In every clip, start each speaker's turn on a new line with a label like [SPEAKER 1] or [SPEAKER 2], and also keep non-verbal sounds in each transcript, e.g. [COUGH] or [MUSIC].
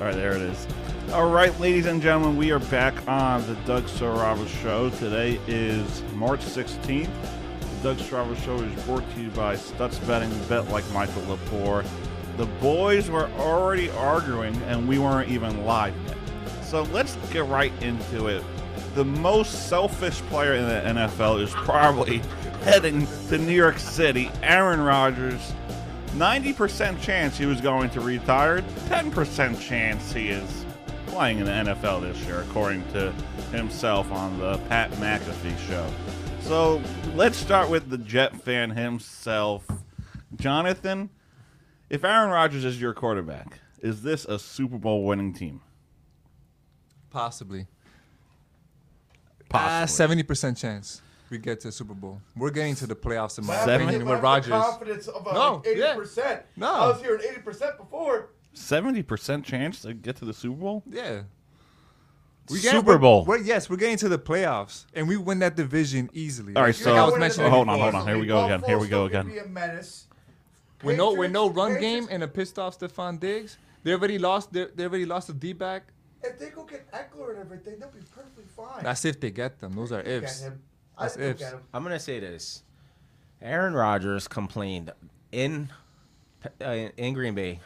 [SPEAKER 1] All right, there it is. All right, ladies and gentlemen, we are back on the Doug Sarava Show. Today is March 16th. The Doug Sarava Show is brought to you by Stutz Betting Bet Like Michael Lepore. The boys were already arguing, and we weren't even live yet. So let's get right into it. The most selfish player in the NFL is probably [LAUGHS] heading to New York City, Aaron Rodgers. 90% chance he was going to retire, 10% chance he is playing in the NFL this year, according to himself on the Pat McAfee show. So let's start with the Jet fan himself. Jonathan, if Aaron Rodgers is your quarterback, is this a Super Bowl winning team?
[SPEAKER 2] Possibly. Ah,
[SPEAKER 1] Possibly.
[SPEAKER 2] seventy percent chance we get to the Super Bowl. We're getting to the playoffs in my
[SPEAKER 1] Seventy?
[SPEAKER 2] opinion with Rodgers.
[SPEAKER 3] Confidence of uh,
[SPEAKER 2] No,
[SPEAKER 3] like
[SPEAKER 2] yeah.
[SPEAKER 3] 80%.
[SPEAKER 2] No.
[SPEAKER 3] I was hearing 80% before.
[SPEAKER 1] 70% chance to get to the Super Bowl?
[SPEAKER 2] Yeah.
[SPEAKER 1] Super Bowl.
[SPEAKER 2] We're, yes, we're getting to the playoffs, and we win that division easily.
[SPEAKER 1] All right,
[SPEAKER 2] Like
[SPEAKER 1] so-
[SPEAKER 2] I was
[SPEAKER 1] Winning
[SPEAKER 2] mentioning,
[SPEAKER 1] hold on,
[SPEAKER 2] before.
[SPEAKER 1] hold on. Here we go again. Here we go again.
[SPEAKER 3] Be a menace.
[SPEAKER 2] With no with no
[SPEAKER 3] Patriots-
[SPEAKER 2] run
[SPEAKER 3] Patriots-
[SPEAKER 2] game and a pissed off Stephon Diggs, they already lost. They they already lost a D back.
[SPEAKER 3] If they go get Eckler and everything, they'll be perfectly fine.
[SPEAKER 2] That's if they get them. Those are
[SPEAKER 3] Look at
[SPEAKER 2] ifs.
[SPEAKER 3] him. I
[SPEAKER 2] That's
[SPEAKER 3] look
[SPEAKER 2] ifs.
[SPEAKER 3] at him.
[SPEAKER 4] I'm gonna say this: Aaron Rodgers complained in uh, in Green Bay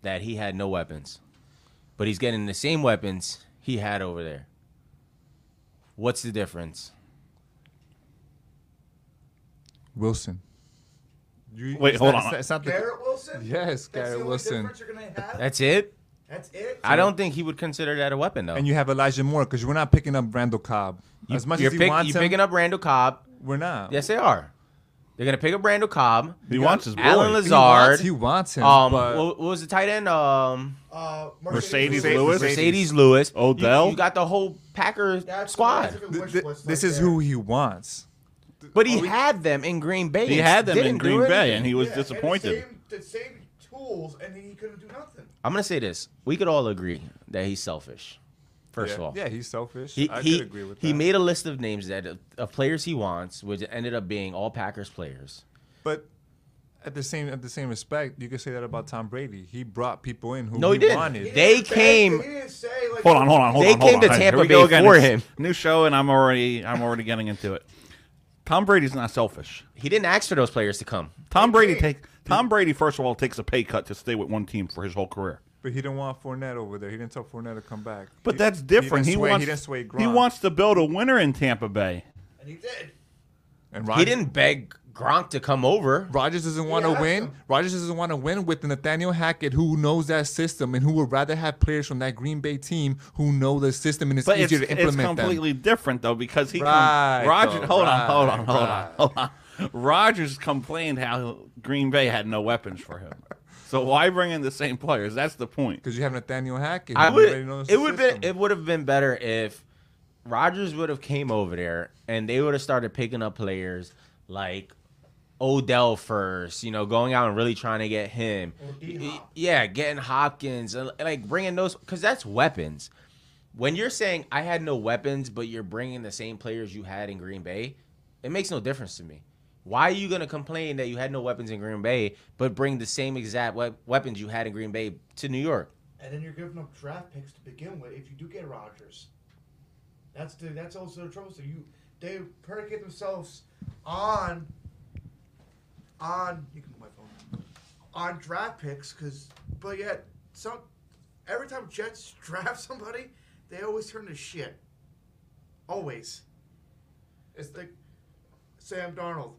[SPEAKER 4] that he had no weapons, but he's getting the same weapons he had over there. What's the difference?
[SPEAKER 2] Wilson. You,
[SPEAKER 1] Wait,
[SPEAKER 2] it's
[SPEAKER 1] hold
[SPEAKER 2] not-
[SPEAKER 1] on.
[SPEAKER 2] It's not, it's not
[SPEAKER 3] Garrett Wilson?
[SPEAKER 2] Yes,
[SPEAKER 3] That's the
[SPEAKER 2] Garrett
[SPEAKER 3] only
[SPEAKER 2] Wilson.
[SPEAKER 3] difference you're going to have?
[SPEAKER 4] That's it.
[SPEAKER 3] That's it?
[SPEAKER 4] I don't think he would consider that a weapon though.
[SPEAKER 2] the, and you have Elijah Moore because we're not picking up Randall Cobb as much
[SPEAKER 4] you're
[SPEAKER 2] as he
[SPEAKER 4] pick-
[SPEAKER 2] wants
[SPEAKER 4] you're
[SPEAKER 2] him.
[SPEAKER 4] picking up Randall Cobb.
[SPEAKER 2] we're not.
[SPEAKER 4] Yes, they are. They're gonna pick up Randall Cobb.
[SPEAKER 1] He wants his boy.
[SPEAKER 4] Alan
[SPEAKER 2] He wants,
[SPEAKER 4] Lazard.
[SPEAKER 2] he wants him.
[SPEAKER 4] um,
[SPEAKER 2] but
[SPEAKER 4] what, what was the tight end? Um,
[SPEAKER 3] Uh,
[SPEAKER 1] Mercedes
[SPEAKER 2] Mercedes-
[SPEAKER 1] Lewis?
[SPEAKER 4] Mercedes Lewis. You-
[SPEAKER 1] Odell?
[SPEAKER 4] You, got the whole Packer
[SPEAKER 3] That's-
[SPEAKER 4] squad.
[SPEAKER 3] that's a good
[SPEAKER 2] th-
[SPEAKER 3] wish
[SPEAKER 2] th-
[SPEAKER 3] list
[SPEAKER 2] this
[SPEAKER 3] right
[SPEAKER 2] is
[SPEAKER 3] there.
[SPEAKER 2] who he wants.
[SPEAKER 4] But he had them in Green Bay.
[SPEAKER 1] He
[SPEAKER 4] and
[SPEAKER 1] had them in
[SPEAKER 4] didn't do
[SPEAKER 1] Green Bay,
[SPEAKER 4] anything.
[SPEAKER 1] and he was
[SPEAKER 3] Yeah, and
[SPEAKER 1] disappointed.
[SPEAKER 3] The same, the same tools, and he couldn't do nothing.
[SPEAKER 4] I'm gonna say this: we could all agree that he's selfish. First of all,
[SPEAKER 2] yeah, he's selfish.
[SPEAKER 4] he
[SPEAKER 2] I
[SPEAKER 4] he,
[SPEAKER 2] could agree with
[SPEAKER 4] he
[SPEAKER 2] that.
[SPEAKER 4] made a list of names that of, of players he wants, which ended up being all Packers players.
[SPEAKER 2] but at the same at the same respect, you could say that about Tom Brady. He brought people in who
[SPEAKER 4] No, he, didn't.
[SPEAKER 2] wanted.
[SPEAKER 4] They
[SPEAKER 3] didn't say- He
[SPEAKER 4] came.
[SPEAKER 3] didn't say, like,
[SPEAKER 1] Hold on, hold on, hold
[SPEAKER 4] They
[SPEAKER 1] on. hold
[SPEAKER 4] came
[SPEAKER 1] on.
[SPEAKER 4] to
[SPEAKER 1] All right,
[SPEAKER 4] Tampa
[SPEAKER 1] here we go
[SPEAKER 4] Bay
[SPEAKER 1] again.
[SPEAKER 4] for
[SPEAKER 1] It's
[SPEAKER 4] him.
[SPEAKER 1] a New show, and I'm already, I'm already getting into it. Tom Brady's not selfish.
[SPEAKER 4] He didn't ask for those players to come.
[SPEAKER 1] Tom Brady
[SPEAKER 3] did.
[SPEAKER 1] take Tom Brady first of all takes a pay cut to stay with one team for his whole career.
[SPEAKER 2] But he didn't want Fournette over there. He didn't tell Fournette to come back.
[SPEAKER 1] But
[SPEAKER 2] He-
[SPEAKER 1] that's different. He,
[SPEAKER 2] He didn't sway,
[SPEAKER 1] wants
[SPEAKER 2] he didn't sway Gronk.
[SPEAKER 1] he wants to build a winner in Tampa Bay.
[SPEAKER 3] And he did.
[SPEAKER 2] And Rodgers,
[SPEAKER 4] He didn't beg Gronk to come over.
[SPEAKER 2] Rodgers doesn't want to
[SPEAKER 3] asked
[SPEAKER 2] win.
[SPEAKER 3] him.
[SPEAKER 2] Rodgers doesn't want to win with Nathaniel Hackett, who knows that system and who would rather have players from that Green Bay team who know the system and it's
[SPEAKER 1] But it's,
[SPEAKER 2] easier to
[SPEAKER 1] it's
[SPEAKER 2] implement them.
[SPEAKER 1] completely different though because he com-
[SPEAKER 2] Right,
[SPEAKER 1] Roger.
[SPEAKER 2] though,
[SPEAKER 1] hold on, hold
[SPEAKER 2] right,
[SPEAKER 1] on, hold on,
[SPEAKER 2] right.
[SPEAKER 1] hold on. Rogers complained how Green Bay had no weapons for him. So why bring in the same players? That's the point.
[SPEAKER 2] Because you have Nathaniel Hackett.
[SPEAKER 4] I
[SPEAKER 2] who already
[SPEAKER 4] would.
[SPEAKER 2] knows
[SPEAKER 4] It
[SPEAKER 2] the
[SPEAKER 4] would
[SPEAKER 2] system.
[SPEAKER 4] been. It would have been better if Rodgers would have came over there and they would have started picking up players like Odell first. You know, going out and really trying to get him.
[SPEAKER 3] Or D-Hop.
[SPEAKER 4] Yeah, getting Hopkins and and, like bringing those because that's weapons. When you're saying I had no weapons, but you're bringing the same players you had in Green Bay, it makes no difference to me. Why are you gonna complain that you had no weapons in Green Bay, but bring the same exact wep- weapons you had in Green Bay to New York?
[SPEAKER 3] And then you're giving up draft picks to begin with if you do get Rodgers. That's the that's also the trouble. So you they predicate themselves on on you can move my phone on draft picks because but yet some every time Jets [LAUGHS] draft somebody they always turn to shit. Always. It's like Sam Darnold.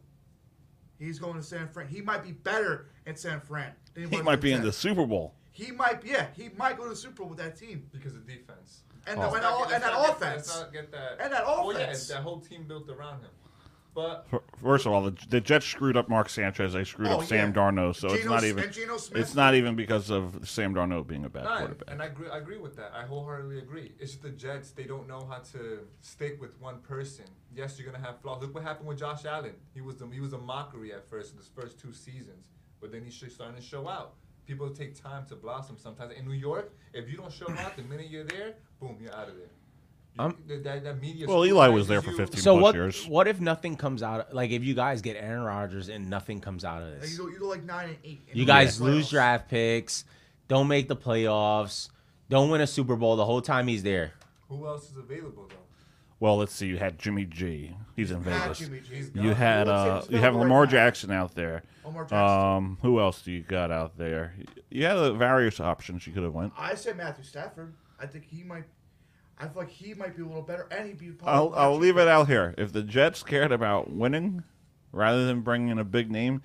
[SPEAKER 3] He's going to San Fran. He might be better at San Fran. than
[SPEAKER 1] He
[SPEAKER 3] was
[SPEAKER 1] might be in the
[SPEAKER 3] Jets.
[SPEAKER 1] Super Bowl.
[SPEAKER 3] He might, yeah, he might go to the Super Bowl with that team
[SPEAKER 2] because of defense.
[SPEAKER 3] and the, and, all, and that offense. And that offense.
[SPEAKER 2] Oh, whole team built around him. But
[SPEAKER 1] F- First of all, the, the Jets screwed up Mark Sanchez. They screwed
[SPEAKER 3] Oh,
[SPEAKER 1] up Sam
[SPEAKER 3] yeah.
[SPEAKER 1] Darnold. So it's
[SPEAKER 3] Geno-
[SPEAKER 1] not even
[SPEAKER 3] and Geno Smith.
[SPEAKER 1] it's not even because of Sam Darnold being a bad quarterback.
[SPEAKER 2] I agree, I agree with that. I wholeheartedly agree. It's just the Jets, they don't know how to stick with one person. Yes, you're gonna have flaws. Look what happened with Josh Allen. He was the, he was a mockery at first in his first two seasons, but then he's starting to show out. People take time to blossom sometimes. In New York, if you don't show out the minute you're there, boom, you're out of there. You-
[SPEAKER 4] Um,
[SPEAKER 2] that, that- that media
[SPEAKER 1] Well, Eli was
[SPEAKER 2] scrutinizes
[SPEAKER 1] there for
[SPEAKER 2] you.
[SPEAKER 1] 15
[SPEAKER 4] So
[SPEAKER 1] plus
[SPEAKER 4] what?
[SPEAKER 1] years.
[SPEAKER 4] What if nothing comes out? Like if you guys get Aaron Rodgers and nothing comes out of
[SPEAKER 3] Like, you
[SPEAKER 4] this,
[SPEAKER 3] go, you go like nine and eight. in
[SPEAKER 4] you
[SPEAKER 3] the
[SPEAKER 4] guys
[SPEAKER 3] playoffs.
[SPEAKER 4] lose draft picks, don't make the playoffs. Don't win a Super Bowl the whole time he's there.
[SPEAKER 2] Who else is available though?
[SPEAKER 1] Well, let's see. You had Jimmy G. He's in
[SPEAKER 5] Not
[SPEAKER 1] Vegas.
[SPEAKER 5] Ah, Jimmy G.
[SPEAKER 2] He's
[SPEAKER 1] You
[SPEAKER 2] No,
[SPEAKER 1] had
[SPEAKER 5] let's say
[SPEAKER 1] uh,
[SPEAKER 5] it's
[SPEAKER 1] you have
[SPEAKER 5] Bill
[SPEAKER 1] Lamar
[SPEAKER 5] Wright.
[SPEAKER 1] Jackson out there.
[SPEAKER 5] Omar Jackson.
[SPEAKER 1] Um, who else do you got out there? You had uh, various options you could have went.
[SPEAKER 5] I said Matthew Stafford. I think he might. I feel like he might be a little better, and he'd be.
[SPEAKER 1] I'll,
[SPEAKER 5] probably-
[SPEAKER 1] I'll leave it out here. If the Jets cared about winning rather than bringing in a big name,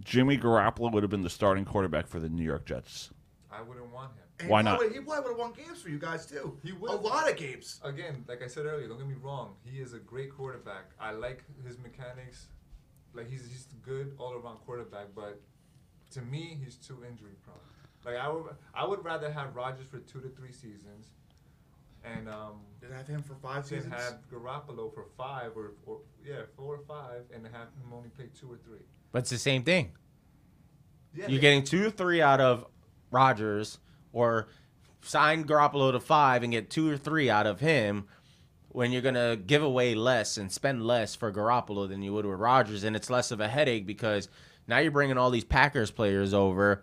[SPEAKER 1] Jimmy Garoppolo would have been the starting quarterback for the New York Jets.
[SPEAKER 2] I wouldn't want him.
[SPEAKER 5] And he
[SPEAKER 1] Why not?
[SPEAKER 5] probably- He probably would have won games for you guys too.
[SPEAKER 2] He
[SPEAKER 5] A
[SPEAKER 2] would've.
[SPEAKER 5] lot of games.
[SPEAKER 2] Again, like I said earlier, don't get me wrong. He is a great quarterback. I like his mechanics. Like he's he's a good all around quarterback, but to me, he's too injury prone. Like I would I would rather have Rodgers for two to three seasons, and um,
[SPEAKER 5] Did I have him for five
[SPEAKER 2] than
[SPEAKER 5] seasons?
[SPEAKER 2] have Garoppolo for five or, or yeah four or five, and have him only play two or three.
[SPEAKER 4] But it's the same thing.
[SPEAKER 2] Yeah,
[SPEAKER 4] You're getting two or three out of Rodgers, or sign Garoppolo to five and get two or three out of him when you're gonna give away less and spend less for Garoppolo than you would with Rodgers, and it's less of a headache because now you're bringing all these Packers players over.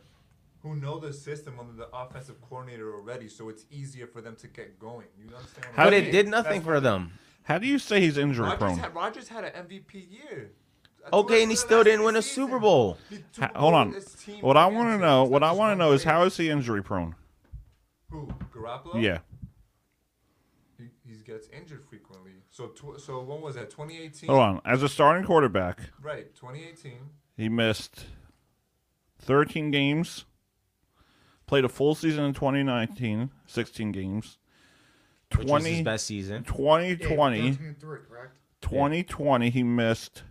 [SPEAKER 2] who know the system under the offensive coordinator already, so it's easier for them to get going. You understand? What
[SPEAKER 1] How
[SPEAKER 4] but
[SPEAKER 1] do
[SPEAKER 2] I'm
[SPEAKER 1] you-
[SPEAKER 4] it
[SPEAKER 2] saying?
[SPEAKER 4] did nothing
[SPEAKER 2] That's-
[SPEAKER 4] for them.
[SPEAKER 1] How do you say he's injury
[SPEAKER 2] Rodgers
[SPEAKER 1] prone?
[SPEAKER 2] had, Rodgers had an MVP year.
[SPEAKER 4] Okay, and he
[SPEAKER 2] Towards the
[SPEAKER 4] still
[SPEAKER 2] last
[SPEAKER 4] didn't win a
[SPEAKER 2] season.
[SPEAKER 4] Super Bowl.
[SPEAKER 2] He took
[SPEAKER 1] Ha-
[SPEAKER 2] over
[SPEAKER 1] hold on.
[SPEAKER 2] this team
[SPEAKER 1] What I
[SPEAKER 2] with
[SPEAKER 1] want to
[SPEAKER 2] injuries.
[SPEAKER 1] know, what
[SPEAKER 2] That's
[SPEAKER 1] I
[SPEAKER 2] just
[SPEAKER 1] want to
[SPEAKER 2] one
[SPEAKER 1] know is
[SPEAKER 2] player.
[SPEAKER 1] how is he injury prone?
[SPEAKER 2] who Garoppolo?
[SPEAKER 1] Yeah.
[SPEAKER 2] he, he gets injured frequently. So tw- so when was that? 2018.
[SPEAKER 1] Hold on. As a starting quarterback,
[SPEAKER 2] Right, 2018.
[SPEAKER 1] he missed 13 games, played a full season in 2019, 16 games.
[SPEAKER 4] Which was his
[SPEAKER 1] 20,
[SPEAKER 4] best season.
[SPEAKER 1] 2020.
[SPEAKER 5] 13 and three, correct?
[SPEAKER 1] 2020 he missed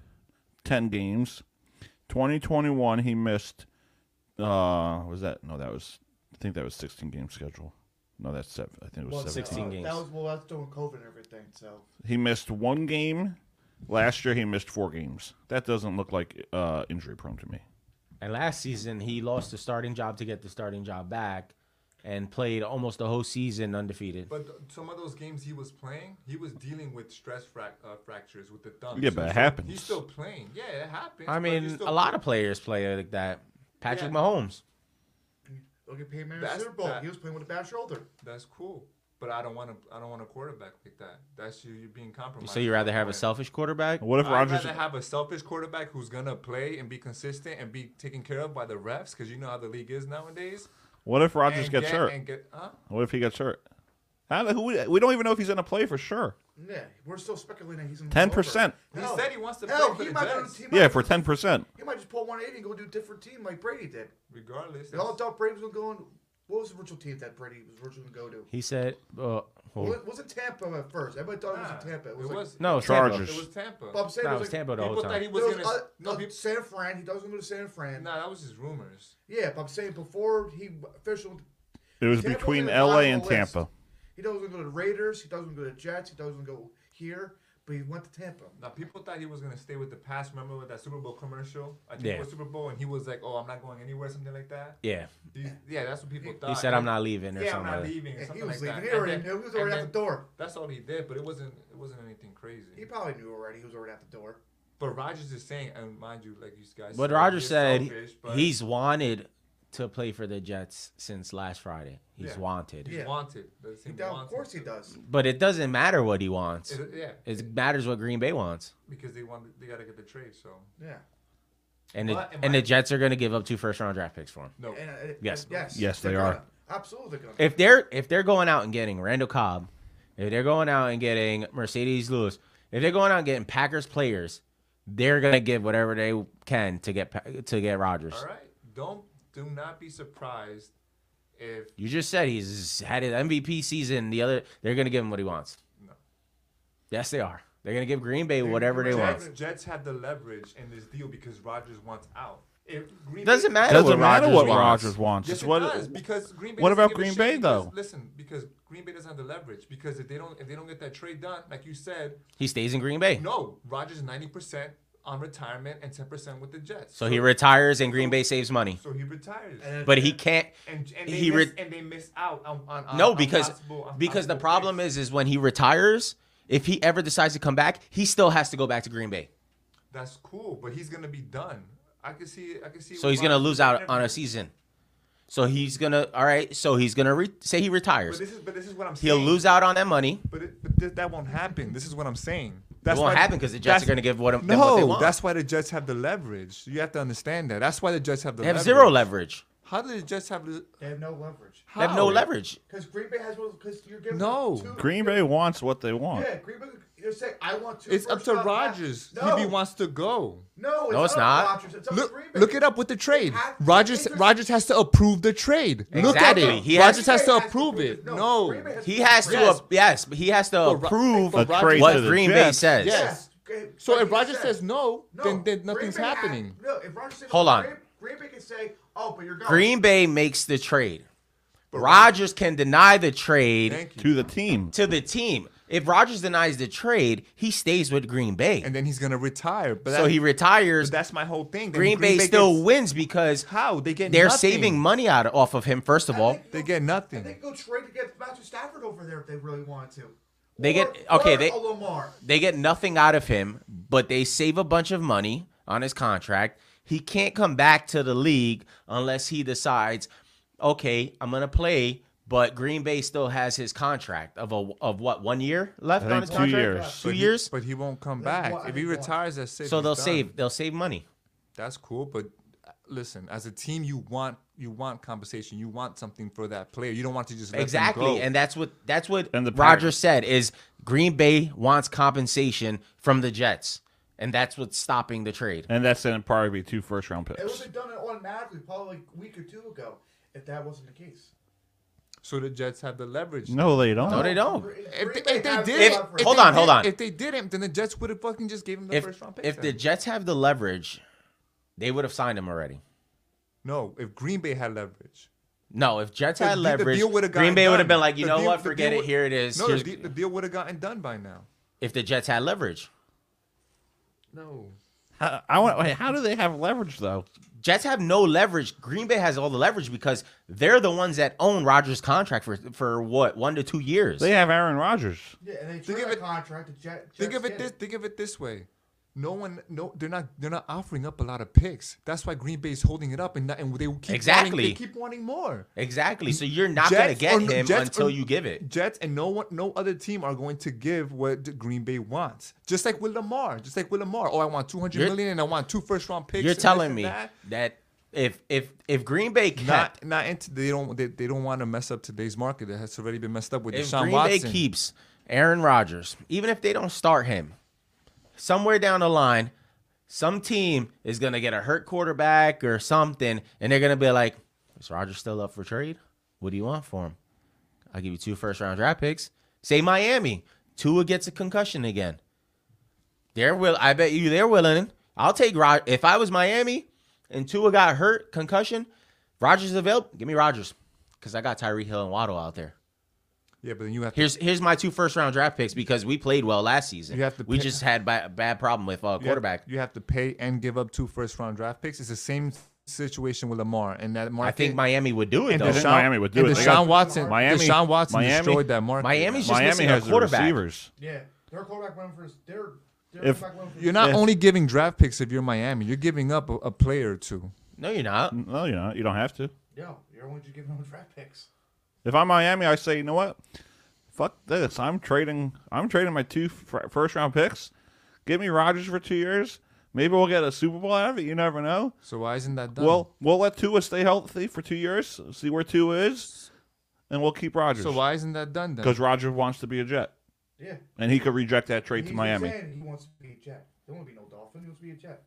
[SPEAKER 1] 10 games 2021 he missed uh was that no that was i think that was 16 game schedule no that's seven i think it was
[SPEAKER 5] Well,
[SPEAKER 1] 17
[SPEAKER 4] 16
[SPEAKER 5] uh,
[SPEAKER 4] games.
[SPEAKER 5] That was well. That's doing COVID and everything. So
[SPEAKER 1] he missed one game last year he missed four games that doesn't look like uh injury prone to me
[SPEAKER 4] And last season, he lost the starting job to get the starting job back, and played almost the whole season undefeated.
[SPEAKER 2] But th- some of those games he was playing, he was dealing with stress frac- uh, fractures with the thumb.
[SPEAKER 1] Yeah, but it
[SPEAKER 2] he's-
[SPEAKER 1] happens.
[SPEAKER 2] He's still playing. Yeah, it happens.
[SPEAKER 4] I
[SPEAKER 2] but he's
[SPEAKER 4] mean,
[SPEAKER 2] still
[SPEAKER 4] a lot of players play like that. Patrick
[SPEAKER 2] Yeah.
[SPEAKER 4] Mahomes.
[SPEAKER 5] look at Peyton Manning's
[SPEAKER 2] That's-
[SPEAKER 5] Super Bowl.
[SPEAKER 2] that-
[SPEAKER 5] He was playing with a bad shoulder.
[SPEAKER 2] That's cool, but I don't want to. I don't want a quarterback like that. That's you. You're being compromised.
[SPEAKER 4] So you rather have a selfish quarterback? [LAUGHS]
[SPEAKER 1] what if
[SPEAKER 2] I'd
[SPEAKER 1] rogers
[SPEAKER 2] rather have a selfish quarterback who's gonna play and be consistent and be taken care of by the refs, because you know how the league is nowadays.
[SPEAKER 1] what if rogers
[SPEAKER 2] And
[SPEAKER 1] gets
[SPEAKER 2] get-
[SPEAKER 1] hurt
[SPEAKER 2] And get, huh?
[SPEAKER 1] what if he gets hurt How the- who, we don't even know if he's gonna play for sure
[SPEAKER 5] Yeah, we're still speculating he's in.
[SPEAKER 1] 10%.
[SPEAKER 2] He
[SPEAKER 5] Hell,
[SPEAKER 2] said he wants to
[SPEAKER 5] hell,
[SPEAKER 2] play for
[SPEAKER 5] he
[SPEAKER 2] the
[SPEAKER 5] might go
[SPEAKER 2] Jets.
[SPEAKER 5] to- he might-
[SPEAKER 1] yeah for 10%
[SPEAKER 5] He might just pull 180 and go do a different team like Brady did.
[SPEAKER 2] Regardless,
[SPEAKER 5] They all thought Brady was going to go on. What was the virtual team that Brady was originally going to go to?
[SPEAKER 4] He said, uh,
[SPEAKER 5] Well,
[SPEAKER 4] well,
[SPEAKER 5] it wasn't Tampa at first. Everybody thought it was in Tampa. It was, like,
[SPEAKER 4] no,
[SPEAKER 1] Chargers.
[SPEAKER 4] Chargers.
[SPEAKER 2] It was Tampa.
[SPEAKER 5] But I'm saying
[SPEAKER 4] No,
[SPEAKER 5] it
[SPEAKER 4] it
[SPEAKER 5] was
[SPEAKER 4] was
[SPEAKER 5] like,
[SPEAKER 4] Tampa the
[SPEAKER 2] people
[SPEAKER 4] whole
[SPEAKER 2] thought
[SPEAKER 4] time.
[SPEAKER 2] he was
[SPEAKER 5] there was,
[SPEAKER 2] gonna.
[SPEAKER 5] uh,
[SPEAKER 2] no,
[SPEAKER 5] uh,
[SPEAKER 2] peop-
[SPEAKER 5] San Fran. He doesn't go to San Fran.
[SPEAKER 2] nah, that was just rumors.
[SPEAKER 5] Yeah, but I'm saying before he official,
[SPEAKER 1] it was
[SPEAKER 5] Tampa was
[SPEAKER 1] between
[SPEAKER 5] in the
[SPEAKER 1] la
[SPEAKER 5] bottom
[SPEAKER 1] and
[SPEAKER 5] of the list.
[SPEAKER 1] tampa
[SPEAKER 5] he doesn't go to the Raiders. He doesn't go to the Jets. He doesn't go here. But he went to Tampa.
[SPEAKER 2] Now people thought he was gonna stay with the past. Remember with that Super Bowl commercial? I think
[SPEAKER 4] Yeah.
[SPEAKER 2] it was Super Bowl, and he was like, "Oh, I'm not going anywhere," something like that.
[SPEAKER 4] yeah.
[SPEAKER 2] He- yeah, that's what people thought.
[SPEAKER 4] He said, I'm not leaving or
[SPEAKER 2] Yeah, I'm
[SPEAKER 4] something.
[SPEAKER 2] not
[SPEAKER 4] like that.
[SPEAKER 2] leaving. Or
[SPEAKER 5] Yeah,
[SPEAKER 2] something
[SPEAKER 5] he was
[SPEAKER 2] like
[SPEAKER 5] leaving.
[SPEAKER 2] that.
[SPEAKER 5] He
[SPEAKER 2] And
[SPEAKER 5] already
[SPEAKER 2] then-
[SPEAKER 5] knew. He was
[SPEAKER 2] and
[SPEAKER 5] already out
[SPEAKER 2] then-
[SPEAKER 5] the door.
[SPEAKER 2] That's all he did, but it wasn't. It wasn't anything crazy.
[SPEAKER 5] He probably knew already. He was already out the door.
[SPEAKER 2] But Rogers is saying, and mind you, like you guys.
[SPEAKER 4] But
[SPEAKER 2] said,
[SPEAKER 4] Roger
[SPEAKER 2] he's
[SPEAKER 4] said
[SPEAKER 2] selfish, but
[SPEAKER 4] he's wanted to play for the Jets since last Friday. He's
[SPEAKER 2] Yeah.
[SPEAKER 4] wanted.
[SPEAKER 2] he's
[SPEAKER 5] Yeah.
[SPEAKER 2] wanted. That's
[SPEAKER 5] He
[SPEAKER 2] him
[SPEAKER 5] does. Of
[SPEAKER 2] wanted.
[SPEAKER 5] course he does.
[SPEAKER 4] But it doesn't matter what he wants.
[SPEAKER 2] It- yeah,
[SPEAKER 4] It matters what Green Bay wants.
[SPEAKER 2] because they want they gotta get the trade. So
[SPEAKER 5] Yeah.
[SPEAKER 4] And the,
[SPEAKER 2] But am
[SPEAKER 4] and
[SPEAKER 2] I-
[SPEAKER 4] the Jets are going to give up two first round draft picks for him.
[SPEAKER 2] no,
[SPEAKER 5] And, uh,
[SPEAKER 4] Yes.
[SPEAKER 5] Yes.
[SPEAKER 1] Yes, they
[SPEAKER 5] They're
[SPEAKER 1] are.
[SPEAKER 5] Gonna. Absolutely they're gonna.
[SPEAKER 4] If they're if they're going out and getting Randall Cobb, if they're going out and getting Mercedes Lewis, if they're going out and getting Packers players, they're going to give whatever they can to get Pa- to get Rodgers.
[SPEAKER 2] all right. Don't do not be surprised if
[SPEAKER 4] You just said he's had an MVP season. The other, they're gonna give him what he wants.
[SPEAKER 2] No.
[SPEAKER 4] Yes, they are. They're gonna give Green Bay
[SPEAKER 5] gonna
[SPEAKER 4] whatever
[SPEAKER 5] give
[SPEAKER 4] they
[SPEAKER 5] him
[SPEAKER 4] want.
[SPEAKER 5] what
[SPEAKER 2] Jets, Jets have the leverage in this deal because Rogers wants out. If Green
[SPEAKER 4] Doesn't
[SPEAKER 2] Bay-
[SPEAKER 4] matter.
[SPEAKER 1] doesn't
[SPEAKER 4] what
[SPEAKER 1] matter
[SPEAKER 4] Rodgers
[SPEAKER 1] what
[SPEAKER 4] wants.
[SPEAKER 1] Rogers wants.
[SPEAKER 2] Yes,
[SPEAKER 1] It's
[SPEAKER 2] it
[SPEAKER 1] what
[SPEAKER 2] does because Green Bay.
[SPEAKER 1] what
[SPEAKER 2] doesn't
[SPEAKER 1] about
[SPEAKER 2] give a
[SPEAKER 1] Green
[SPEAKER 2] shit
[SPEAKER 1] Bay,
[SPEAKER 2] because-
[SPEAKER 1] though?
[SPEAKER 2] Listen, because Green Bay doesn't have the leverage because if they don't if they don't get that trade done, like you said,
[SPEAKER 4] He stays in Green Bay,
[SPEAKER 2] no, Rogers ninety percent on retirement and ten percent with the Jets.
[SPEAKER 4] so he retires and Green Bay saves money.
[SPEAKER 2] so he retires.
[SPEAKER 5] And-
[SPEAKER 4] But he can't.
[SPEAKER 2] and, and they
[SPEAKER 4] he
[SPEAKER 2] miss,
[SPEAKER 4] re-
[SPEAKER 2] and they miss out on, on, on
[SPEAKER 4] No,
[SPEAKER 2] on
[SPEAKER 4] because
[SPEAKER 2] possible- on
[SPEAKER 4] because the
[SPEAKER 2] possible
[SPEAKER 4] problem
[SPEAKER 2] picks.
[SPEAKER 4] is is when he retires, if he ever decides to come back, he still has to go back to Green Bay.
[SPEAKER 2] that's cool, but he's gonna be done. I can see I can see.
[SPEAKER 4] So he's gonna
[SPEAKER 2] Rodgers
[SPEAKER 4] lose out
[SPEAKER 2] interview.
[SPEAKER 4] on a season. So he's gonna all right. So he's gonna re- say he
[SPEAKER 2] But
[SPEAKER 4] retires.
[SPEAKER 2] this is but this is what I'm
[SPEAKER 4] He'll
[SPEAKER 2] saying.
[SPEAKER 4] lose out on that money.
[SPEAKER 2] But, it, but th- that won't happen. This is what I'm saying. That's
[SPEAKER 4] it won't
[SPEAKER 2] why-
[SPEAKER 4] happen because the
[SPEAKER 2] that's-
[SPEAKER 4] Jets are gonna give what, them
[SPEAKER 2] No,
[SPEAKER 4] what they want.
[SPEAKER 2] that's why the Jets have the leverage. You have to understand that. That's why the Jets have the
[SPEAKER 4] they have
[SPEAKER 2] leverage.
[SPEAKER 4] zero leverage.
[SPEAKER 2] How do the Jets have? the-
[SPEAKER 5] They have no leverage.
[SPEAKER 2] How?
[SPEAKER 4] They have no leverage.
[SPEAKER 5] Because Green Bay has one. Because you're giving
[SPEAKER 2] No.
[SPEAKER 5] two-
[SPEAKER 1] Green Bay wants what they want.
[SPEAKER 5] Yeah, Green Bay. You're saying I want two.
[SPEAKER 2] It's up
[SPEAKER 5] first
[SPEAKER 2] to
[SPEAKER 5] round picks."
[SPEAKER 2] Rodgers.
[SPEAKER 5] No,
[SPEAKER 2] If he wants to go.
[SPEAKER 5] no, it's
[SPEAKER 4] No, it's
[SPEAKER 5] not.
[SPEAKER 4] not.
[SPEAKER 5] Rodgers. It's up to
[SPEAKER 2] Look,
[SPEAKER 5] Green Bay.
[SPEAKER 2] look it up with the trade.
[SPEAKER 5] have to
[SPEAKER 2] Rogers
[SPEAKER 5] interest-
[SPEAKER 2] Rogers has to approve the trade. Look at
[SPEAKER 4] Exactly.
[SPEAKER 2] it.
[SPEAKER 4] He
[SPEAKER 2] He
[SPEAKER 4] has-
[SPEAKER 2] Rogers has to
[SPEAKER 5] Green Bay
[SPEAKER 2] approve
[SPEAKER 5] approve
[SPEAKER 2] it.
[SPEAKER 5] No,
[SPEAKER 2] No.
[SPEAKER 5] Green Bay has
[SPEAKER 4] He
[SPEAKER 5] to
[SPEAKER 4] has to
[SPEAKER 5] approve
[SPEAKER 2] Yes.
[SPEAKER 4] yes, yes but he has to
[SPEAKER 2] For Ro-
[SPEAKER 4] approve
[SPEAKER 2] for
[SPEAKER 1] A trade
[SPEAKER 4] what
[SPEAKER 1] to the
[SPEAKER 4] Green Bay
[SPEAKER 1] Jets.
[SPEAKER 4] says.
[SPEAKER 2] Yes.
[SPEAKER 5] Okay,
[SPEAKER 2] So
[SPEAKER 5] like
[SPEAKER 2] if
[SPEAKER 5] you
[SPEAKER 2] Rogers
[SPEAKER 5] said,
[SPEAKER 2] says no,
[SPEAKER 5] no,
[SPEAKER 2] then, then
[SPEAKER 5] Green
[SPEAKER 2] nothing's
[SPEAKER 5] Bay has-
[SPEAKER 2] happening.
[SPEAKER 5] no, if Rogers says
[SPEAKER 4] Hold on.
[SPEAKER 5] Green, Green Bay can say, "Oh, but you're going."
[SPEAKER 4] Green Bay makes the trade. Rodgers can deny the trade
[SPEAKER 2] Thank you.
[SPEAKER 1] To the team.
[SPEAKER 4] to the team. If Rodgers denies the trade, he stays with Green Bay.
[SPEAKER 2] And then he's gonna retire. But
[SPEAKER 4] so
[SPEAKER 2] that-
[SPEAKER 4] he retires.
[SPEAKER 2] but that's my whole thing. Then
[SPEAKER 4] Green, Bay, still
[SPEAKER 2] gets-
[SPEAKER 4] wins because
[SPEAKER 2] how they get
[SPEAKER 4] they're
[SPEAKER 2] nothing.
[SPEAKER 4] saving money out of, off of him. First of
[SPEAKER 5] I
[SPEAKER 4] all,
[SPEAKER 5] think-
[SPEAKER 2] They get
[SPEAKER 5] And they
[SPEAKER 2] nothing.
[SPEAKER 5] can go trade to get Matthew Stafford over there if they really wanted to.
[SPEAKER 4] They
[SPEAKER 5] Or-
[SPEAKER 4] get- okay,
[SPEAKER 5] or
[SPEAKER 4] they-
[SPEAKER 5] a Lamar.
[SPEAKER 4] they get nothing out of him, but they save a bunch of money on his contract. He can't come back to the league unless he decides, okay, I'm gonna play. But Green Bay still has his contract of a of what one year left
[SPEAKER 1] I
[SPEAKER 4] on
[SPEAKER 1] think
[SPEAKER 4] his
[SPEAKER 1] two
[SPEAKER 4] contract.
[SPEAKER 1] years.
[SPEAKER 4] Two
[SPEAKER 2] But he-
[SPEAKER 4] years.
[SPEAKER 2] but he won't come
[SPEAKER 5] That's
[SPEAKER 2] back.
[SPEAKER 5] why-
[SPEAKER 2] If he
[SPEAKER 5] why.
[SPEAKER 2] retires, that's it.
[SPEAKER 4] So
[SPEAKER 2] he's
[SPEAKER 4] they'll
[SPEAKER 2] done.
[SPEAKER 4] save they'll save money.
[SPEAKER 2] That's cool, but uh, listen, as a team, you want you want compensation. You want something for that player. You don't want to just let them
[SPEAKER 4] Exactly,
[SPEAKER 2] go.
[SPEAKER 4] and that's what that's what
[SPEAKER 1] And the
[SPEAKER 4] Roger
[SPEAKER 1] Pirates.
[SPEAKER 4] said is Green Bay wants compensation from the Jets, and that's what's stopping the trade.
[SPEAKER 1] And that's going to probably be two first round
[SPEAKER 5] It would
[SPEAKER 1] picks.
[SPEAKER 5] have been done automatically probably like a week or two ago if that wasn't the case.
[SPEAKER 2] so the Jets have the leverage.
[SPEAKER 1] No, they don't.
[SPEAKER 4] No, they don't.
[SPEAKER 5] Green-
[SPEAKER 2] If
[SPEAKER 5] Green
[SPEAKER 2] they,
[SPEAKER 5] Bay
[SPEAKER 2] if they
[SPEAKER 5] has
[SPEAKER 2] did,
[SPEAKER 5] the
[SPEAKER 2] if,
[SPEAKER 4] If-
[SPEAKER 5] leverage.
[SPEAKER 2] if
[SPEAKER 4] hold
[SPEAKER 2] they
[SPEAKER 4] on, hold
[SPEAKER 2] did-
[SPEAKER 4] on.
[SPEAKER 2] If they didn't, then the Jets would have fucking just gave him the first
[SPEAKER 4] If
[SPEAKER 2] round pick.
[SPEAKER 4] if the
[SPEAKER 2] then.
[SPEAKER 4] Jets have the leverage, they would have signed him already.
[SPEAKER 2] no, if Green Bay had leverage,
[SPEAKER 4] No, if Jets
[SPEAKER 2] The
[SPEAKER 4] had
[SPEAKER 2] de- the
[SPEAKER 4] leverage,
[SPEAKER 2] deal would've
[SPEAKER 4] Green
[SPEAKER 2] gotten
[SPEAKER 4] Bay would have
[SPEAKER 2] done.
[SPEAKER 4] been like, you
[SPEAKER 2] The
[SPEAKER 4] know
[SPEAKER 2] deal-
[SPEAKER 4] what,
[SPEAKER 2] the
[SPEAKER 4] forget
[SPEAKER 2] deal
[SPEAKER 4] it. Here it is.
[SPEAKER 2] no,
[SPEAKER 4] Here's-
[SPEAKER 2] the, de- the deal would have gotten done by now.
[SPEAKER 4] if the Jets had leverage,
[SPEAKER 2] No,
[SPEAKER 1] How, I want, wait, how do they have leverage, though?
[SPEAKER 4] Jets have no leverage. Green Bay has all the leverage because they're the ones that own Rogers' contract for for what one to two years.
[SPEAKER 1] They have Aaron Rodgers.
[SPEAKER 5] Yeah, and they
[SPEAKER 2] Think
[SPEAKER 5] trade
[SPEAKER 2] of
[SPEAKER 5] a
[SPEAKER 2] it-
[SPEAKER 5] contract to Jet.
[SPEAKER 2] think
[SPEAKER 5] Jets
[SPEAKER 2] of
[SPEAKER 5] get
[SPEAKER 2] it this. Think of it this way. No one, no, they're not. They're not offering up a lot of picks. That's why Green Bay's holding it up, and, not, and they keep Wanting,
[SPEAKER 4] Exactly.
[SPEAKER 2] they keep wanting more.
[SPEAKER 4] exactly. So you're not
[SPEAKER 2] Jets
[SPEAKER 4] gonna get
[SPEAKER 2] or no-
[SPEAKER 4] him
[SPEAKER 2] Jets
[SPEAKER 4] until
[SPEAKER 2] or-
[SPEAKER 4] you give it.
[SPEAKER 2] Jets and no one, no other team are going to give what the Green Bay wants. Just like with Lamar, just like with Lamar. Oh, I want two hundred
[SPEAKER 4] You're-
[SPEAKER 2] million, and I want two first round picks.
[SPEAKER 4] You're
[SPEAKER 2] and this
[SPEAKER 4] telling
[SPEAKER 2] and
[SPEAKER 4] me
[SPEAKER 2] that.
[SPEAKER 4] that. if if if Green Bay kept
[SPEAKER 2] not not into, they don't they, they don't want to mess up today's market that has already been messed up with
[SPEAKER 4] if
[SPEAKER 2] Deshaun
[SPEAKER 4] Green
[SPEAKER 2] Watson.
[SPEAKER 4] Bay keeps Aaron Rodgers, even if they don't start him, somewhere down the line, some team is gonna get a hurt quarterback or something, and they're gonna be like, "Is Rodgers still up for trade? What do you want for him? I'll give you two first round draft picks." Say Miami, Tua gets a concussion again. They're will. I bet you they're willing. I'll take Rod. If I was Miami and Tua got hurt, concussion, Rogers available. Give me Rogers because I got Tyree Hill and Waddle out there.
[SPEAKER 2] yeah, but then you have to
[SPEAKER 4] Here's here's my two first round draft picks because we played well last season.
[SPEAKER 2] You have to
[SPEAKER 4] we
[SPEAKER 2] pick-
[SPEAKER 4] just had ba- bad problem with uh,
[SPEAKER 2] you have-
[SPEAKER 4] quarterback.
[SPEAKER 2] You have to pay and give up two first round draft picks. It's the same situation with Lamar and that market.
[SPEAKER 4] I think Miami would do it
[SPEAKER 2] and
[SPEAKER 4] though.
[SPEAKER 1] I think Miami would do
[SPEAKER 2] and
[SPEAKER 1] it. They
[SPEAKER 2] Deshaun
[SPEAKER 1] got-
[SPEAKER 2] Watson,
[SPEAKER 1] Miami-
[SPEAKER 2] Deshaun Watson
[SPEAKER 1] Miami-
[SPEAKER 2] destroyed that market.
[SPEAKER 4] Miami's just
[SPEAKER 1] Miami
[SPEAKER 4] missing a
[SPEAKER 1] has the
[SPEAKER 4] quarterback.
[SPEAKER 1] receivers.
[SPEAKER 5] Yeah, their quarterback went for their. their
[SPEAKER 1] If-
[SPEAKER 5] quarterback went for
[SPEAKER 2] You're not
[SPEAKER 1] Yeah.
[SPEAKER 2] only giving draft picks if you're Miami. You're giving up a, a player or two.
[SPEAKER 4] No, you're not.
[SPEAKER 2] Mm.
[SPEAKER 1] No, you know, you don't have to.
[SPEAKER 5] Yeah, you're only just giving them [LAUGHS] draft picks.
[SPEAKER 1] If I'm Miami, I say, you know what? Fuck this. I'm trading. I'm trading my two f- first round picks. Give me Rodgers for two years. Maybe we'll get a Super Bowl out of it. You never know.
[SPEAKER 2] So why isn't that done?
[SPEAKER 1] Well, we'll let Tua stay healthy for two years. See where Tua is, and we'll keep Rodgers.
[SPEAKER 2] so why isn't that done then?
[SPEAKER 1] Because Rodgers wants to be a Jet,
[SPEAKER 5] Yeah.
[SPEAKER 1] and he could reject that trade
[SPEAKER 5] He's
[SPEAKER 1] to
[SPEAKER 5] been
[SPEAKER 1] Miami.
[SPEAKER 5] saying he wants to be a Jet. There won't be no Dolphin. He wants to be a Jet.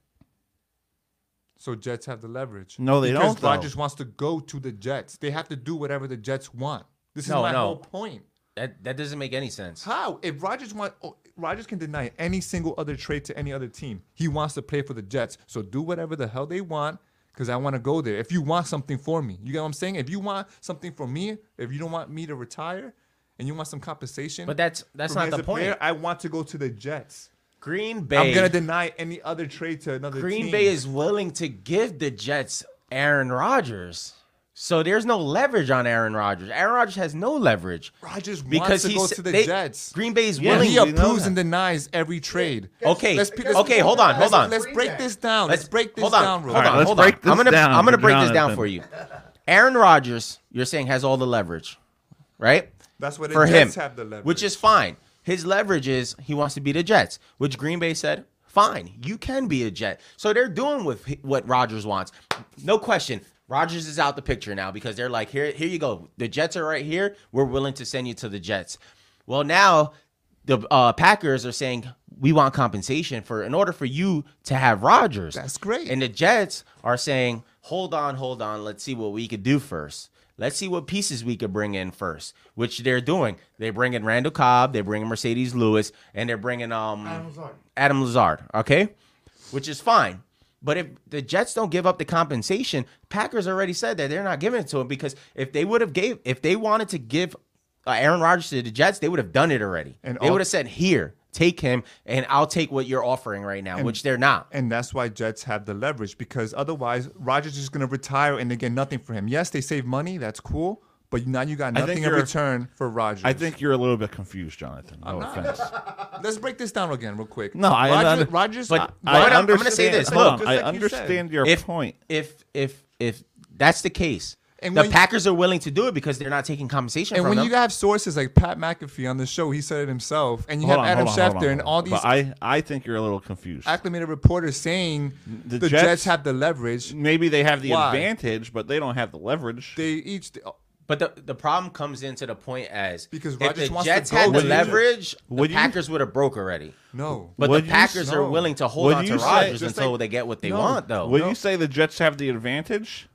[SPEAKER 2] So Jets have the leverage.
[SPEAKER 1] No, they
[SPEAKER 2] because
[SPEAKER 1] don't, though.
[SPEAKER 2] Rodgers wants to go to the Jets. They have to do whatever the Jets want. This is
[SPEAKER 4] No,
[SPEAKER 2] my
[SPEAKER 4] no.
[SPEAKER 2] whole point.
[SPEAKER 4] That that doesn't make any sense.
[SPEAKER 2] How if Rodgers want oh, Rodgers can deny any single other trade to any other team. He wants to play for the Jets. So do whatever the hell they want because I want to go there. If you want something for me, you get what I'm saying. If you want something for me, if you don't want me to retire, and you want some compensation,
[SPEAKER 4] But that's that's
[SPEAKER 2] for me
[SPEAKER 4] not
[SPEAKER 2] as
[SPEAKER 4] the
[SPEAKER 2] a
[SPEAKER 4] point.
[SPEAKER 2] player, I want to go to the Jets.
[SPEAKER 4] Green Bay.
[SPEAKER 2] I'm gonna deny any other trade to another
[SPEAKER 4] Green
[SPEAKER 2] team.
[SPEAKER 4] Bay is willing to give the Jets Aaron Rodgers. So there's no leverage on Aaron Rodgers. Aaron Rodgers has no leverage
[SPEAKER 2] Rodgers wants
[SPEAKER 4] because
[SPEAKER 2] to
[SPEAKER 4] he's
[SPEAKER 2] go to the
[SPEAKER 4] they-
[SPEAKER 2] Jets.
[SPEAKER 4] Green Bay is
[SPEAKER 1] Yeah,
[SPEAKER 4] willing.
[SPEAKER 2] he
[SPEAKER 1] we know
[SPEAKER 2] approves
[SPEAKER 1] that.
[SPEAKER 2] and denies every trade.
[SPEAKER 4] okay,
[SPEAKER 2] Let's pick- let's-
[SPEAKER 4] okay, hold on, hold
[SPEAKER 2] Let's,
[SPEAKER 4] on.
[SPEAKER 2] let's break this down. Let's break this
[SPEAKER 4] hold on,
[SPEAKER 2] down, real
[SPEAKER 4] Hold
[SPEAKER 1] All right,
[SPEAKER 4] on,
[SPEAKER 1] let's
[SPEAKER 4] hold
[SPEAKER 1] break
[SPEAKER 4] on. I'm
[SPEAKER 1] this
[SPEAKER 4] gonna
[SPEAKER 1] down
[SPEAKER 4] I'm gonna
[SPEAKER 1] for
[SPEAKER 4] break this down
[SPEAKER 1] Jonathan.
[SPEAKER 4] for you. Aaron Rodgers, you're saying has all the leverage, right?
[SPEAKER 2] That's what the
[SPEAKER 4] For him,
[SPEAKER 2] Jets have the leverage.
[SPEAKER 4] which is fine. His leverage is he wants to be the Jets, which Green Bay said, fine, you can be a Jet. So they're doing with hi- what Rodgers wants. No question. Rodgers is out the picture now because they're like, here, here you go. The Jets are right here. We're willing to send you to the Jets. Well, now the uh, Packers are saying we want compensation for in order for you to have Rodgers.
[SPEAKER 2] That's great.
[SPEAKER 4] And the Jets are saying, hold on, hold on. Let's see what we could do first. Let's see what pieces we could bring in first, which they're doing. They bring in Randall Cobb, they bring in Mercedes Lewis, and they're bringing um
[SPEAKER 5] Adam Lazard.
[SPEAKER 4] Adam Lazard, okay? Which is fine. But if the Jets don't give up the compensation, Packers already said that they're not giving it to him because if they would have gave if they wanted to give uh, Aaron Rodgers to the Jets, they would have done it already.
[SPEAKER 2] And
[SPEAKER 4] they
[SPEAKER 2] all-
[SPEAKER 4] would have said, "Here, take him and I'll take what you're offering right now," which they're not.
[SPEAKER 2] And that's why Jets have the leverage because otherwise Rogers is going to retire and they get nothing for him. Yes, they save money, that's cool, but now you got
[SPEAKER 1] I think
[SPEAKER 2] nothing in
[SPEAKER 1] you're-
[SPEAKER 2] return for Rogers.
[SPEAKER 1] I think you're a little bit confused, Jonathan. No
[SPEAKER 2] not.
[SPEAKER 1] offense.
[SPEAKER 4] [LAUGHS]
[SPEAKER 2] let's break this down again real quick.
[SPEAKER 1] No, I
[SPEAKER 2] Rogers,
[SPEAKER 1] under-
[SPEAKER 2] Rogers
[SPEAKER 4] but-
[SPEAKER 2] I-
[SPEAKER 4] but
[SPEAKER 2] I-
[SPEAKER 4] I'm- I'm gonna say
[SPEAKER 1] understand-
[SPEAKER 4] this.
[SPEAKER 1] Hold
[SPEAKER 4] Look,
[SPEAKER 1] on,
[SPEAKER 2] just
[SPEAKER 1] I
[SPEAKER 2] like you
[SPEAKER 1] understand
[SPEAKER 2] said.
[SPEAKER 1] your
[SPEAKER 4] If
[SPEAKER 1] point.
[SPEAKER 4] if if if that's the case,
[SPEAKER 2] And
[SPEAKER 4] the
[SPEAKER 2] when-
[SPEAKER 4] Packers are willing to do it because they're not taking compensation
[SPEAKER 2] and
[SPEAKER 4] from
[SPEAKER 2] when
[SPEAKER 4] them.
[SPEAKER 2] you have sources like Pat McAfee on the show, he said it himself, and you
[SPEAKER 1] Hold
[SPEAKER 2] have
[SPEAKER 1] on,
[SPEAKER 2] Adam
[SPEAKER 1] hold on,
[SPEAKER 2] Schefter
[SPEAKER 1] hold on,
[SPEAKER 2] and
[SPEAKER 1] hold
[SPEAKER 2] all
[SPEAKER 1] on.
[SPEAKER 2] these
[SPEAKER 1] But I, I think you're a little confused.
[SPEAKER 2] acclimated reporters saying
[SPEAKER 1] The
[SPEAKER 2] the,
[SPEAKER 1] Jets-
[SPEAKER 2] Jets, have the leverage.
[SPEAKER 1] Maybe they have the
[SPEAKER 2] Why?
[SPEAKER 1] advantage, but they don't have the leverage.
[SPEAKER 2] They each
[SPEAKER 4] But the, the problem comes into the point as
[SPEAKER 2] Because
[SPEAKER 4] if
[SPEAKER 2] Rodgers
[SPEAKER 4] the
[SPEAKER 2] wants to
[SPEAKER 4] Jets
[SPEAKER 2] go
[SPEAKER 4] had the
[SPEAKER 1] with it.
[SPEAKER 4] leverage, the
[SPEAKER 1] Would you-
[SPEAKER 4] Packers would have broke already.
[SPEAKER 2] no.
[SPEAKER 4] But
[SPEAKER 1] Would
[SPEAKER 4] the
[SPEAKER 1] you
[SPEAKER 4] Packers
[SPEAKER 1] s-
[SPEAKER 4] are
[SPEAKER 2] no.
[SPEAKER 4] willing to hold
[SPEAKER 1] Would
[SPEAKER 4] on
[SPEAKER 1] you
[SPEAKER 4] to
[SPEAKER 1] say-
[SPEAKER 4] Rodgers
[SPEAKER 2] just
[SPEAKER 4] until
[SPEAKER 2] like-
[SPEAKER 4] they get what they
[SPEAKER 2] No.
[SPEAKER 4] want, though.
[SPEAKER 1] Would you say the Jets have the advantage?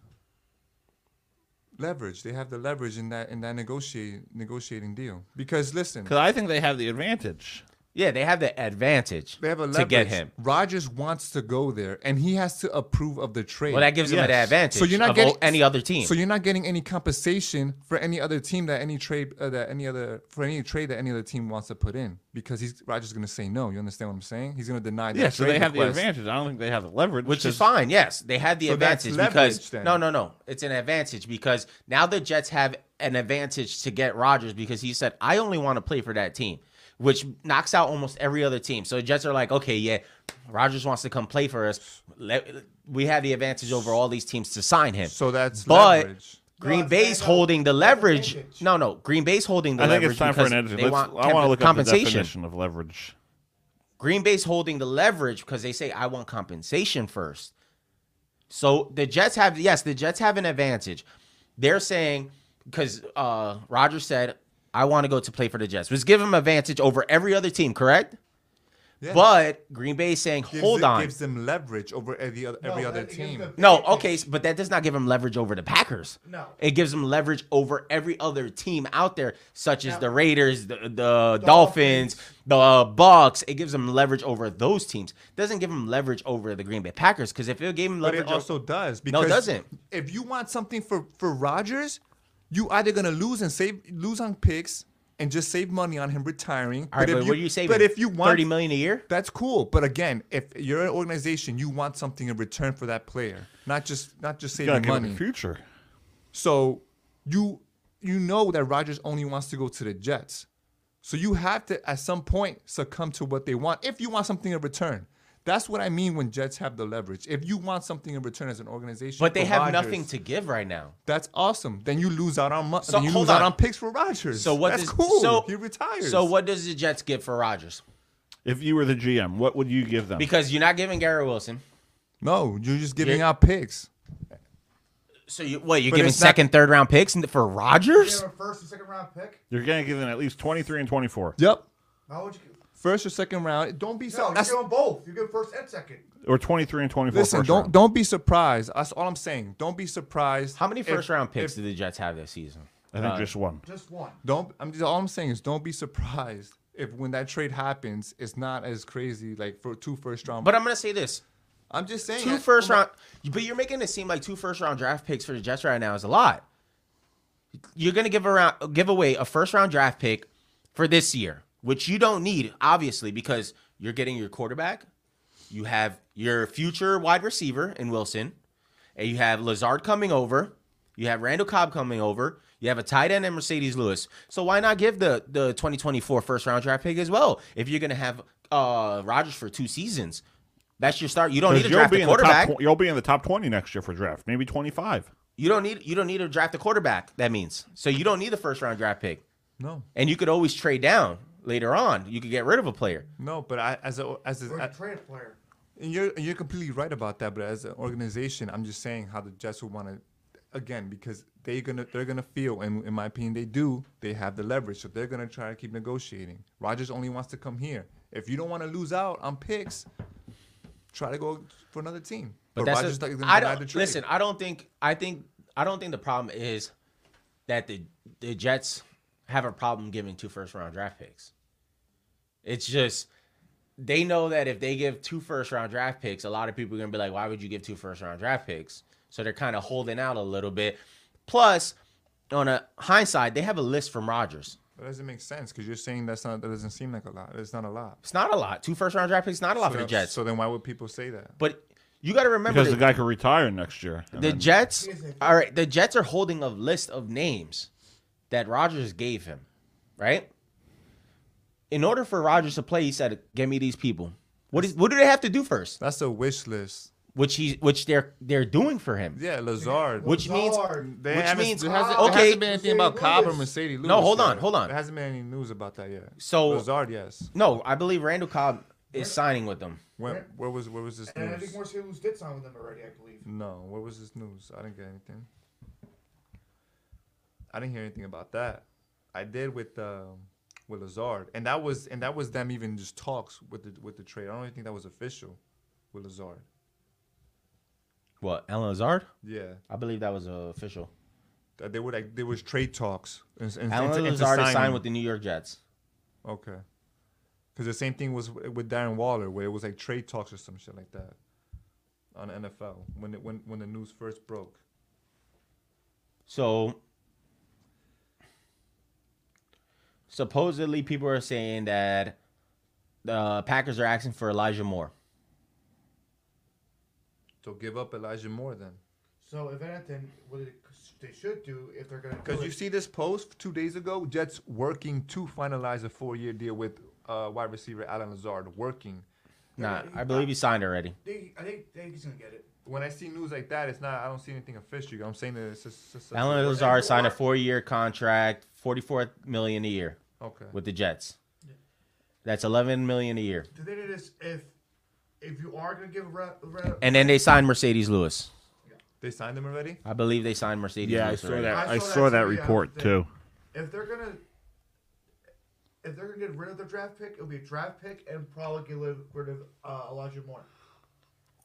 [SPEAKER 2] leverage. They have the leverage in that in that negotiate negotiating deal. Because listen,
[SPEAKER 1] Because I think they have the advantage.
[SPEAKER 4] yeah, they have the advantage
[SPEAKER 2] they have a leverage.
[SPEAKER 4] to get him.
[SPEAKER 2] Rogers wants to go there, and he has to approve of the trade.
[SPEAKER 4] Well, that gives them an
[SPEAKER 1] Yes.
[SPEAKER 4] advantage
[SPEAKER 2] so you're not
[SPEAKER 4] of
[SPEAKER 2] getting
[SPEAKER 4] o- any other team.
[SPEAKER 2] So you're not getting any compensation for any other team that any trade uh, that any other for any trade that any other team wants to put in because he's Rogers is going to say no. You understand what I'm saying? He's going to deny that.
[SPEAKER 1] Yeah, so
[SPEAKER 2] trade
[SPEAKER 1] they have the
[SPEAKER 2] request.
[SPEAKER 1] advantage. I don't think they have the leverage.
[SPEAKER 4] which is
[SPEAKER 1] 'cause-
[SPEAKER 4] fine. Yes, they had the
[SPEAKER 2] So that's
[SPEAKER 4] advantage
[SPEAKER 2] leverage,
[SPEAKER 4] because
[SPEAKER 2] then.
[SPEAKER 4] no, no, no, it's an advantage because now the Jets have an advantage to get Rodgers because he said, "I only want to play for that team," which knocks out almost every other team. So the Jets are like, "Okay, yeah, Rodgers wants to come play for us. Let, we have the advantage over all these teams to sign him."
[SPEAKER 2] So that's
[SPEAKER 4] But-
[SPEAKER 2] leverage.
[SPEAKER 4] Green
[SPEAKER 5] it's-
[SPEAKER 4] Bay's
[SPEAKER 5] no,
[SPEAKER 4] holding the
[SPEAKER 5] it's
[SPEAKER 4] leverage.
[SPEAKER 5] advantage.
[SPEAKER 4] No, no, Green Bay's holding the
[SPEAKER 1] I think
[SPEAKER 4] leverage
[SPEAKER 1] it's time for
[SPEAKER 4] because
[SPEAKER 1] an edit.
[SPEAKER 4] they
[SPEAKER 1] Let's,
[SPEAKER 4] want
[SPEAKER 1] I want to look up the
[SPEAKER 4] compensation.
[SPEAKER 1] definition of leverage.
[SPEAKER 4] Green Bay's holding the leverage because they say I want compensation first. So the Jets have yes, the Jets have an advantage. They're saying because uh Roger said I want to go to play for the Jets, which give them advantage over every other team, correct?
[SPEAKER 2] Yeah.
[SPEAKER 4] But Green Bay's saying
[SPEAKER 2] Gives
[SPEAKER 4] hold
[SPEAKER 2] them-
[SPEAKER 4] on.
[SPEAKER 2] Gives them leverage over every other,
[SPEAKER 5] No,
[SPEAKER 2] every
[SPEAKER 5] that-
[SPEAKER 2] other
[SPEAKER 5] it gives
[SPEAKER 2] team.
[SPEAKER 5] them-
[SPEAKER 4] no, okay, but that does not give them leverage over the Packers.
[SPEAKER 5] No.
[SPEAKER 4] It gives them leverage over every other team out there, such as
[SPEAKER 5] No.
[SPEAKER 4] the Raiders, the, the Dolphins, the uh, Bucks. It gives them leverage over those teams. doesn't give them leverage over the Green Bay Packers because if it gave them
[SPEAKER 2] But
[SPEAKER 4] leverage,
[SPEAKER 2] it also does
[SPEAKER 4] No,
[SPEAKER 2] because
[SPEAKER 4] it doesn't.
[SPEAKER 2] If you want something for for Rodgers, you either gonna lose and save lose on picks and just save money on him retiring.
[SPEAKER 4] all right,
[SPEAKER 2] if
[SPEAKER 4] but, what are you saving?
[SPEAKER 2] But if you want
[SPEAKER 4] thirty million a year,
[SPEAKER 2] that's cool. But again, if you're an organization, you want something in return for that player, not just not just
[SPEAKER 1] You gotta
[SPEAKER 2] saving
[SPEAKER 1] give them
[SPEAKER 2] money.
[SPEAKER 1] the future.
[SPEAKER 2] So you you know that Rodgers only wants to go to the Jets. So you have to at some point succumb to what they want if you want something in return. That's what I mean when Jets have the leverage. If you want something in return as an organization,
[SPEAKER 4] but they
[SPEAKER 2] for
[SPEAKER 4] have
[SPEAKER 2] Rodgers,
[SPEAKER 4] nothing to give right now.
[SPEAKER 2] That's awesome. Then you lose out on money.
[SPEAKER 4] So,
[SPEAKER 2] you
[SPEAKER 4] hold
[SPEAKER 2] lose out on
[SPEAKER 4] on.
[SPEAKER 2] picks for Rodgers.
[SPEAKER 4] So what
[SPEAKER 2] That's
[SPEAKER 4] does
[SPEAKER 2] cool.
[SPEAKER 4] so
[SPEAKER 2] he retires.
[SPEAKER 4] So what does the Jets get for Rodgers?
[SPEAKER 1] If you were the GM, what would you give them?
[SPEAKER 4] Because you're not giving Garrett Wilson.
[SPEAKER 2] No, you're just giving
[SPEAKER 4] Yeah.
[SPEAKER 2] out picks.
[SPEAKER 4] So you what? You're
[SPEAKER 2] But
[SPEAKER 4] giving
[SPEAKER 2] it's not-
[SPEAKER 4] second, third round picks for
[SPEAKER 5] They
[SPEAKER 4] Rodgers?
[SPEAKER 5] have a first and second round pick.
[SPEAKER 1] You're gonna give them at least 23 and 24,
[SPEAKER 2] Yep.
[SPEAKER 5] Why would you?
[SPEAKER 2] First or second round. Don't be
[SPEAKER 5] No,
[SPEAKER 2] so.
[SPEAKER 5] you're
[SPEAKER 2] that's-
[SPEAKER 5] doing both. You're getting first and second.
[SPEAKER 1] or 23 and 24.
[SPEAKER 2] listen.
[SPEAKER 1] first
[SPEAKER 2] Don't
[SPEAKER 1] round.
[SPEAKER 2] don't be surprised. That's all I'm saying. Don't be surprised.
[SPEAKER 4] How many
[SPEAKER 2] if-
[SPEAKER 4] first round
[SPEAKER 2] if-
[SPEAKER 4] picks do the Jets have this season?
[SPEAKER 1] I think just one.
[SPEAKER 5] Just one.
[SPEAKER 2] Don't I'm just all I'm saying is don't be surprised if when that trade happens, it's not as crazy like for two first round.
[SPEAKER 4] But I'm gonna say this:
[SPEAKER 2] I'm just saying
[SPEAKER 4] two first round. But you're making it seem like two first round draft picks for the Jets right now is a lot. You're gonna give around give away a first round draft pick for this year, which you don't need, obviously, because you're getting your quarterback, you have your future wide receiver in Wilson, and you have Lazard coming over, you have Randall Cobb coming over, you have a tight end and Mercedes Lewis. So why not give the the 2024 first round draft pick as well if you're gonna have uh Rodgers for two seasons? That's your start. You don't need to
[SPEAKER 1] Because you'll
[SPEAKER 4] draft
[SPEAKER 1] be
[SPEAKER 4] a
[SPEAKER 1] in the top.
[SPEAKER 4] quarterback.
[SPEAKER 1] tw- You'll be in the top 20 next year for draft, maybe 25.
[SPEAKER 4] You don't need you don't need to draft a quarterback. That means so you don't need the first round draft pick,
[SPEAKER 6] No,
[SPEAKER 4] and you could always trade down later on. You could get rid of a player.
[SPEAKER 6] no. But I, as a, as a,
[SPEAKER 5] Or
[SPEAKER 2] Uh,
[SPEAKER 6] I-
[SPEAKER 5] a trade player.
[SPEAKER 2] And you're and you're completely right about that. But as an organization, I'm just saying how the Jets would want to, again, because they're gonna they're gonna feel, and in my opinion, they do. They have the leverage, so they're gonna try to keep negotiating. Rogers only wants to come here. If you don't want to lose out on picks, try to go for another team.
[SPEAKER 4] But that's
[SPEAKER 2] Rodgers
[SPEAKER 4] a-
[SPEAKER 2] like, is gonna
[SPEAKER 4] I
[SPEAKER 2] deny the
[SPEAKER 4] don't
[SPEAKER 2] trade.
[SPEAKER 4] listen. I don't think I think I don't think the problem is that the the Jets have a problem giving two first round draft picks. It's just they know that if they give two first round draft picks, a lot of people are gonna be like, "Why would you give two first round draft picks?" So they're kind of holding out a little bit. Plus, on a hindsight, they have a list from Rodgers.
[SPEAKER 2] That doesn't make sense because you're saying that's not that doesn't seem like a lot. It's not a lot.
[SPEAKER 4] It's not a lot. Two first round draft picks, not a lot
[SPEAKER 2] so
[SPEAKER 4] for the
[SPEAKER 2] that-
[SPEAKER 4] Jets.
[SPEAKER 2] So then why would people say that?
[SPEAKER 4] but you got to remember
[SPEAKER 1] because
[SPEAKER 4] that-
[SPEAKER 1] the guy could retire next year. and
[SPEAKER 4] The
[SPEAKER 1] then-
[SPEAKER 4] Jets,
[SPEAKER 5] Here's the thing.
[SPEAKER 4] all right. The Jets are holding a list of names that Rodgers gave him, right? In order for Rodgers to play, he said, "Give me these people." What is what do they have to do first?
[SPEAKER 2] That's a wish list.
[SPEAKER 4] Which he which they're they're doing for him.
[SPEAKER 2] Yeah, Lazard.
[SPEAKER 4] Which means-
[SPEAKER 5] Lazard.
[SPEAKER 2] They
[SPEAKER 4] which
[SPEAKER 2] haven't-
[SPEAKER 4] means-
[SPEAKER 2] there hasn't,
[SPEAKER 4] okay.
[SPEAKER 2] there hasn't been anything
[SPEAKER 5] Mercedes
[SPEAKER 2] about Cobb or
[SPEAKER 5] Lewis.
[SPEAKER 2] Mercedes Lewis.
[SPEAKER 4] No, hold on,
[SPEAKER 2] yet.
[SPEAKER 4] hold on.
[SPEAKER 2] There hasn't been any news about that yet.
[SPEAKER 4] So-
[SPEAKER 2] Lazard, yes.
[SPEAKER 4] No, I believe Randall Cobb is signing with them.
[SPEAKER 2] When,
[SPEAKER 5] Where-
[SPEAKER 2] where was where was this
[SPEAKER 5] And I think
[SPEAKER 2] news?
[SPEAKER 5] Mercedes did sign with them already, I believe.
[SPEAKER 2] No, where was this news? I didn't get anything. I didn't hear anything about that. I did with um, with Lazard, and that was and that was them even just talks with the with the trade. I don't even think that was official with Lazard.
[SPEAKER 4] What Alan Lazard?
[SPEAKER 2] Yeah,
[SPEAKER 4] I believe that was uh, official.
[SPEAKER 2] that they were like there was trade talks. And, and,
[SPEAKER 4] Alan
[SPEAKER 2] and- and to
[SPEAKER 4] Lazard is
[SPEAKER 2] sign
[SPEAKER 4] signed
[SPEAKER 2] him.
[SPEAKER 4] with the New York Jets.
[SPEAKER 2] Okay. Because the same thing was w- with Darren Waller, where it was like trade talks or some shit like that on NFL when it when when the news first broke.
[SPEAKER 4] So supposedly people are saying that the Packers are asking for Elijah Moore.
[SPEAKER 2] So give up Elijah Moore then,
[SPEAKER 5] So if anything, what it, they should do if they're gonna do
[SPEAKER 2] because
[SPEAKER 5] it-
[SPEAKER 2] you see this post two days ago. Jets working to finalize a four-year deal with uh, wide receiver Alan Lazard. Working.
[SPEAKER 4] Nah, I believe he signed already.
[SPEAKER 5] they, I think they think he's gonna get it.
[SPEAKER 2] When I see news like that, it's not. I don't see anything official. I'm saying that it's just. it's just
[SPEAKER 4] Alan Lazard signed a four-year contract, forty-four million a year
[SPEAKER 2] Okay.
[SPEAKER 4] with the Jets. That's eleven million a year.
[SPEAKER 5] The thing is, if if you are gonna give Ra- Ra-
[SPEAKER 4] And then they signed Mercedes Lewis.
[SPEAKER 2] They signed him already.
[SPEAKER 4] I believe they signed Mercedes
[SPEAKER 1] yeah, I
[SPEAKER 4] Lewis.
[SPEAKER 1] saw
[SPEAKER 4] already.
[SPEAKER 1] that.
[SPEAKER 5] I
[SPEAKER 1] I
[SPEAKER 5] saw that
[SPEAKER 1] saw that
[SPEAKER 5] too, yeah,
[SPEAKER 1] report
[SPEAKER 5] that-
[SPEAKER 1] too.
[SPEAKER 5] if they're gonna if they're gonna get rid of their draft pick, it'll be a draft pick and probably get rid of uh, Elijah Moore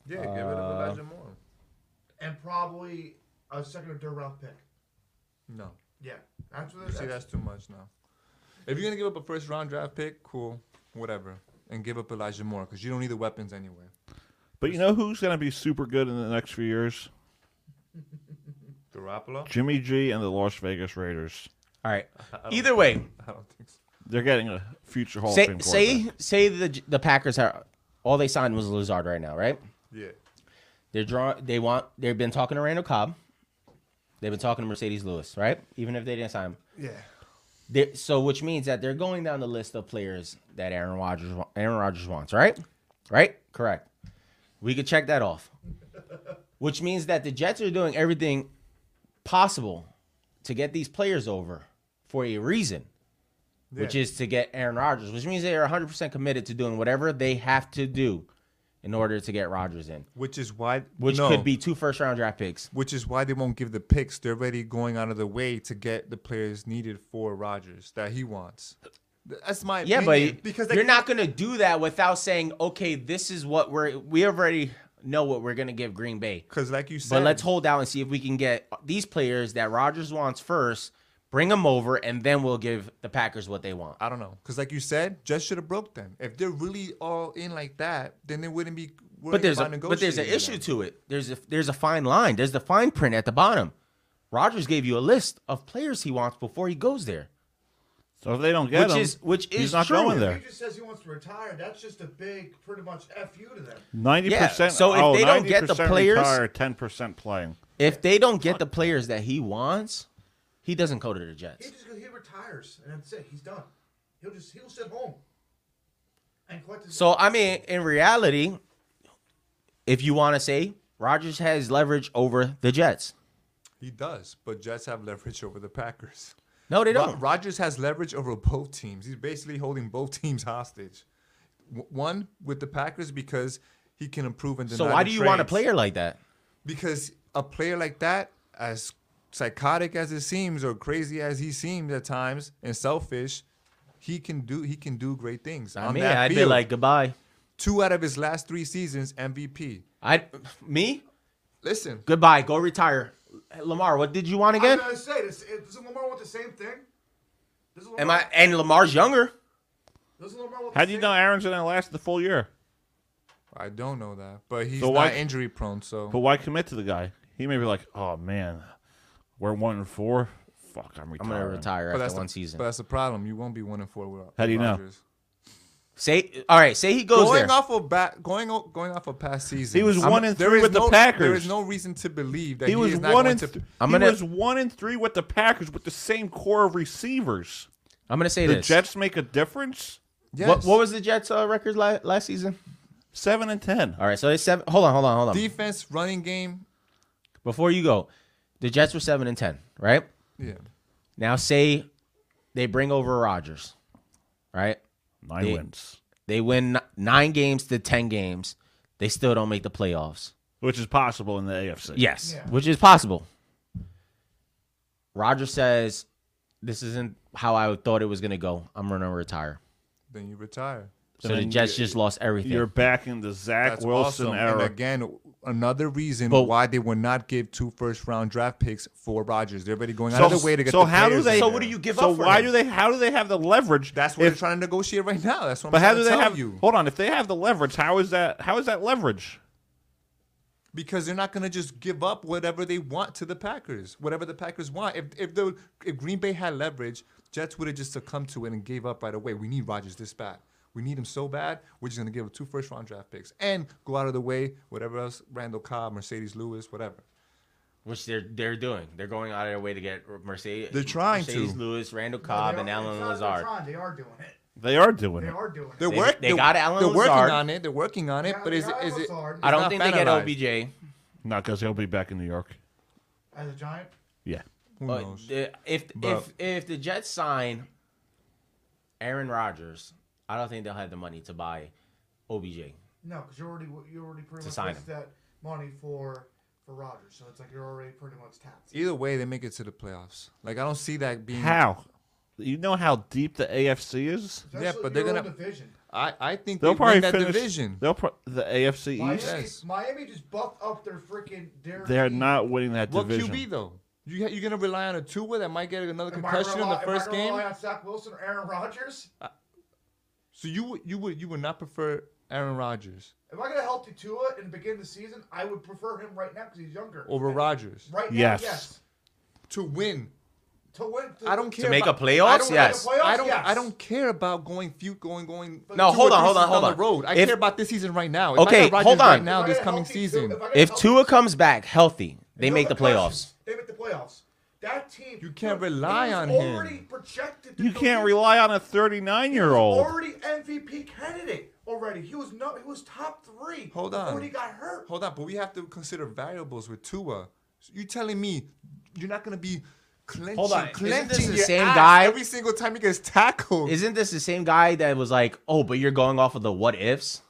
[SPEAKER 2] Yeah, get rid of
[SPEAKER 4] Uh,
[SPEAKER 2] Elijah Moore.
[SPEAKER 5] and probably a second or third round pick.
[SPEAKER 2] No.
[SPEAKER 5] Yeah, that's what
[SPEAKER 2] See,
[SPEAKER 5] they're
[SPEAKER 2] that's too much now. If you're gonna give up a first round draft pick, cool, whatever, and give up Elijah Moore because you don't need the weapons anyway.
[SPEAKER 1] But you know who's going to be super good in the next few years?
[SPEAKER 2] Garoppolo?
[SPEAKER 1] Jimmy G and the Las Vegas Raiders. [LAUGHS]
[SPEAKER 4] All right. Either way,
[SPEAKER 2] [LAUGHS] I don't think so.
[SPEAKER 1] They're getting a future Hall of
[SPEAKER 4] say
[SPEAKER 1] Fame quarterback.
[SPEAKER 4] say say the the Packers are all they signed was Lazard right now, right?
[SPEAKER 2] Yeah,
[SPEAKER 4] They're draw. They want. They've been talking to Randall Cobb. They've been talking to Mercedes Lewis, right? Even if they didn't sign him.
[SPEAKER 2] yeah.
[SPEAKER 4] They- so, which means that they're going down the list of players that Aaron Rodgers wa- Aaron Rodgers wants, right? Right? Correct. We could check that off. Which means that the Jets are doing everything possible to get these players over for a reason, which
[SPEAKER 2] Yeah.
[SPEAKER 4] is to get Aaron Rodgers, which means they are 100% committed to doing whatever they have to do in order to get Rodgers in,
[SPEAKER 2] which is why
[SPEAKER 4] which
[SPEAKER 2] no,
[SPEAKER 4] could be two first round draft picks.
[SPEAKER 2] which is why they won't give the picks. They're already going out of the way to get the players needed for Rodgers that he wants. That's my
[SPEAKER 4] Yeah,
[SPEAKER 2] opinion, because
[SPEAKER 4] but because
[SPEAKER 2] they-
[SPEAKER 4] you're not gonna do that without saying, okay, this is what we're we already know what we're gonna give Green Bay.
[SPEAKER 2] because like you said,
[SPEAKER 4] But let's hold out and see if we can get these players that Rodgers wants first, bring them over, and then we'll give the Packers what they want.
[SPEAKER 2] I don't know because like you said, Jets should have broke them. If they're really all in like that, then they wouldn't be.
[SPEAKER 4] But
[SPEAKER 2] worried
[SPEAKER 4] there's a,
[SPEAKER 2] about
[SPEAKER 4] but there's an
[SPEAKER 2] negotiating
[SPEAKER 4] issue
[SPEAKER 2] them.
[SPEAKER 4] to it. There's a there's a fine line. There's the fine print at the bottom. Rodgers gave you a list of players he wants before he goes there,
[SPEAKER 1] So if they don't get
[SPEAKER 4] which
[SPEAKER 1] him,
[SPEAKER 4] is which is
[SPEAKER 1] he's not
[SPEAKER 4] true.
[SPEAKER 1] going
[SPEAKER 5] doing.
[SPEAKER 1] there.
[SPEAKER 5] If he just says he wants to retire, that's just a big, pretty much fu to them.
[SPEAKER 1] ninety
[SPEAKER 4] Yeah,
[SPEAKER 1] percent.
[SPEAKER 4] so if
[SPEAKER 1] oh,
[SPEAKER 4] they don't get the
[SPEAKER 1] 90%
[SPEAKER 4] players-
[SPEAKER 1] retire, ten percent playing.
[SPEAKER 4] If they don't get the players that he wants, he doesn't go to the
[SPEAKER 5] He
[SPEAKER 4] Jets.
[SPEAKER 5] just he retires and that's it. He's done. He'll just he'll sit home and collect his.
[SPEAKER 4] So I mean, in reality, if you want to say Rodgers has leverage over the Jets,
[SPEAKER 2] He does, but Jets have leverage over the Packers.
[SPEAKER 4] No, they
[SPEAKER 2] Ro-
[SPEAKER 4] don't.
[SPEAKER 2] Rodgers has leverage over both teams. He's basically holding both teams hostage. W- one with the Packers because he can improve and deny
[SPEAKER 4] So why
[SPEAKER 2] the
[SPEAKER 4] do you want a
[SPEAKER 2] trades.
[SPEAKER 4] player like that?
[SPEAKER 2] Because a player like that, as psychotic as it seems or crazy as he seems at times and selfish, he can do he can do great things.
[SPEAKER 4] I
[SPEAKER 2] on
[SPEAKER 4] mean,
[SPEAKER 2] that
[SPEAKER 4] I'd be
[SPEAKER 2] field.
[SPEAKER 4] like goodbye.
[SPEAKER 2] two out of his last three seasons MVP.
[SPEAKER 4] I me
[SPEAKER 2] Listen,
[SPEAKER 4] goodbye. Go retire, Lamar. What did you want
[SPEAKER 5] I was
[SPEAKER 4] again?
[SPEAKER 5] gonna say, does, does Lamar want the same thing? Does Lamar,
[SPEAKER 4] Am I and Lamar's younger?
[SPEAKER 5] Does Lamar want
[SPEAKER 1] How
[SPEAKER 5] the
[SPEAKER 1] do you
[SPEAKER 5] same-
[SPEAKER 1] know Aaron's gonna last the full year?
[SPEAKER 2] I don't know that, but he's
[SPEAKER 1] So
[SPEAKER 2] not
[SPEAKER 1] why-
[SPEAKER 2] injury prone. So
[SPEAKER 1] But why commit to the guy? He may be like, oh man, we're one and four. Fuck, I'm
[SPEAKER 4] I'm
[SPEAKER 1] retiring.
[SPEAKER 4] gonna retire
[SPEAKER 2] but
[SPEAKER 4] after
[SPEAKER 2] that's
[SPEAKER 4] one
[SPEAKER 2] the,
[SPEAKER 4] season.
[SPEAKER 2] But that's the problem. You won't be one and four without.
[SPEAKER 1] How do you know?
[SPEAKER 2] Rodgers.
[SPEAKER 4] Say all right. Say he goes
[SPEAKER 2] Going
[SPEAKER 4] there.
[SPEAKER 2] off of back, going o- going off of past season.
[SPEAKER 1] He was one and
[SPEAKER 2] there
[SPEAKER 1] three
[SPEAKER 2] is
[SPEAKER 1] with the
[SPEAKER 2] no- There
[SPEAKER 1] Packers.
[SPEAKER 2] is no reason to believe that
[SPEAKER 1] He
[SPEAKER 2] he,
[SPEAKER 1] was
[SPEAKER 2] is not
[SPEAKER 1] one
[SPEAKER 2] going
[SPEAKER 1] and
[SPEAKER 2] to.
[SPEAKER 1] th-
[SPEAKER 4] I'm
[SPEAKER 1] he
[SPEAKER 4] gonna-
[SPEAKER 1] was one and three with the Packers with the same core of receivers.
[SPEAKER 4] I'm gonna say
[SPEAKER 1] The
[SPEAKER 4] this.
[SPEAKER 1] Jets make a difference.
[SPEAKER 2] yes.
[SPEAKER 4] What, what was the Jets' uh, record la- last season?
[SPEAKER 1] Seven and ten.
[SPEAKER 4] All right, so they seven. Hold on, hold on, hold on.
[SPEAKER 2] defense running game?
[SPEAKER 4] Before you go, the Jets were seven and ten, right?
[SPEAKER 2] Yeah,
[SPEAKER 4] Now say they bring over Rodgers, right?
[SPEAKER 1] Nine
[SPEAKER 4] They-
[SPEAKER 1] wins,
[SPEAKER 4] They win n- nine games to ten games. They still don't make the playoffs.
[SPEAKER 1] which is possible in the AFC.
[SPEAKER 4] Yes,
[SPEAKER 5] Yeah.
[SPEAKER 4] which is possible. Rodgers says, "This isn't how I thought it was gonna go. I'm gonna retire."
[SPEAKER 2] then you retire.
[SPEAKER 4] So
[SPEAKER 1] And
[SPEAKER 4] the
[SPEAKER 1] then
[SPEAKER 4] Jets
[SPEAKER 1] you-
[SPEAKER 4] just lost everything.
[SPEAKER 1] You're back in the Zach
[SPEAKER 2] That's
[SPEAKER 1] Wilson
[SPEAKER 2] awesome.
[SPEAKER 1] era.
[SPEAKER 2] And again, another reason
[SPEAKER 4] But-
[SPEAKER 2] why they would not give two first round draft picks for Rodgers. They're already going
[SPEAKER 1] So-
[SPEAKER 2] out of their way to get.
[SPEAKER 1] so
[SPEAKER 2] the
[SPEAKER 1] how do
[SPEAKER 2] players
[SPEAKER 1] they-
[SPEAKER 2] in
[SPEAKER 1] So
[SPEAKER 2] there.
[SPEAKER 1] what do
[SPEAKER 4] you give
[SPEAKER 1] so
[SPEAKER 4] up for
[SPEAKER 1] why
[SPEAKER 4] him?
[SPEAKER 1] do they? How do they have the leverage?
[SPEAKER 2] That's what
[SPEAKER 1] if,
[SPEAKER 2] they're trying to negotiate right now. That's what. I'm
[SPEAKER 1] But how
[SPEAKER 2] trying
[SPEAKER 1] do they
[SPEAKER 2] to tell
[SPEAKER 1] have?
[SPEAKER 2] you?
[SPEAKER 1] Hold on. If they have the leverage, how is that? How is that leverage?
[SPEAKER 2] because they're not going to just give up whatever they want to the Packers, whatever the Packers want. If if the if Green Bay had leverage, Jets would have just succumbed to it and gave up right away. We need Rodgers this bad. We need him so bad. We're just going to give him two first round draft picks and go out of the way. Whatever else, Randall Cobb, Mercedes Lewis, whatever.
[SPEAKER 4] Which they're they're doing. They're going out of their way to get Mercedes.
[SPEAKER 2] They're trying to.
[SPEAKER 4] Mercedes Lewis,
[SPEAKER 5] No,
[SPEAKER 4] Randall
[SPEAKER 5] they
[SPEAKER 4] Cobb,
[SPEAKER 5] are-
[SPEAKER 4] and
[SPEAKER 5] it's
[SPEAKER 4] Alan
[SPEAKER 5] not they're
[SPEAKER 4] Lazard.
[SPEAKER 5] trying, They are doing it.
[SPEAKER 1] They are doing
[SPEAKER 5] They
[SPEAKER 1] it.
[SPEAKER 5] are doing
[SPEAKER 2] They're
[SPEAKER 5] it.
[SPEAKER 4] They-
[SPEAKER 2] work.
[SPEAKER 4] they
[SPEAKER 2] they're-
[SPEAKER 4] got Alan
[SPEAKER 2] They're
[SPEAKER 4] Lazard.
[SPEAKER 2] working on it. They're working on it.
[SPEAKER 5] Yeah,
[SPEAKER 2] But
[SPEAKER 5] they
[SPEAKER 2] is it
[SPEAKER 5] got
[SPEAKER 2] is it?
[SPEAKER 5] Lazard.
[SPEAKER 4] I don't
[SPEAKER 2] not
[SPEAKER 4] think they get
[SPEAKER 2] finalized.
[SPEAKER 4] OBJ.
[SPEAKER 1] Not because he'll be back in New York.
[SPEAKER 5] As a giant,
[SPEAKER 1] Yeah.
[SPEAKER 2] Who
[SPEAKER 4] But
[SPEAKER 2] knows?
[SPEAKER 4] the- if if
[SPEAKER 2] But-
[SPEAKER 4] if the Jets sign Aaron Rodgers, I don't think they'll have the money to buy OBJ.
[SPEAKER 5] no, because you already you already pretty
[SPEAKER 4] To
[SPEAKER 5] much
[SPEAKER 4] sign
[SPEAKER 5] wasted
[SPEAKER 4] him.
[SPEAKER 5] that money for for Rodgers, so it's like you're already pretty much tapped.
[SPEAKER 2] Either way, they make it to the playoffs. Like I don't see that being
[SPEAKER 1] How? You know how deep the AFC is.
[SPEAKER 5] Especially
[SPEAKER 2] Yeah,
[SPEAKER 5] if
[SPEAKER 2] but they're
[SPEAKER 5] you're in
[SPEAKER 2] gonna-
[SPEAKER 5] division.
[SPEAKER 2] I I think
[SPEAKER 1] They'll
[SPEAKER 2] they
[SPEAKER 1] probably
[SPEAKER 2] win that
[SPEAKER 1] finish.
[SPEAKER 2] division.
[SPEAKER 1] They'll pro- the AFC
[SPEAKER 5] Miami,
[SPEAKER 1] East.
[SPEAKER 2] Yes.
[SPEAKER 5] Miami just buffed up their freaking. Their
[SPEAKER 1] They're
[SPEAKER 5] team.
[SPEAKER 1] not winning that
[SPEAKER 2] What
[SPEAKER 1] division.
[SPEAKER 2] QB though? You you're gonna rely on a Tua that might get another
[SPEAKER 5] Am I gonna
[SPEAKER 2] concussion in the
[SPEAKER 5] rely- am I
[SPEAKER 2] first
[SPEAKER 5] gonna
[SPEAKER 2] game?
[SPEAKER 5] rely on Zach Wilson or Aaron Rodgers?
[SPEAKER 2] So you would you would you would not prefer Aaron Rodgers
[SPEAKER 5] If I could have helped Tua and begin the season, I would prefer him right now because he's younger.
[SPEAKER 2] over Rodgers
[SPEAKER 5] Right now,
[SPEAKER 1] Yes.
[SPEAKER 5] yes.
[SPEAKER 2] to win?
[SPEAKER 5] To win, to,
[SPEAKER 2] I don't care
[SPEAKER 4] make
[SPEAKER 2] about,
[SPEAKER 4] a playoffs?
[SPEAKER 2] I don't-
[SPEAKER 4] Yes.
[SPEAKER 2] I don't.
[SPEAKER 5] Playoffs?
[SPEAKER 2] I don't care about going few going going.
[SPEAKER 4] No,
[SPEAKER 2] two
[SPEAKER 4] hold
[SPEAKER 2] or
[SPEAKER 4] on,
[SPEAKER 2] three
[SPEAKER 4] hold on,
[SPEAKER 2] seasons
[SPEAKER 4] hold
[SPEAKER 2] down
[SPEAKER 4] on.
[SPEAKER 2] The road. I
[SPEAKER 4] If-
[SPEAKER 2] care about this season right now. If
[SPEAKER 4] Okay,
[SPEAKER 2] I got Rodgers
[SPEAKER 4] hold
[SPEAKER 2] Right
[SPEAKER 4] on.
[SPEAKER 2] now,
[SPEAKER 5] If I
[SPEAKER 2] this
[SPEAKER 5] could
[SPEAKER 2] coming
[SPEAKER 5] help you,
[SPEAKER 2] season,
[SPEAKER 5] if I could
[SPEAKER 4] If
[SPEAKER 5] help
[SPEAKER 4] Tua comes back healthy, they
[SPEAKER 5] No
[SPEAKER 4] make the
[SPEAKER 5] concussions.
[SPEAKER 4] playoffs.
[SPEAKER 5] They make the playoffs. That team.
[SPEAKER 2] You can't
[SPEAKER 5] dude,
[SPEAKER 2] rely
[SPEAKER 5] he was
[SPEAKER 2] on him.
[SPEAKER 5] already Projected to
[SPEAKER 1] You
[SPEAKER 5] go-
[SPEAKER 1] can't
[SPEAKER 5] he
[SPEAKER 1] rely on a 39 year
[SPEAKER 5] was
[SPEAKER 1] old.
[SPEAKER 5] Already MVP candidate. Already, he was no. He was top three.
[SPEAKER 2] Hold
[SPEAKER 5] When
[SPEAKER 2] on.
[SPEAKER 5] he got hurt.
[SPEAKER 2] hold on, but we have to consider variables with Tua. So you telling me you're not gonna be clenching,
[SPEAKER 4] Hold on, isn't this
[SPEAKER 2] clenching
[SPEAKER 4] the
[SPEAKER 2] your
[SPEAKER 4] same
[SPEAKER 2] ass
[SPEAKER 4] guy-
[SPEAKER 2] every single time he gets tackled?
[SPEAKER 4] Isn't this the same guy that was like, "Oh, but you're going off of the what ifs"?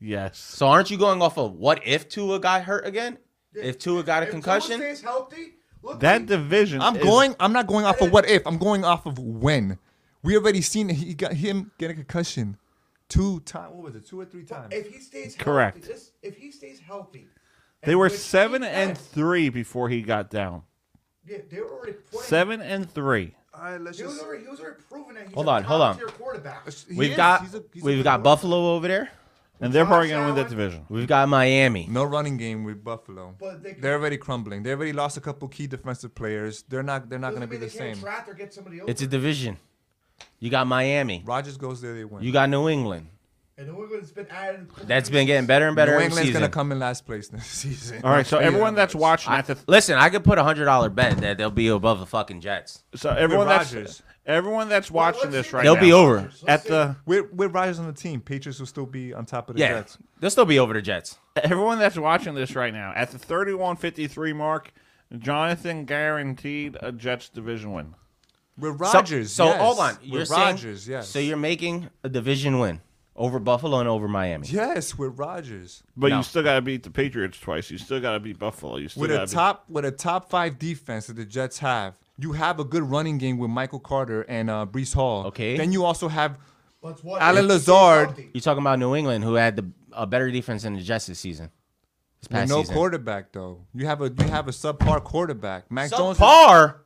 [SPEAKER 1] Yes.
[SPEAKER 4] So aren't you going off of what if Tua got hurt again? If Tua got a
[SPEAKER 5] If Tua
[SPEAKER 4] concussion,
[SPEAKER 5] stays healthy. Look,
[SPEAKER 1] That
[SPEAKER 5] he-
[SPEAKER 1] division.
[SPEAKER 2] I'm
[SPEAKER 1] is-
[SPEAKER 2] going. I'm not going off of what if. I'm going off of when. We already seen he got him get a concussion two times. What was it? Two or three times.
[SPEAKER 5] if he stays healthy,
[SPEAKER 1] Correct.
[SPEAKER 5] this- if he stays healthy.
[SPEAKER 1] They
[SPEAKER 5] and
[SPEAKER 1] were
[SPEAKER 5] which he
[SPEAKER 1] seven and
[SPEAKER 5] has,
[SPEAKER 1] three before he got down.
[SPEAKER 5] Yeah, they were already playing.
[SPEAKER 1] Seven and three.
[SPEAKER 2] All right, let's
[SPEAKER 5] He was already, he was already proven that he's
[SPEAKER 4] Hold
[SPEAKER 5] a
[SPEAKER 4] on, hold on.
[SPEAKER 5] top-tier quarterback.
[SPEAKER 4] we've got we've got Buffalo over there.
[SPEAKER 1] And they're
[SPEAKER 5] Josh
[SPEAKER 1] probably going to win that
[SPEAKER 5] Allen.
[SPEAKER 1] division.
[SPEAKER 4] We've got Miami.
[SPEAKER 2] No running game with Buffalo.
[SPEAKER 5] But they-
[SPEAKER 2] are already crumbling. They already lost a couple key defensive players. They're not. They're not going
[SPEAKER 5] Doesn't
[SPEAKER 2] to be
[SPEAKER 5] mean
[SPEAKER 2] the
[SPEAKER 5] they can't
[SPEAKER 2] same.
[SPEAKER 5] draft or get somebody
[SPEAKER 4] It's a
[SPEAKER 5] over.
[SPEAKER 4] division. You got Miami.
[SPEAKER 2] Rogers goes there. They win.
[SPEAKER 4] You got New England.
[SPEAKER 5] And New England's been added.
[SPEAKER 4] That's been getting better and better
[SPEAKER 2] New
[SPEAKER 4] every
[SPEAKER 2] England's
[SPEAKER 4] season.
[SPEAKER 2] going to come in last place this [LAUGHS] season.
[SPEAKER 1] All right. So
[SPEAKER 2] Yeah.
[SPEAKER 1] everyone that's watching
[SPEAKER 4] I-
[SPEAKER 1] at the
[SPEAKER 4] listen, I could put a hundred dollar bet that they'll be above the fucking Jets.
[SPEAKER 1] so everyone that's
[SPEAKER 2] Rodgers.
[SPEAKER 1] everyone that's
[SPEAKER 5] Well,
[SPEAKER 1] watching
[SPEAKER 5] let's
[SPEAKER 1] this
[SPEAKER 5] see
[SPEAKER 1] right
[SPEAKER 4] They'll
[SPEAKER 1] now
[SPEAKER 4] be over.
[SPEAKER 5] Let's
[SPEAKER 1] at
[SPEAKER 5] see.
[SPEAKER 1] the
[SPEAKER 2] With, with Rodgers on the team, Patriots will still be on top of the
[SPEAKER 4] Yeah,
[SPEAKER 2] Jets.
[SPEAKER 4] they'll still be over the Jets.
[SPEAKER 1] everyone that's watching this right now at the 3153 mark Jonathan guaranteed a Jets division win.
[SPEAKER 2] With
[SPEAKER 4] So-
[SPEAKER 2] Rodgers.
[SPEAKER 4] So,
[SPEAKER 2] yes.
[SPEAKER 4] hold on.
[SPEAKER 2] With
[SPEAKER 4] You're saying,
[SPEAKER 2] Rodgers, yes.
[SPEAKER 4] So you're making a division win over Buffalo and over Miami.
[SPEAKER 2] Yes, with Rodgers.
[SPEAKER 1] But
[SPEAKER 4] No.
[SPEAKER 1] you still got to beat the Patriots twice. You still got to beat Buffalo. You still
[SPEAKER 2] With a
[SPEAKER 1] got
[SPEAKER 2] top with a top five defense that the Jets have, you have a good running game with Michael Carter and uh, Brees Hall.
[SPEAKER 4] Okay.
[SPEAKER 2] Then you also have
[SPEAKER 3] But what?
[SPEAKER 2] Alan
[SPEAKER 3] if he stays
[SPEAKER 2] Lazard.
[SPEAKER 3] healthy?
[SPEAKER 4] You're talking about New England, who had the, a better defense than the Jets this season. This
[SPEAKER 2] with
[SPEAKER 4] past
[SPEAKER 2] no
[SPEAKER 4] season.
[SPEAKER 2] quarterback though. You have a you have a subpar quarterback. Max Jones
[SPEAKER 4] Subpar.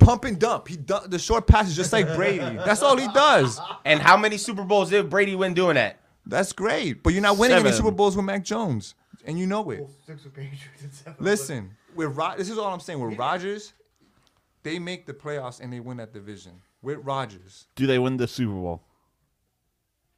[SPEAKER 2] pump and dump. He du- the short passes just like Brady. That's all he does.
[SPEAKER 4] And how many Super Bowls did Brady win doing that?
[SPEAKER 2] That's great. But you're not winning any
[SPEAKER 1] Seven.
[SPEAKER 2] Super Bowls with Mac Jones, and you know it.
[SPEAKER 3] Well, Six with Patriots and seven. with-
[SPEAKER 2] Listen, with Rod, this is all I'm saying. With Rodgers, they make the playoffs and they win that division. With Rodgers,
[SPEAKER 1] Do they win the Super Bowl?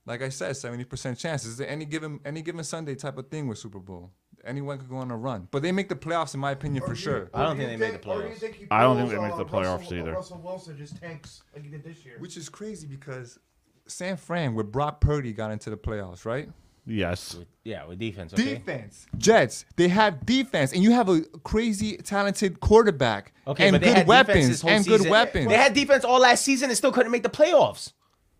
[SPEAKER 2] like I said, 70% chance. Is there any given any given Sunday type of thing with Super Bowl? Anyone could go on a run, but they make the playoffs in my opinion
[SPEAKER 3] Or
[SPEAKER 2] for
[SPEAKER 3] do you-
[SPEAKER 2] sure.
[SPEAKER 4] I don't
[SPEAKER 3] or do
[SPEAKER 4] think
[SPEAKER 3] you
[SPEAKER 4] they made the
[SPEAKER 3] or do you
[SPEAKER 4] playoffs.
[SPEAKER 3] think he
[SPEAKER 1] I don't think
[SPEAKER 3] pulls
[SPEAKER 1] they make the
[SPEAKER 3] on Russell-
[SPEAKER 1] playoffs either.
[SPEAKER 3] Russell Wilson just tanks like he did this year.
[SPEAKER 2] Which is crazy because San Fran with Brock Purdy got into the playoffs, right?
[SPEAKER 1] Yes.
[SPEAKER 4] Yeah, with defense. Okay.
[SPEAKER 2] Defense, Jets, they have defense, and you have a crazy talented quarterback
[SPEAKER 4] Okay,
[SPEAKER 2] and
[SPEAKER 4] but they
[SPEAKER 2] good
[SPEAKER 4] had defense this
[SPEAKER 2] weapons
[SPEAKER 4] whole
[SPEAKER 2] and
[SPEAKER 4] season.
[SPEAKER 2] good weapons.
[SPEAKER 4] They had defense all last season and still couldn't make the playoffs.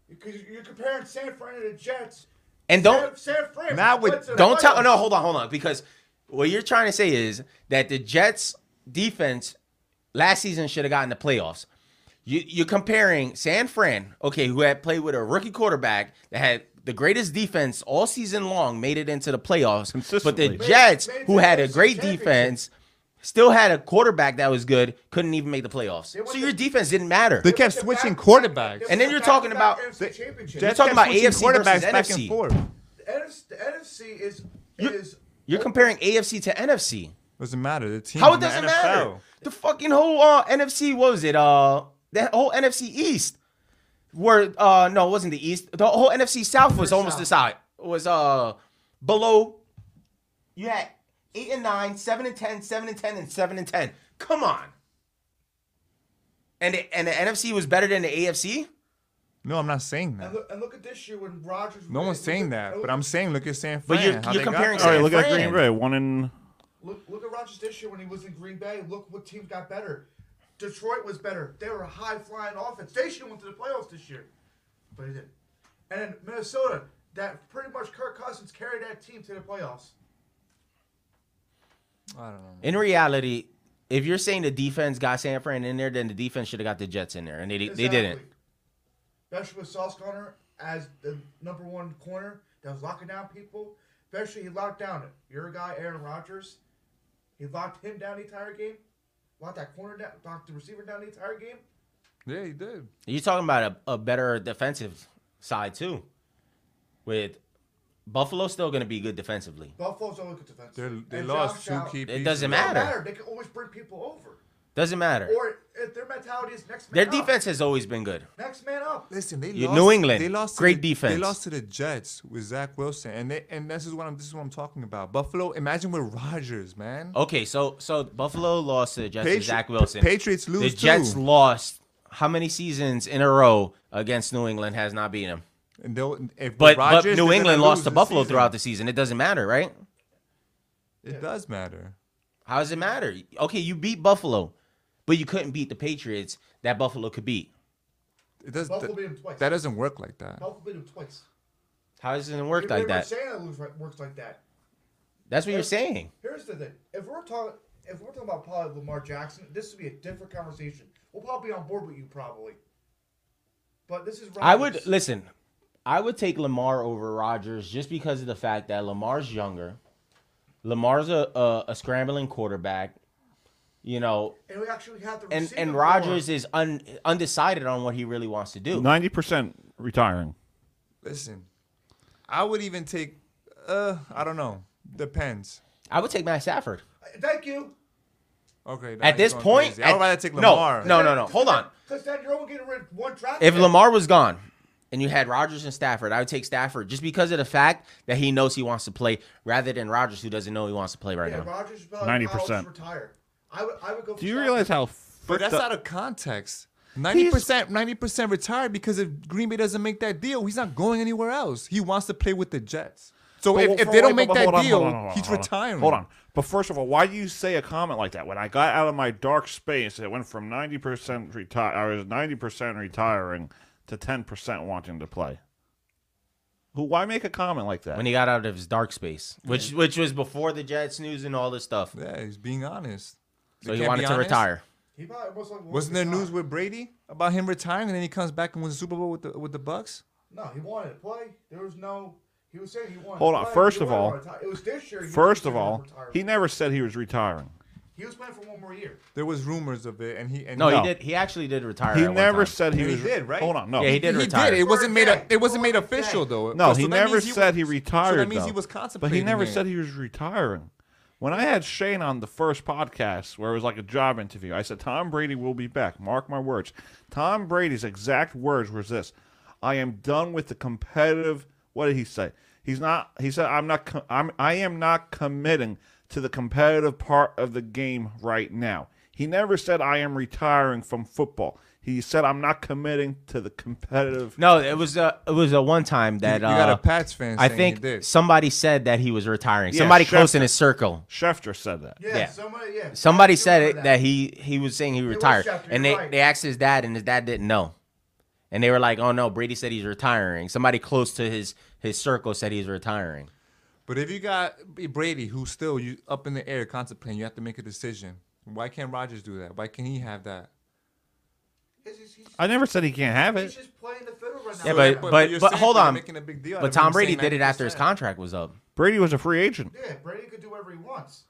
[SPEAKER 3] Because you're comparing San Fran to the Jets.
[SPEAKER 4] And don't
[SPEAKER 3] San San Fran.
[SPEAKER 2] Now with-
[SPEAKER 3] went to the
[SPEAKER 4] don't tell.
[SPEAKER 3] playoffs.
[SPEAKER 4] No, hold on, hold on. Because what you're trying to say is that the Jets defense last season should have gotten the playoffs. You, you're comparing San Fran, okay, who had played with a rookie quarterback that had the greatest defense all season long, made it into the playoffs. But
[SPEAKER 1] Consistently.
[SPEAKER 4] the
[SPEAKER 1] Made-
[SPEAKER 4] Jets,
[SPEAKER 3] made
[SPEAKER 4] who
[SPEAKER 3] the
[SPEAKER 4] had a
[SPEAKER 3] NFC
[SPEAKER 4] great
[SPEAKER 3] championship.
[SPEAKER 4] defense, still had a quarterback that was good, couldn't even make the playoffs.
[SPEAKER 3] went
[SPEAKER 4] So
[SPEAKER 3] to-
[SPEAKER 4] your defense didn't matter.
[SPEAKER 2] They kept
[SPEAKER 3] Back-
[SPEAKER 2] switching
[SPEAKER 3] back-
[SPEAKER 2] quarterbacks.
[SPEAKER 3] they
[SPEAKER 4] And
[SPEAKER 3] went
[SPEAKER 4] then you're
[SPEAKER 3] back-
[SPEAKER 4] talking
[SPEAKER 3] back
[SPEAKER 4] about-
[SPEAKER 3] NFC championship.
[SPEAKER 4] Jets- talking about
[SPEAKER 2] kept switching
[SPEAKER 4] AFC versus
[SPEAKER 2] quarterbacks back
[SPEAKER 4] NFC.
[SPEAKER 2] and forth.
[SPEAKER 3] NFC the NFC is is
[SPEAKER 4] You're comparing AFC to NFC.
[SPEAKER 2] Doesn't matter. The team.
[SPEAKER 4] How it
[SPEAKER 2] in the
[SPEAKER 4] doesn't
[SPEAKER 2] NFL.
[SPEAKER 4] matter? The fucking whole uh, NFC, what was it? Uh, that whole NFC East, where uh, no, it wasn't the East. The whole NFC South was
[SPEAKER 3] Or
[SPEAKER 4] almost
[SPEAKER 3] South.
[SPEAKER 4] the side was uh below. You had eight and nine, seven and ten, seven and ten, and seven and ten. Come on. And the, and the NFC was better than the AFC.
[SPEAKER 2] No, I'm not saying
[SPEAKER 3] and
[SPEAKER 2] that.
[SPEAKER 3] look, and look at this year when Rodgers.
[SPEAKER 2] No one's saying that, but I'm saying look at San Fran.
[SPEAKER 4] But you're-
[SPEAKER 2] how
[SPEAKER 4] you're
[SPEAKER 2] they got
[SPEAKER 4] comparing
[SPEAKER 2] there.
[SPEAKER 1] All
[SPEAKER 4] San
[SPEAKER 1] right, look at
[SPEAKER 4] Fran.
[SPEAKER 1] Green Bay. One in.
[SPEAKER 3] Look, look at Rodgers this year when he was in Green Bay. Look what teams got better. Detroit was better. They were a high flying offense. They should have went to the playoffs this year, but they didn't. And then Minnesota, that pretty much Kirk Cousins carried that team to the playoffs.
[SPEAKER 2] I don't know.
[SPEAKER 4] In reality, if you're saying the defense got San Fran in there, then the defense should have got the Jets in there, and they they didn't.
[SPEAKER 3] Exactly. Especially with Sauce Garner as the number one corner that was locking down people. Especially he locked down it. Your guy Aaron Rodgers, he locked him down the entire game. Locked that corner down, locked the receiver down the entire game.
[SPEAKER 2] Yeah, he did.
[SPEAKER 4] You're talking about a, a better defensive side too. With Buffalo still going to be good defensively.
[SPEAKER 3] Buffalo's only good defense.
[SPEAKER 2] They're, they
[SPEAKER 3] And
[SPEAKER 2] lost
[SPEAKER 3] Josh
[SPEAKER 2] two
[SPEAKER 3] Allen-
[SPEAKER 2] key
[SPEAKER 3] It
[SPEAKER 2] pieces.
[SPEAKER 4] doesn't
[SPEAKER 3] doesn't
[SPEAKER 4] matter.
[SPEAKER 3] matter. They can always bring people over.
[SPEAKER 4] Doesn't matter.
[SPEAKER 3] Or if their mentality is next man
[SPEAKER 4] Their
[SPEAKER 3] up.
[SPEAKER 4] defense has always been good.
[SPEAKER 3] Next man up.
[SPEAKER 2] Listen, they
[SPEAKER 4] You-
[SPEAKER 2] lost.
[SPEAKER 4] New England,
[SPEAKER 2] they lost to
[SPEAKER 4] great
[SPEAKER 2] the-
[SPEAKER 4] defense.
[SPEAKER 2] They lost to the Jets with Zach Wilson, and they and this is what I'm this is what I'm talking about. Buffalo. Imagine with Rodgers, man.
[SPEAKER 4] Okay, so so Buffalo lost to the Jets with
[SPEAKER 2] Patri-
[SPEAKER 4] Oh, Zach Wilson.
[SPEAKER 2] Patriots
[SPEAKER 4] the
[SPEAKER 2] lose
[SPEAKER 4] Jets
[SPEAKER 2] too.
[SPEAKER 4] lost how many seasons in a row against New England has not beaten them.
[SPEAKER 2] And they'll, if
[SPEAKER 4] But,
[SPEAKER 2] Rodgers,
[SPEAKER 4] but
[SPEAKER 2] they're
[SPEAKER 4] New
[SPEAKER 2] gonna
[SPEAKER 4] England lost
[SPEAKER 2] lose
[SPEAKER 4] to
[SPEAKER 2] this
[SPEAKER 4] Buffalo
[SPEAKER 2] season.
[SPEAKER 4] throughout the season. It doesn't matter, right?
[SPEAKER 2] It does matter.
[SPEAKER 4] How does it matter? Okay, you beat Buffalo, but you couldn't beat the Patriots that Buffalo could beat.
[SPEAKER 2] It does.
[SPEAKER 3] Buffalo
[SPEAKER 2] That,
[SPEAKER 3] beat him twice.
[SPEAKER 2] that doesn't work like that.
[SPEAKER 3] Buffalo beat him twice.
[SPEAKER 4] How does it work
[SPEAKER 3] They
[SPEAKER 4] like
[SPEAKER 3] were
[SPEAKER 4] that?
[SPEAKER 3] saying it lose- works like that.
[SPEAKER 4] That's what you're saying.
[SPEAKER 3] Here's the thing: if we're talking, if we're talking about probably Lamar Jackson, this would be a different conversation. We'll probably be on board with you probably. But this is Rodgers.
[SPEAKER 4] I would listen. I would take Lamar over Rodgers just because of the fact that Lamar's younger. Lamar's a a, a scrambling quarterback, you know,
[SPEAKER 3] and we actually had the
[SPEAKER 4] and
[SPEAKER 3] receiver
[SPEAKER 4] and
[SPEAKER 3] more.
[SPEAKER 4] Rodgers is un, undecided on what he really wants to do.
[SPEAKER 1] Ninety percent retiring.
[SPEAKER 2] Listen, I would even take. Uh, I don't know. Depends.
[SPEAKER 4] I would take Matt Stafford
[SPEAKER 3] Uh, Thank you.
[SPEAKER 2] Okay. now
[SPEAKER 4] at
[SPEAKER 2] you're
[SPEAKER 4] this
[SPEAKER 2] going
[SPEAKER 4] point.
[SPEAKER 2] crazy. I
[SPEAKER 4] at-
[SPEAKER 2] would rather take
[SPEAKER 4] no,
[SPEAKER 2] Lamar.
[SPEAKER 4] No, no, no. Hold on.
[SPEAKER 3] Because then you're only getting rid of one draft.
[SPEAKER 4] If
[SPEAKER 3] pick.
[SPEAKER 4] Lamar was gone and you had Rodgers and Stafford, I would take Stafford just because of the fact that he knows he wants to play rather than Rodgers who doesn't know he wants to play right
[SPEAKER 3] yeah,
[SPEAKER 4] now.
[SPEAKER 3] Rodgers is probably
[SPEAKER 1] 90%.
[SPEAKER 3] I'll retire. I would. I would go.
[SPEAKER 1] Do you realize how?
[SPEAKER 2] But that's out of context. Ninety percent, ninety percent retired because if Green Bay doesn't make that deal, he's not going anywhere else. He wants to play with the Jets. So
[SPEAKER 1] But
[SPEAKER 2] if-
[SPEAKER 1] well,
[SPEAKER 2] if
[SPEAKER 1] for-
[SPEAKER 2] they don't
[SPEAKER 1] wait,
[SPEAKER 2] make
[SPEAKER 1] but- but
[SPEAKER 2] that
[SPEAKER 1] hold on,
[SPEAKER 2] deal,
[SPEAKER 1] hold on, hold on,
[SPEAKER 2] he's
[SPEAKER 1] hold on.
[SPEAKER 2] retiring.
[SPEAKER 1] Hold on. But first of all, why do you say a comment like that? When I got out of my dark space, it went from ninety percent retire. I was ninety percent retiring to ten percent wanting to play. Who? Why make a comment like that?
[SPEAKER 4] when he got out of his dark space, which which was before the Jets news and all this stuff.
[SPEAKER 2] Yeah, he's being honest.
[SPEAKER 4] So
[SPEAKER 2] They
[SPEAKER 4] he
[SPEAKER 2] can't
[SPEAKER 4] wanted
[SPEAKER 2] be
[SPEAKER 4] to
[SPEAKER 2] honest?
[SPEAKER 4] retire.
[SPEAKER 5] He probably most likely won't
[SPEAKER 2] Wasn't there
[SPEAKER 5] retire.
[SPEAKER 2] news with Brady about him retiring and then he comes back and wins the Super Bowl with the with the Bucks?
[SPEAKER 5] No, he wanted to play. There was no. He was saying he wanted.
[SPEAKER 1] Hold
[SPEAKER 5] to
[SPEAKER 1] on,
[SPEAKER 5] play.
[SPEAKER 1] first
[SPEAKER 5] He
[SPEAKER 1] of
[SPEAKER 5] wanted to
[SPEAKER 1] all-
[SPEAKER 5] retire. it was this year. he was
[SPEAKER 1] First of
[SPEAKER 5] considering
[SPEAKER 1] all,
[SPEAKER 5] retirement.
[SPEAKER 1] he never said he was retiring.
[SPEAKER 5] he was playing for one more year.
[SPEAKER 2] There was rumors of it, and he and
[SPEAKER 4] No,
[SPEAKER 1] No.
[SPEAKER 4] he did. He actually did retire.
[SPEAKER 1] He
[SPEAKER 4] at one
[SPEAKER 1] never
[SPEAKER 4] time.
[SPEAKER 1] said he
[SPEAKER 2] And he
[SPEAKER 1] was.
[SPEAKER 2] did, right?
[SPEAKER 1] Hold on, no.
[SPEAKER 4] Yeah, he
[SPEAKER 2] He
[SPEAKER 4] did
[SPEAKER 2] did.
[SPEAKER 4] retire.
[SPEAKER 2] It wasn't made. A,
[SPEAKER 5] Day.
[SPEAKER 2] it wasn't made
[SPEAKER 5] One day.
[SPEAKER 2] official though.
[SPEAKER 1] No,
[SPEAKER 2] So
[SPEAKER 1] he
[SPEAKER 2] that
[SPEAKER 1] never
[SPEAKER 2] means he
[SPEAKER 1] said
[SPEAKER 2] was-
[SPEAKER 1] he retired.
[SPEAKER 2] So that means
[SPEAKER 1] though.
[SPEAKER 2] he was
[SPEAKER 1] But
[SPEAKER 2] contemplating.
[SPEAKER 1] he never
[SPEAKER 2] it.
[SPEAKER 1] said he was retiring. When I had Shane on the first podcast, where it was like a job interview, I said Tom Brady will be back. Mark my words. Tom Brady's exact words was this: "I am done with the competitive." What did he say? He's not. He said, "I'm not. Com- I'm. I am not committing to the competitive part of the game right now." He never said, "I am retiring from football." He said, "I'm not committing to the competitive."
[SPEAKER 4] No, it was a it was a one time that
[SPEAKER 2] you got
[SPEAKER 4] uh,
[SPEAKER 2] a Pats fan.
[SPEAKER 4] I
[SPEAKER 2] saying he
[SPEAKER 4] think
[SPEAKER 2] did.
[SPEAKER 4] somebody said that he was retiring.
[SPEAKER 1] Yeah,
[SPEAKER 4] somebody
[SPEAKER 1] Schefter.
[SPEAKER 4] close in his circle.
[SPEAKER 1] Schefter said that.
[SPEAKER 5] Yeah,
[SPEAKER 4] Yeah.
[SPEAKER 5] somebody. Yeah,
[SPEAKER 4] Somebody
[SPEAKER 5] I
[SPEAKER 4] said it
[SPEAKER 5] remember
[SPEAKER 4] that. he he was saying he
[SPEAKER 5] was
[SPEAKER 4] retired,
[SPEAKER 5] Schefter,
[SPEAKER 4] and they
[SPEAKER 5] you're right.
[SPEAKER 4] they asked his dad, and his dad didn't know, and they were like, "Oh no, Brady said he's retiring." Somebody close to his his circle said he's retiring.
[SPEAKER 2] But if you got Brady, who's still you up in the air contemplating, you have to make a decision. Why can't Rogers do that? Why can he have that?
[SPEAKER 5] He's, he's, he's,
[SPEAKER 1] I never said he can't have it.
[SPEAKER 5] he's just playing the fiddle right now.
[SPEAKER 4] Yeah, but-
[SPEAKER 2] But,
[SPEAKER 4] but-
[SPEAKER 2] you're
[SPEAKER 4] but
[SPEAKER 2] saying
[SPEAKER 4] hold
[SPEAKER 2] you're
[SPEAKER 4] on.
[SPEAKER 2] making a big deal. out
[SPEAKER 4] But
[SPEAKER 2] of him
[SPEAKER 4] Tom Brady
[SPEAKER 2] saying
[SPEAKER 4] did it after his
[SPEAKER 2] 90%.
[SPEAKER 4] contract was up.
[SPEAKER 1] Brady was a free agent.
[SPEAKER 5] yeah, Brady could do whatever he wants.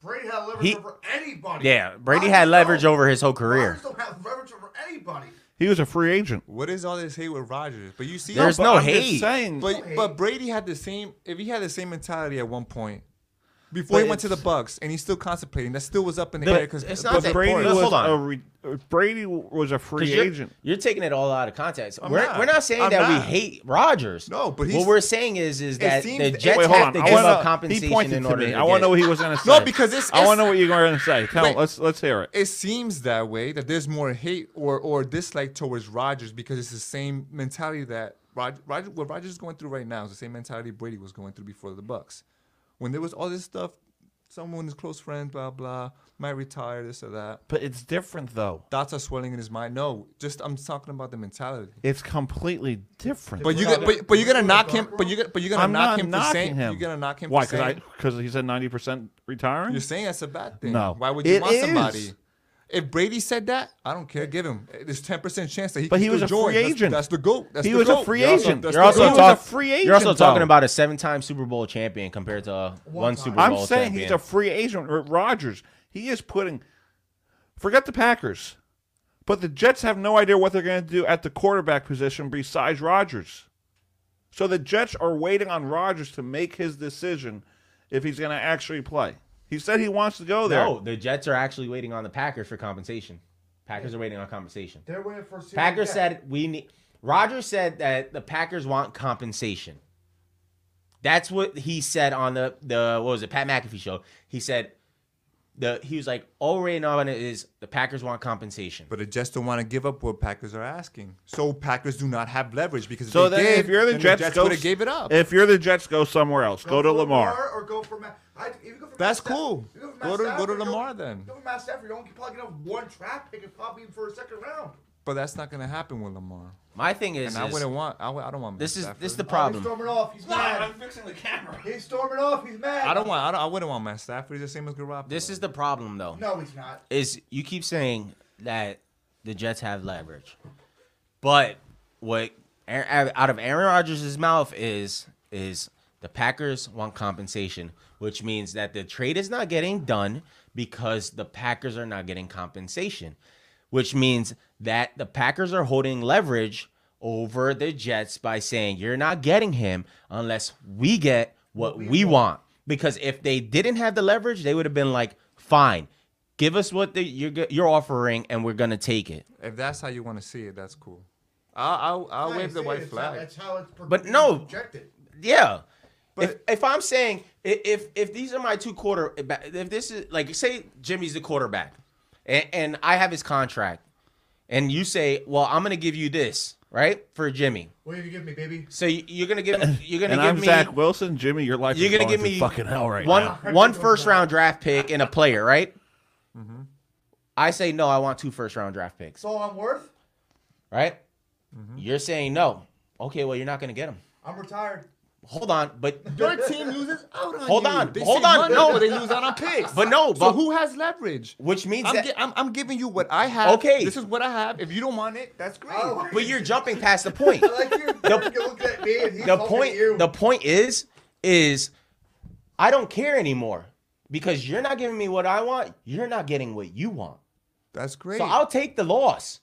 [SPEAKER 5] Brady had leverage
[SPEAKER 4] He-
[SPEAKER 5] over anybody.
[SPEAKER 4] Yeah, Brady
[SPEAKER 5] Rodgers
[SPEAKER 4] had leverage
[SPEAKER 5] don't.
[SPEAKER 4] over his whole career.
[SPEAKER 5] Rodgers don't have leverage over anybody.
[SPEAKER 1] He was a free agent.
[SPEAKER 2] What is all this hate with Rogers? But you see,
[SPEAKER 4] There's
[SPEAKER 1] but
[SPEAKER 4] no
[SPEAKER 1] I'm just
[SPEAKER 4] hate.
[SPEAKER 1] saying,
[SPEAKER 2] but
[SPEAKER 5] no
[SPEAKER 2] but
[SPEAKER 5] hate.
[SPEAKER 2] Brady had the same. If he had the same mentality at one point. Before
[SPEAKER 4] But
[SPEAKER 2] he went to the
[SPEAKER 4] it's-
[SPEAKER 2] Bucks, and he's still contemplating. That still was up in the,
[SPEAKER 4] The-
[SPEAKER 2] air because
[SPEAKER 4] it's
[SPEAKER 1] but
[SPEAKER 4] not that
[SPEAKER 1] Brady
[SPEAKER 4] important.
[SPEAKER 1] was
[SPEAKER 4] Hold on.
[SPEAKER 1] a re, Brady was a free
[SPEAKER 4] 'Cause you're,
[SPEAKER 1] agent.
[SPEAKER 4] You're taking it all out of context.
[SPEAKER 2] I'm
[SPEAKER 4] we're,
[SPEAKER 2] not.
[SPEAKER 4] we're not saying
[SPEAKER 2] I'm
[SPEAKER 4] that
[SPEAKER 2] not.
[SPEAKER 4] we hate Rodgers.
[SPEAKER 2] No, but he's-
[SPEAKER 4] what we're saying is is that
[SPEAKER 2] seems
[SPEAKER 4] the
[SPEAKER 2] that-
[SPEAKER 4] Jets
[SPEAKER 2] Wait,
[SPEAKER 1] hold
[SPEAKER 4] have
[SPEAKER 1] on.
[SPEAKER 4] to
[SPEAKER 1] I
[SPEAKER 4] give
[SPEAKER 1] wanna-
[SPEAKER 4] up
[SPEAKER 1] he
[SPEAKER 4] compensation
[SPEAKER 1] pointed
[SPEAKER 4] in
[SPEAKER 1] to
[SPEAKER 4] order
[SPEAKER 1] me.
[SPEAKER 4] to
[SPEAKER 1] I want
[SPEAKER 4] get-
[SPEAKER 1] to know what he was going to say.
[SPEAKER 2] no, because it's,
[SPEAKER 1] I
[SPEAKER 2] it's-
[SPEAKER 1] want to know what you were going to say. Tell
[SPEAKER 2] Wait.
[SPEAKER 1] let's let's hear it.
[SPEAKER 2] it seems that way that there's more hate or or dislike towards Rodgers because it's the same mentality that Rod, Roger, what Rodgers is going through right now is the same mentality Brady was going through before the Bucks. When there was all this stuff, someone is close friend, blah blah, might retire, this or that.
[SPEAKER 1] But it's different though.
[SPEAKER 2] Thoughts are swelling in his mind. No, just I'm talking about the mentality.
[SPEAKER 1] It's completely different.
[SPEAKER 2] But you
[SPEAKER 5] Without
[SPEAKER 2] got, but, but you're gonna
[SPEAKER 5] without
[SPEAKER 2] knock him. But you got, but you're gonna
[SPEAKER 1] I'm
[SPEAKER 2] knock
[SPEAKER 1] not
[SPEAKER 2] him for
[SPEAKER 1] knocking
[SPEAKER 2] saying
[SPEAKER 1] him.
[SPEAKER 2] you're gonna knock him
[SPEAKER 1] Why?
[SPEAKER 2] for
[SPEAKER 1] Because
[SPEAKER 2] saying
[SPEAKER 1] he said ninety percent retiring.
[SPEAKER 2] You're saying that's a bad thing.
[SPEAKER 1] No.
[SPEAKER 2] Why would you
[SPEAKER 1] It
[SPEAKER 2] want somebody?
[SPEAKER 1] is.
[SPEAKER 2] If Brady said that, I don't care. Give him. There's ten percent chance that he.
[SPEAKER 1] But
[SPEAKER 2] can
[SPEAKER 1] he was
[SPEAKER 2] still
[SPEAKER 1] a
[SPEAKER 2] join.
[SPEAKER 1] free
[SPEAKER 2] That's-
[SPEAKER 1] agent.
[SPEAKER 2] That's, the goat. That's
[SPEAKER 1] He
[SPEAKER 2] the
[SPEAKER 1] was a
[SPEAKER 2] GOAT.
[SPEAKER 1] free
[SPEAKER 2] That's the-
[SPEAKER 1] agent.
[SPEAKER 2] that's
[SPEAKER 4] You're
[SPEAKER 2] the
[SPEAKER 4] also,
[SPEAKER 1] He
[SPEAKER 2] GOAT.
[SPEAKER 1] was a
[SPEAKER 4] talk-
[SPEAKER 1] free
[SPEAKER 4] you're also
[SPEAKER 1] agent,
[SPEAKER 4] talking
[SPEAKER 1] though.
[SPEAKER 4] about a seven-time Super Bowl champion compared to uh, one
[SPEAKER 5] time.
[SPEAKER 4] Super Bowl.
[SPEAKER 1] I'm saying
[SPEAKER 4] champion.
[SPEAKER 1] he's a free agent. with Rodgers. He is putting. Forget the Packers, but the Jets have no idea what they're going to do at the quarterback position besides Rodgers. So the Jets are waiting on Rodgers to make his decision if he's going to actually play. He said he wants to go there.
[SPEAKER 4] No, the Jets are actually waiting on the Packers for compensation. Packers are waiting on compensation.
[SPEAKER 5] They're waiting for. a serious
[SPEAKER 4] Packers
[SPEAKER 5] guy.
[SPEAKER 4] said we need. Rogers said that the Packers want compensation. That's what he said on the the what was it Pat McAfee show. He said the he was like all right now and it is the Packers want compensation.
[SPEAKER 2] But the Jets don't want to give up what Packers are asking. So Packers do not have leverage because
[SPEAKER 1] So
[SPEAKER 2] if they
[SPEAKER 1] then,
[SPEAKER 2] did,
[SPEAKER 1] if you're the
[SPEAKER 2] then
[SPEAKER 1] Jets, go
[SPEAKER 2] would have gave it up.
[SPEAKER 1] If you're the Jets, go somewhere else. Go, to
[SPEAKER 5] for
[SPEAKER 1] Lamar.
[SPEAKER 5] or go for Matt. I, if you go for
[SPEAKER 2] That's
[SPEAKER 5] Matt Stafford-
[SPEAKER 2] cool.
[SPEAKER 5] if you for Matt
[SPEAKER 2] Go to- go to
[SPEAKER 5] Stafford,
[SPEAKER 2] Lamar
[SPEAKER 5] you'll-
[SPEAKER 2] then.
[SPEAKER 5] Go for Matt Stafford. You only probably get one draft pick and probably even for a second round.
[SPEAKER 2] but that's not going to happen with Lamar.
[SPEAKER 4] My thing is,
[SPEAKER 2] And I
[SPEAKER 4] is
[SPEAKER 2] wouldn't want. I, would- I don't want.
[SPEAKER 4] this
[SPEAKER 2] Matt
[SPEAKER 4] is this is the
[SPEAKER 2] Stafford.
[SPEAKER 5] Oh, he's
[SPEAKER 4] problem.
[SPEAKER 5] storming off. He's mad.
[SPEAKER 1] fixing the camera.
[SPEAKER 5] He's storming off. He's mad.
[SPEAKER 2] I don't want. I, don't, I wouldn't want Matt Stafford. He's the same as Garoppolo.
[SPEAKER 4] This is the problem though.
[SPEAKER 5] No, he's not.
[SPEAKER 4] is you keep saying that the Jets have leverage, but what Aaron- out of Aaron Rodgers' mouth is is the Packers want compensation, which means that the trade is not getting done because the Packers are not getting compensation, which means that the Packers are holding leverage over the Jets by saying you're not getting him unless we get what we, want. Because if they didn't have the leverage, they would have been like, fine, give us what the, you're go- you're offering, and we're gonna take it.
[SPEAKER 2] If that's how you want to see it, that's cool. I'll I'll, I'll wave the
[SPEAKER 5] See,
[SPEAKER 2] white
[SPEAKER 5] it's
[SPEAKER 2] flag.
[SPEAKER 5] How, that's how it's pro-
[SPEAKER 4] But no.
[SPEAKER 5] projected.
[SPEAKER 4] Yeah.
[SPEAKER 2] But-
[SPEAKER 4] if, if I'm saying i- if if these are my two quarter if this is like say Jimmy's the quarterback and, and I have his contract and you say well I'm gonna give you this right? For Jimmy.
[SPEAKER 5] What do you give me, baby?
[SPEAKER 4] So you- you're gonna give
[SPEAKER 1] [COUGHS]
[SPEAKER 4] you're gonna
[SPEAKER 1] and
[SPEAKER 4] give
[SPEAKER 1] I'm
[SPEAKER 4] me
[SPEAKER 1] Zach Wilson, Jimmy. Your life.
[SPEAKER 4] You're
[SPEAKER 1] is
[SPEAKER 4] gonna
[SPEAKER 1] going
[SPEAKER 4] give
[SPEAKER 1] through
[SPEAKER 4] me
[SPEAKER 1] fucking hell right
[SPEAKER 4] one
[SPEAKER 1] now. Mm-hmm.
[SPEAKER 4] one first round draft pick and a player, right? I say no. I want two first round draft picks,
[SPEAKER 5] That's all I'm worth.
[SPEAKER 4] right?
[SPEAKER 1] Mm-hmm.
[SPEAKER 4] You're saying no. Okay, well you're not gonna get them.
[SPEAKER 5] I'm retired.
[SPEAKER 4] Hold on, but
[SPEAKER 2] Your team loses out on
[SPEAKER 4] Hold
[SPEAKER 2] you.
[SPEAKER 4] on,
[SPEAKER 2] They
[SPEAKER 4] hold
[SPEAKER 2] save
[SPEAKER 4] on,
[SPEAKER 2] money,
[SPEAKER 4] no.
[SPEAKER 2] but they lose out on picks.
[SPEAKER 4] But no,
[SPEAKER 2] so
[SPEAKER 4] but-
[SPEAKER 2] who has leverage?
[SPEAKER 4] which means
[SPEAKER 2] I'm,
[SPEAKER 4] that.
[SPEAKER 2] gi- I'm, I'm giving you what I have.
[SPEAKER 4] Okay.
[SPEAKER 2] This is what I have. If you don't want it, that's great.
[SPEAKER 5] Oh.
[SPEAKER 4] but you're jumping past
[SPEAKER 1] [LAUGHS]
[SPEAKER 4] the point.
[SPEAKER 5] I like you. you look at me and he's looking
[SPEAKER 4] the
[SPEAKER 5] at
[SPEAKER 4] point
[SPEAKER 5] You.
[SPEAKER 4] the point is is I don't care anymore because you're not giving me what I want. You're not getting what you want.
[SPEAKER 2] That's great.
[SPEAKER 4] So I'll take the loss.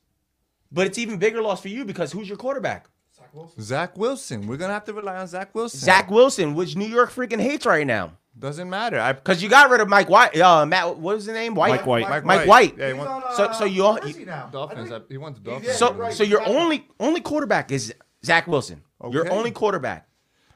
[SPEAKER 4] But it's even bigger loss for you because who's your quarterback?
[SPEAKER 5] Zach Wilson.
[SPEAKER 2] Zach Wilson. We're going to have to rely on Zach Wilson.
[SPEAKER 4] Zach Wilson, which New York freaking hates right now.
[SPEAKER 2] Doesn't matter. I,
[SPEAKER 4] Cause you got rid of Mike White, uh, Matt. What was his name? White.
[SPEAKER 1] Mike White.
[SPEAKER 4] Mike White.
[SPEAKER 2] Yeah, he
[SPEAKER 5] He's
[SPEAKER 2] wants
[SPEAKER 5] on, uh,
[SPEAKER 4] so- so you all-
[SPEAKER 5] where is he now?
[SPEAKER 2] Dolphins.
[SPEAKER 5] I think-
[SPEAKER 2] I- He wants the
[SPEAKER 5] Yeah,
[SPEAKER 2] Dolphins.
[SPEAKER 4] So,
[SPEAKER 5] you're right,
[SPEAKER 4] so your
[SPEAKER 5] you're right.
[SPEAKER 4] only only quarterback is Zach Wilson. Your
[SPEAKER 2] Okay.
[SPEAKER 4] only quarterback,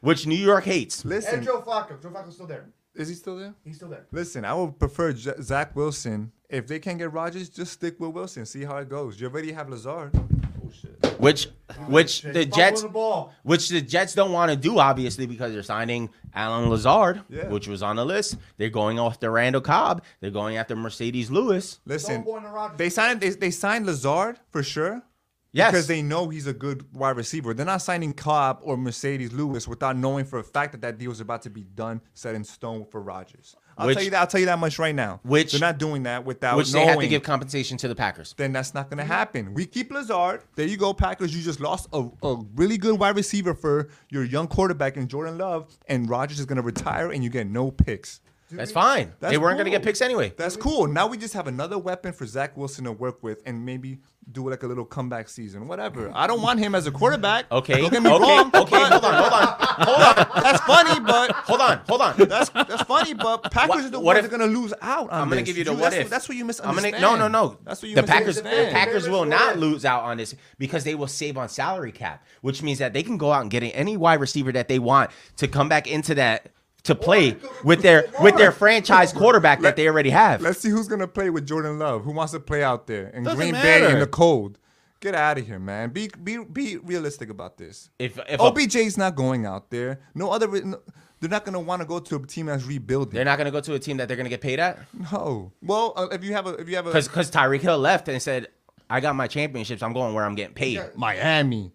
[SPEAKER 4] which New York hates.
[SPEAKER 5] And
[SPEAKER 2] Listen,
[SPEAKER 5] Joe Flacco. Joe Flacco's still there.
[SPEAKER 2] is he still there?
[SPEAKER 5] He's still there.
[SPEAKER 2] Listen, I would prefer J- Zach Wilson. If they can't get Rodgers, just stick with Wilson. See how it goes. You already have Lazard. Oh shit.
[SPEAKER 4] Which, which the
[SPEAKER 5] Fumbling
[SPEAKER 4] Jets,
[SPEAKER 5] The ball.
[SPEAKER 4] which the Jets don't want to do, obviously, because they're signing Alan Lazard,
[SPEAKER 2] Yeah.
[SPEAKER 4] which was on the list. They're going after Randall Cobb. They're going after Mercedes Lewis.
[SPEAKER 2] Listen,
[SPEAKER 5] Don't go on the Rodgers.
[SPEAKER 2] they signed they, they signed Lazard for sure.
[SPEAKER 4] Yes,
[SPEAKER 2] Because they know he's a good wide receiver. They're not signing Cobb or Mercedes Lewis without knowing for a fact that that deal is about to be done, set in stone for Rodgers. I'll
[SPEAKER 4] Which-
[SPEAKER 2] tell you that. I'll tell you that much right now.
[SPEAKER 4] Which-
[SPEAKER 2] they're not doing that without
[SPEAKER 4] which they
[SPEAKER 2] knowing.
[SPEAKER 4] have to give compensation to the Packers.
[SPEAKER 2] then that's not gonna happen. We keep Lazard. There you go, Packers. You just lost a, a really good wide receiver for your young quarterback in Jordan Love, and Rodgers is gonna retire, and you get no picks.
[SPEAKER 4] That's fine.
[SPEAKER 2] That's
[SPEAKER 4] they weren't going to
[SPEAKER 2] cool.
[SPEAKER 4] get picks anyway.
[SPEAKER 2] That's cool. Now we just have another weapon for Zach Wilson to work with, and maybe do like a little comeback season, whatever. I don't want him as a quarterback.
[SPEAKER 4] Okay.
[SPEAKER 2] Don't
[SPEAKER 4] Okay.
[SPEAKER 2] get me wrong.
[SPEAKER 4] Okay. Hold on. Hold on. Hold on.
[SPEAKER 2] That's funny, but
[SPEAKER 4] Hold on.
[SPEAKER 2] [LAUGHS]
[SPEAKER 4] Hold on.
[SPEAKER 2] that's that's funny, but Packers
[SPEAKER 4] What-
[SPEAKER 2] are the
[SPEAKER 4] what
[SPEAKER 2] ones
[SPEAKER 4] if-
[SPEAKER 2] that are gonna lose out. On
[SPEAKER 4] I'm gonna
[SPEAKER 2] this.
[SPEAKER 4] give you the what
[SPEAKER 2] that's
[SPEAKER 4] if.
[SPEAKER 2] That's what you
[SPEAKER 4] I'm gonna
[SPEAKER 2] misunderstand.
[SPEAKER 4] no no no.
[SPEAKER 2] That's what you
[SPEAKER 4] the Packers. The
[SPEAKER 2] misunderstand.
[SPEAKER 4] Packers will
[SPEAKER 5] Favorite
[SPEAKER 4] not
[SPEAKER 5] spread.
[SPEAKER 4] lose out on this because they will save on salary cap, which means that they can go out and get any wide receiver that they want to come back into that to play
[SPEAKER 5] go to
[SPEAKER 4] with their with their
[SPEAKER 5] Lamar.
[SPEAKER 4] franchise quarterback that they already have.
[SPEAKER 2] Let's see who's gonna play with Jordan Love. Who wants to play out there in
[SPEAKER 1] Doesn't
[SPEAKER 2] Green Bay
[SPEAKER 1] matter.
[SPEAKER 2] in the cold? Get out of here, man. Be be be realistic about this.
[SPEAKER 4] If if a-
[SPEAKER 2] OBJ's not going out there. No other. re- No, they're not gonna want to go to a team that's rebuilding.
[SPEAKER 4] they're not going to go to a team that they're going to get paid at
[SPEAKER 2] no. Well, uh, if you have a if you have a
[SPEAKER 4] because because Tyreek Hill left and said, "I got my championships. I'm going where I'm getting paid."
[SPEAKER 5] Yeah.
[SPEAKER 2] Miami,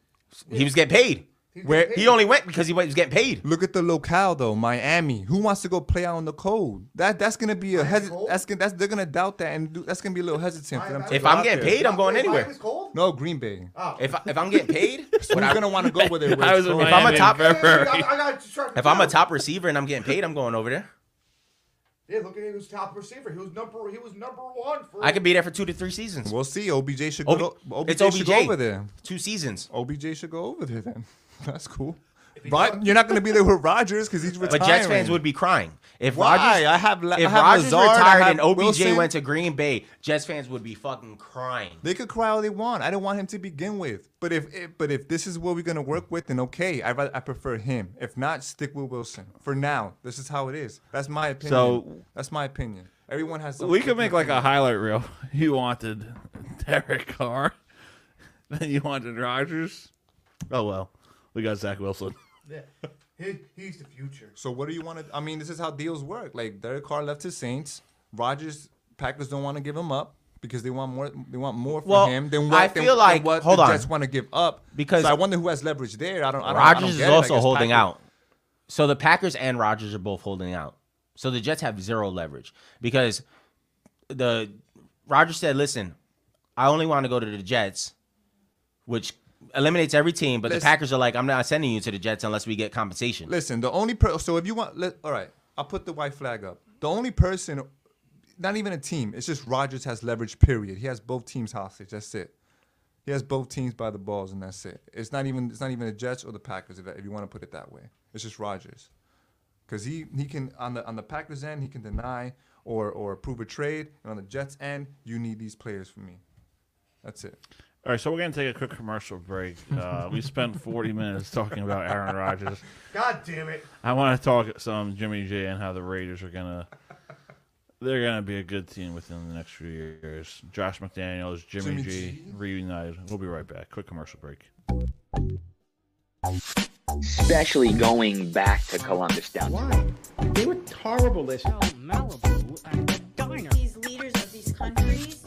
[SPEAKER 4] He was getting paid.
[SPEAKER 2] where
[SPEAKER 4] He only went because he was getting paid.
[SPEAKER 2] look at the locale though, Miami. Who wants to go play out in the cold? That that's gonna be a hesi-
[SPEAKER 5] cold?
[SPEAKER 2] that's gonna that's they're gonna doubt that and do, that's gonna be a little hesitant for them. to
[SPEAKER 5] If
[SPEAKER 2] go
[SPEAKER 4] I'm
[SPEAKER 2] out
[SPEAKER 4] getting
[SPEAKER 2] there.
[SPEAKER 4] paid, I'm going
[SPEAKER 5] Wait,
[SPEAKER 4] anywhere.
[SPEAKER 5] Mike was
[SPEAKER 4] [LAUGHS]
[SPEAKER 5] cold?
[SPEAKER 2] No, Green Bay.
[SPEAKER 5] Oh.
[SPEAKER 4] If I, if I'm getting
[SPEAKER 2] [LAUGHS]
[SPEAKER 4] paid,
[SPEAKER 2] Who's
[SPEAKER 4] when I-
[SPEAKER 2] gonna want to go with [LAUGHS] it?
[SPEAKER 1] I was in
[SPEAKER 4] if I'm a
[SPEAKER 1] Miami
[SPEAKER 4] top-
[SPEAKER 1] in February.
[SPEAKER 5] I, I got distracted
[SPEAKER 4] if I'm a
[SPEAKER 5] too.
[SPEAKER 4] top receiver and I'm getting paid, I'm going over there.
[SPEAKER 5] Yeah, look at him. He was top receiver. He was number. He was number one for.
[SPEAKER 4] I could be there for two to three seasons.
[SPEAKER 2] We'll see. OBJ should
[SPEAKER 4] OB-
[SPEAKER 2] go. OBJ
[SPEAKER 4] it's
[SPEAKER 2] should
[SPEAKER 4] OBJ.
[SPEAKER 2] go over there. Oh,
[SPEAKER 4] Two seasons.
[SPEAKER 2] OBJ should go over there then. [LAUGHS] That's cool. But you're not going to be there with Rodgers because he's retiring.
[SPEAKER 4] But Jets fans would be crying if
[SPEAKER 2] Why?
[SPEAKER 4] Rodgers.
[SPEAKER 2] I have. La-
[SPEAKER 4] If
[SPEAKER 2] I have
[SPEAKER 4] Rodgers
[SPEAKER 2] Lazard, I
[SPEAKER 4] retired
[SPEAKER 2] have
[SPEAKER 4] and OBJ
[SPEAKER 2] Wilson.
[SPEAKER 4] went to Green Bay, Jets fans would be fucking crying.
[SPEAKER 2] they could cry all they want. I don't want him to begin with. But if, if but if this is what we're going to work with, then okay. I rather, I prefer him. If not, stick with Wilson for now. This is how it is. That's my opinion.
[SPEAKER 1] So-
[SPEAKER 2] that's my opinion. Everyone has.
[SPEAKER 1] we could make like a highlight reel. [LAUGHS] You wanted Derek Carr, [LAUGHS] then you wanted Rogers. Oh well, we got Zach Wilson.
[SPEAKER 5] Yeah. He, he's the future.
[SPEAKER 2] So what do you want to? I mean, this is how deals work. Like Derek Carr left to Saints. Rodgers Packers don't want to give him up because they want more. They want more for
[SPEAKER 4] Well,
[SPEAKER 2] him than
[SPEAKER 4] I
[SPEAKER 2] what
[SPEAKER 4] feel
[SPEAKER 2] than- than
[SPEAKER 4] like-
[SPEAKER 2] what
[SPEAKER 4] hold
[SPEAKER 2] the
[SPEAKER 4] on.
[SPEAKER 2] Jets want to give up.
[SPEAKER 4] Because-
[SPEAKER 2] so I wonder who has leverage there. I don't. I don't I don't
[SPEAKER 4] Rodgers
[SPEAKER 2] get
[SPEAKER 4] is
[SPEAKER 2] it. I
[SPEAKER 4] also
[SPEAKER 2] guess
[SPEAKER 4] holding
[SPEAKER 2] Packers-
[SPEAKER 4] out. So the Packers and Rodgers are both holding out. So the Jets have zero leverage because the Rodgers said, "Listen, I only want to go to the Jets," which eliminates every team. But the
[SPEAKER 2] Listen-
[SPEAKER 4] Packers are like, "I'm not sending you to the Jets unless we get compensation."
[SPEAKER 2] Listen, the only person. So if you want, let, all right, I'll put the white flag up. The only person, not even a team. It's just Rodgers has leverage. Period. He has both teams hostage. That's it. He has both teams by the balls, and that's it. It's not even. It's not even the Jets or the Packers. If, if you want to put it that way, it's just Rodgers. Because he, he can on the on the Packers end he can deny or or approve a trade, and on the Jets end you need these players for me. That's it.
[SPEAKER 1] All right, so we're gonna take a quick commercial break. Uh, we spent 40 minutes talking about Aaron Rodgers.
[SPEAKER 5] God damn it.
[SPEAKER 1] I want to talk some Jimmy G and how the Raiders are gonna. They're gonna be a good team within the next few years. Josh McDaniels, Jimmy,
[SPEAKER 2] Jimmy
[SPEAKER 1] G,
[SPEAKER 2] G?
[SPEAKER 1] reunited. We'll be right back. Quick commercial break.
[SPEAKER 6] especially going back to Columbus down.
[SPEAKER 7] Why? They were horrible this year. Malibu at the diner.
[SPEAKER 8] These leaders of these countries.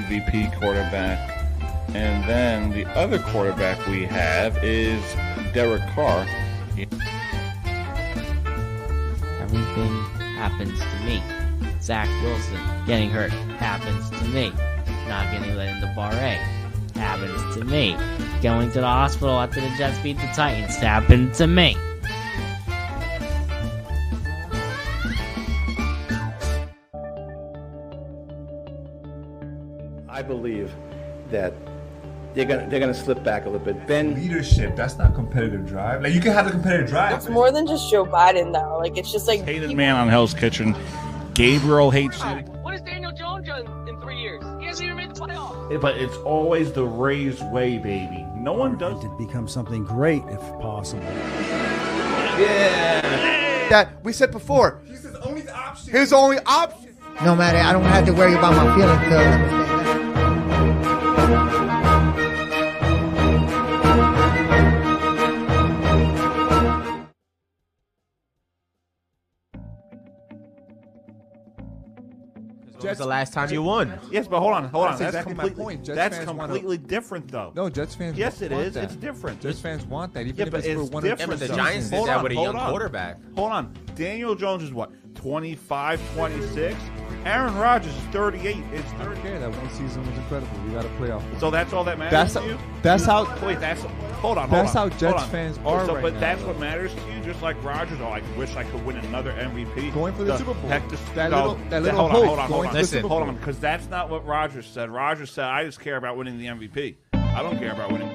[SPEAKER 1] MVP quarterback. And then the other quarterback we have is Derek Carr.
[SPEAKER 9] Everything happens to me. Zach Wilson getting hurt happens to me. Not getting let into bar A happens to me. Going to the hospital after the Jets beat the Titans happened to me.
[SPEAKER 7] I believe that they're gonna they're gonna slip back a little bit. Ben,
[SPEAKER 2] Leadership, that's not competitive drive. Like you can have the competitive drive.
[SPEAKER 10] It's
[SPEAKER 2] but-
[SPEAKER 10] more than just Joe Biden, though. Like, it's just like.
[SPEAKER 1] Hated man on Hell's Kitchen. Gabriel hates it.
[SPEAKER 11] What has Daniel Jones done in three years? He hasn't even made the playoffs.
[SPEAKER 1] But it's always the Rays way, baby. No one does.
[SPEAKER 12] to become something great if possible.
[SPEAKER 5] That we said before.
[SPEAKER 2] He's his only option.
[SPEAKER 5] His only option.
[SPEAKER 13] No matter, I don't have to worry about my feelings. So let me say that.
[SPEAKER 4] When was the last time you won?
[SPEAKER 1] Yes, but hold on, hold on.
[SPEAKER 2] That's
[SPEAKER 1] That's
[SPEAKER 2] exactly my
[SPEAKER 1] completely,
[SPEAKER 2] point. Jets
[SPEAKER 1] that's
[SPEAKER 2] fans wanna-
[SPEAKER 1] completely different, though.
[SPEAKER 2] No, Jets fans.
[SPEAKER 1] Yes, it
[SPEAKER 2] want
[SPEAKER 1] is.
[SPEAKER 2] That.
[SPEAKER 1] It's different.
[SPEAKER 2] Jets
[SPEAKER 1] It's-
[SPEAKER 2] fans want that, even
[SPEAKER 1] Yeah,
[SPEAKER 2] if
[SPEAKER 1] but
[SPEAKER 2] it's, for
[SPEAKER 1] it's
[SPEAKER 2] one.
[SPEAKER 1] different.
[SPEAKER 4] Yeah, but the
[SPEAKER 1] though.
[SPEAKER 4] Giants did
[SPEAKER 1] Hold
[SPEAKER 4] that
[SPEAKER 1] on,
[SPEAKER 4] with a
[SPEAKER 1] hold
[SPEAKER 4] young
[SPEAKER 1] on.
[SPEAKER 4] quarterback.
[SPEAKER 1] Hold on. Daniel Jones is what? 25, 26? Aaron Rodgers is 38. It's
[SPEAKER 2] I don't care. That one season was incredible. We got a playoff.
[SPEAKER 1] So that's all that matters
[SPEAKER 2] That's
[SPEAKER 1] to you?
[SPEAKER 2] that's how
[SPEAKER 1] Wait, that's hold on. Hold on,
[SPEAKER 2] That's how
[SPEAKER 1] hold
[SPEAKER 2] Jets
[SPEAKER 1] on.
[SPEAKER 2] fans are
[SPEAKER 1] So,
[SPEAKER 2] right
[SPEAKER 1] but
[SPEAKER 2] now,
[SPEAKER 1] that's
[SPEAKER 2] though.
[SPEAKER 1] what matters to you, just like Rogers. Oh, I wish I could win another MVP.
[SPEAKER 2] Going for the Super Bowl.
[SPEAKER 1] Heck, this,
[SPEAKER 2] That
[SPEAKER 1] no,
[SPEAKER 2] little- that little
[SPEAKER 1] hold on,
[SPEAKER 2] hope,
[SPEAKER 1] hold on,
[SPEAKER 2] going
[SPEAKER 1] hold on.
[SPEAKER 2] to the
[SPEAKER 4] Listen, Super
[SPEAKER 1] hold
[SPEAKER 2] Bowl.
[SPEAKER 1] on, because that's not what Rogers said. Rogers said, "I just care about winning the MVP. I don't care about winning."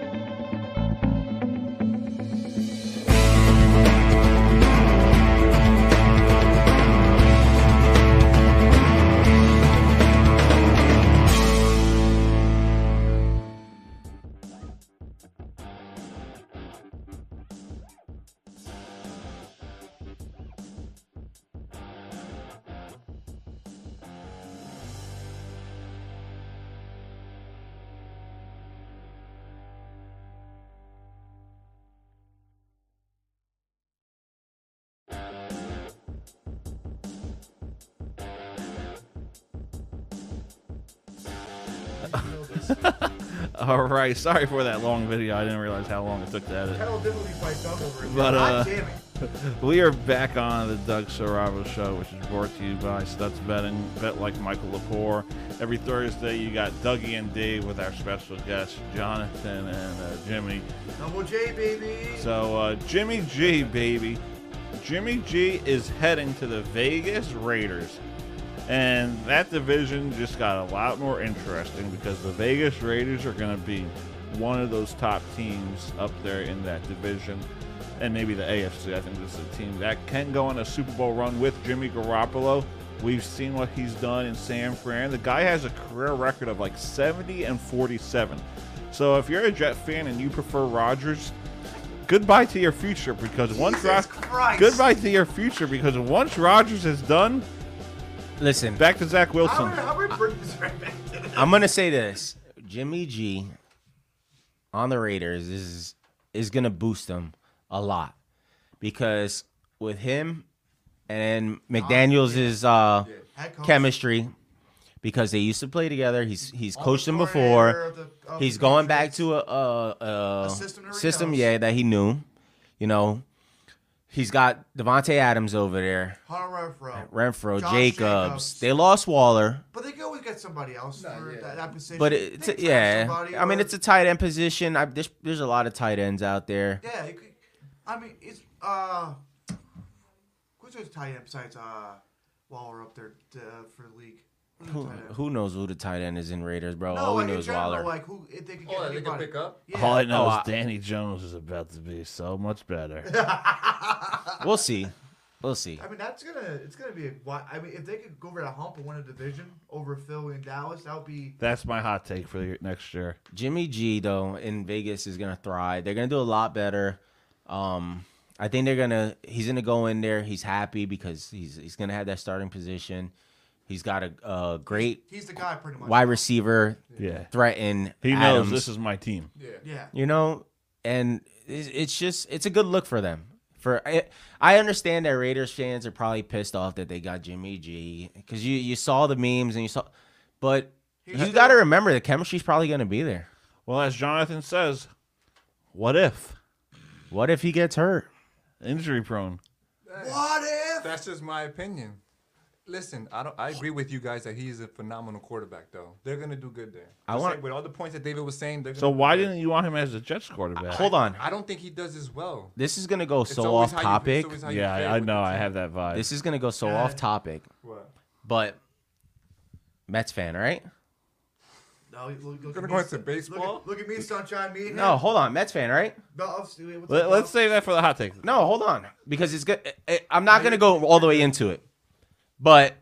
[SPEAKER 1] All right, sorry for that long video. I didn't realize how long it took to edit.
[SPEAKER 5] Technical difficulties by Doug over here.
[SPEAKER 1] But, uh,
[SPEAKER 5] God damn it.
[SPEAKER 1] We are back on the Doug Saravo Show, which is brought to you by Stutz Betting. Bet like Michael Lepore. Every Thursday, you got Dougie and Dave with our special guests, Jonathan and uh, Jimmy.
[SPEAKER 5] Double J, baby.
[SPEAKER 1] So, uh, Jimmy G, baby. Jimmy G is heading to the Vegas Raiders. And that division just got a lot more interesting because the Vegas Raiders are going to be one of those top teams up there in that division. And maybe the AFC. I think this is a team that can go on a Super Bowl run with Jimmy Garoppolo. We've seen what he's done in San Fran. The guy has a career record of like 70 and 47. So if you're a Jet fan and you prefer Rodgers, goodbye to your future because once
[SPEAKER 5] Jesus
[SPEAKER 1] Rod-
[SPEAKER 5] Christ.
[SPEAKER 1] goodbye to your future because once Rodgers is done,
[SPEAKER 4] Listen,
[SPEAKER 1] back to Zach
[SPEAKER 5] How
[SPEAKER 1] Wilson.
[SPEAKER 5] would, how would bring this right back to the
[SPEAKER 4] I'm gonna say this: Jimmy G on the Raiders is is gonna boost them a lot because with him and McDaniel's is uh,
[SPEAKER 5] head coach?
[SPEAKER 4] chemistry because they used to play together. He's he's coached them before. He's going back to a, a, a
[SPEAKER 5] system that he
[SPEAKER 4] system,
[SPEAKER 5] knows.
[SPEAKER 4] yeah, that he knew. You know, he's got Devonte Adams over there, Renfro,
[SPEAKER 5] Josh
[SPEAKER 4] Jacobs.
[SPEAKER 5] Jacobs.
[SPEAKER 4] They lost Waller.
[SPEAKER 5] But they could always get somebody else for that, that position.
[SPEAKER 4] But
[SPEAKER 5] They
[SPEAKER 4] it's
[SPEAKER 5] could
[SPEAKER 4] a,
[SPEAKER 5] get
[SPEAKER 4] yeah,
[SPEAKER 5] somebody
[SPEAKER 4] I mean
[SPEAKER 5] or-
[SPEAKER 4] it's a tight end position. I, there's there's a lot of tight ends out there.
[SPEAKER 5] yeah. You could, I mean it's uh, who's those tight end besides uh, Waller up there uh, for the league? Who's the
[SPEAKER 4] Who,
[SPEAKER 5] tight end?
[SPEAKER 4] who knows who the tight end is in Raiders, bro?
[SPEAKER 5] No,
[SPEAKER 4] All we
[SPEAKER 5] like
[SPEAKER 4] know
[SPEAKER 5] in
[SPEAKER 4] is
[SPEAKER 5] general,
[SPEAKER 4] Waller.
[SPEAKER 5] like who if they could get
[SPEAKER 2] Oh, that they could
[SPEAKER 5] anybody.
[SPEAKER 2] pick up?
[SPEAKER 5] Yeah.
[SPEAKER 1] All I know
[SPEAKER 4] Oh,
[SPEAKER 1] is
[SPEAKER 4] I-
[SPEAKER 1] Danny Jones is about to be so much better.
[SPEAKER 4] We'll see. We'll see.
[SPEAKER 3] I mean, that's gonna it's gonna be. A, wi- I mean, if they could go over the hump and win a division over Phil and Dallas, that would be.
[SPEAKER 4] That's my hot take for the next year. Jimmy G though in Vegas is gonna thrive. They're gonna do a lot better. Um, I think they're gonna. He's gonna go in there. He's happy because he's he's gonna have that starting position. He's got a, a great
[SPEAKER 3] He's the guy, pretty much.
[SPEAKER 4] wide receiver.
[SPEAKER 14] Yeah.
[SPEAKER 4] threaten.
[SPEAKER 14] He knows
[SPEAKER 4] Adams.
[SPEAKER 14] this is my team.
[SPEAKER 3] Yeah. Yeah.
[SPEAKER 4] You know, and it's, it's just it's a good look for them. For I, I understand that Raiders fans are probably pissed off that they got Jimmy G because you you saw the memes and you saw, but you got to remember the chemistry's probably going to be there.
[SPEAKER 14] Well, as Jonathan says, what if?
[SPEAKER 4] What if he gets hurt?
[SPEAKER 14] Injury prone.
[SPEAKER 3] What if?
[SPEAKER 2] That's just my opinion. Listen, I don't. I agree with you guys that he's a phenomenal quarterback, though. They're gonna do good there.
[SPEAKER 14] I
[SPEAKER 2] I want
[SPEAKER 14] want-
[SPEAKER 2] like with all the points that David was saying. They're
[SPEAKER 14] So
[SPEAKER 2] gonna do
[SPEAKER 14] why
[SPEAKER 2] good.
[SPEAKER 14] didn't you want him as the Jets quarterback?
[SPEAKER 4] Hold on.
[SPEAKER 2] I don't think he does as well.
[SPEAKER 4] This is gonna go
[SPEAKER 2] It's
[SPEAKER 4] so
[SPEAKER 2] always
[SPEAKER 4] off
[SPEAKER 2] how you- it's
[SPEAKER 4] topic.
[SPEAKER 2] always how you
[SPEAKER 14] Yeah,
[SPEAKER 2] fare
[SPEAKER 14] I, I
[SPEAKER 2] with
[SPEAKER 14] know.
[SPEAKER 2] the
[SPEAKER 14] I
[SPEAKER 2] team.
[SPEAKER 14] have that vibe.
[SPEAKER 4] This is gonna go so
[SPEAKER 2] Yeah.
[SPEAKER 4] off topic.
[SPEAKER 2] What?
[SPEAKER 4] But Mets fan, right?
[SPEAKER 3] No, look, look at
[SPEAKER 2] Gonna
[SPEAKER 3] me,
[SPEAKER 2] go into
[SPEAKER 3] look at-
[SPEAKER 2] baseball?
[SPEAKER 3] Look at, me, sunshine. Me. and
[SPEAKER 4] No,
[SPEAKER 3] him.
[SPEAKER 4] hold on, Mets fan, right?
[SPEAKER 3] No, I'll see- what's
[SPEAKER 14] Let,
[SPEAKER 3] up,
[SPEAKER 14] us
[SPEAKER 3] Phil?
[SPEAKER 14] save that for the hot take.
[SPEAKER 4] No, hold on, because it's good. I- I- I'm not gonna go all the way into it, but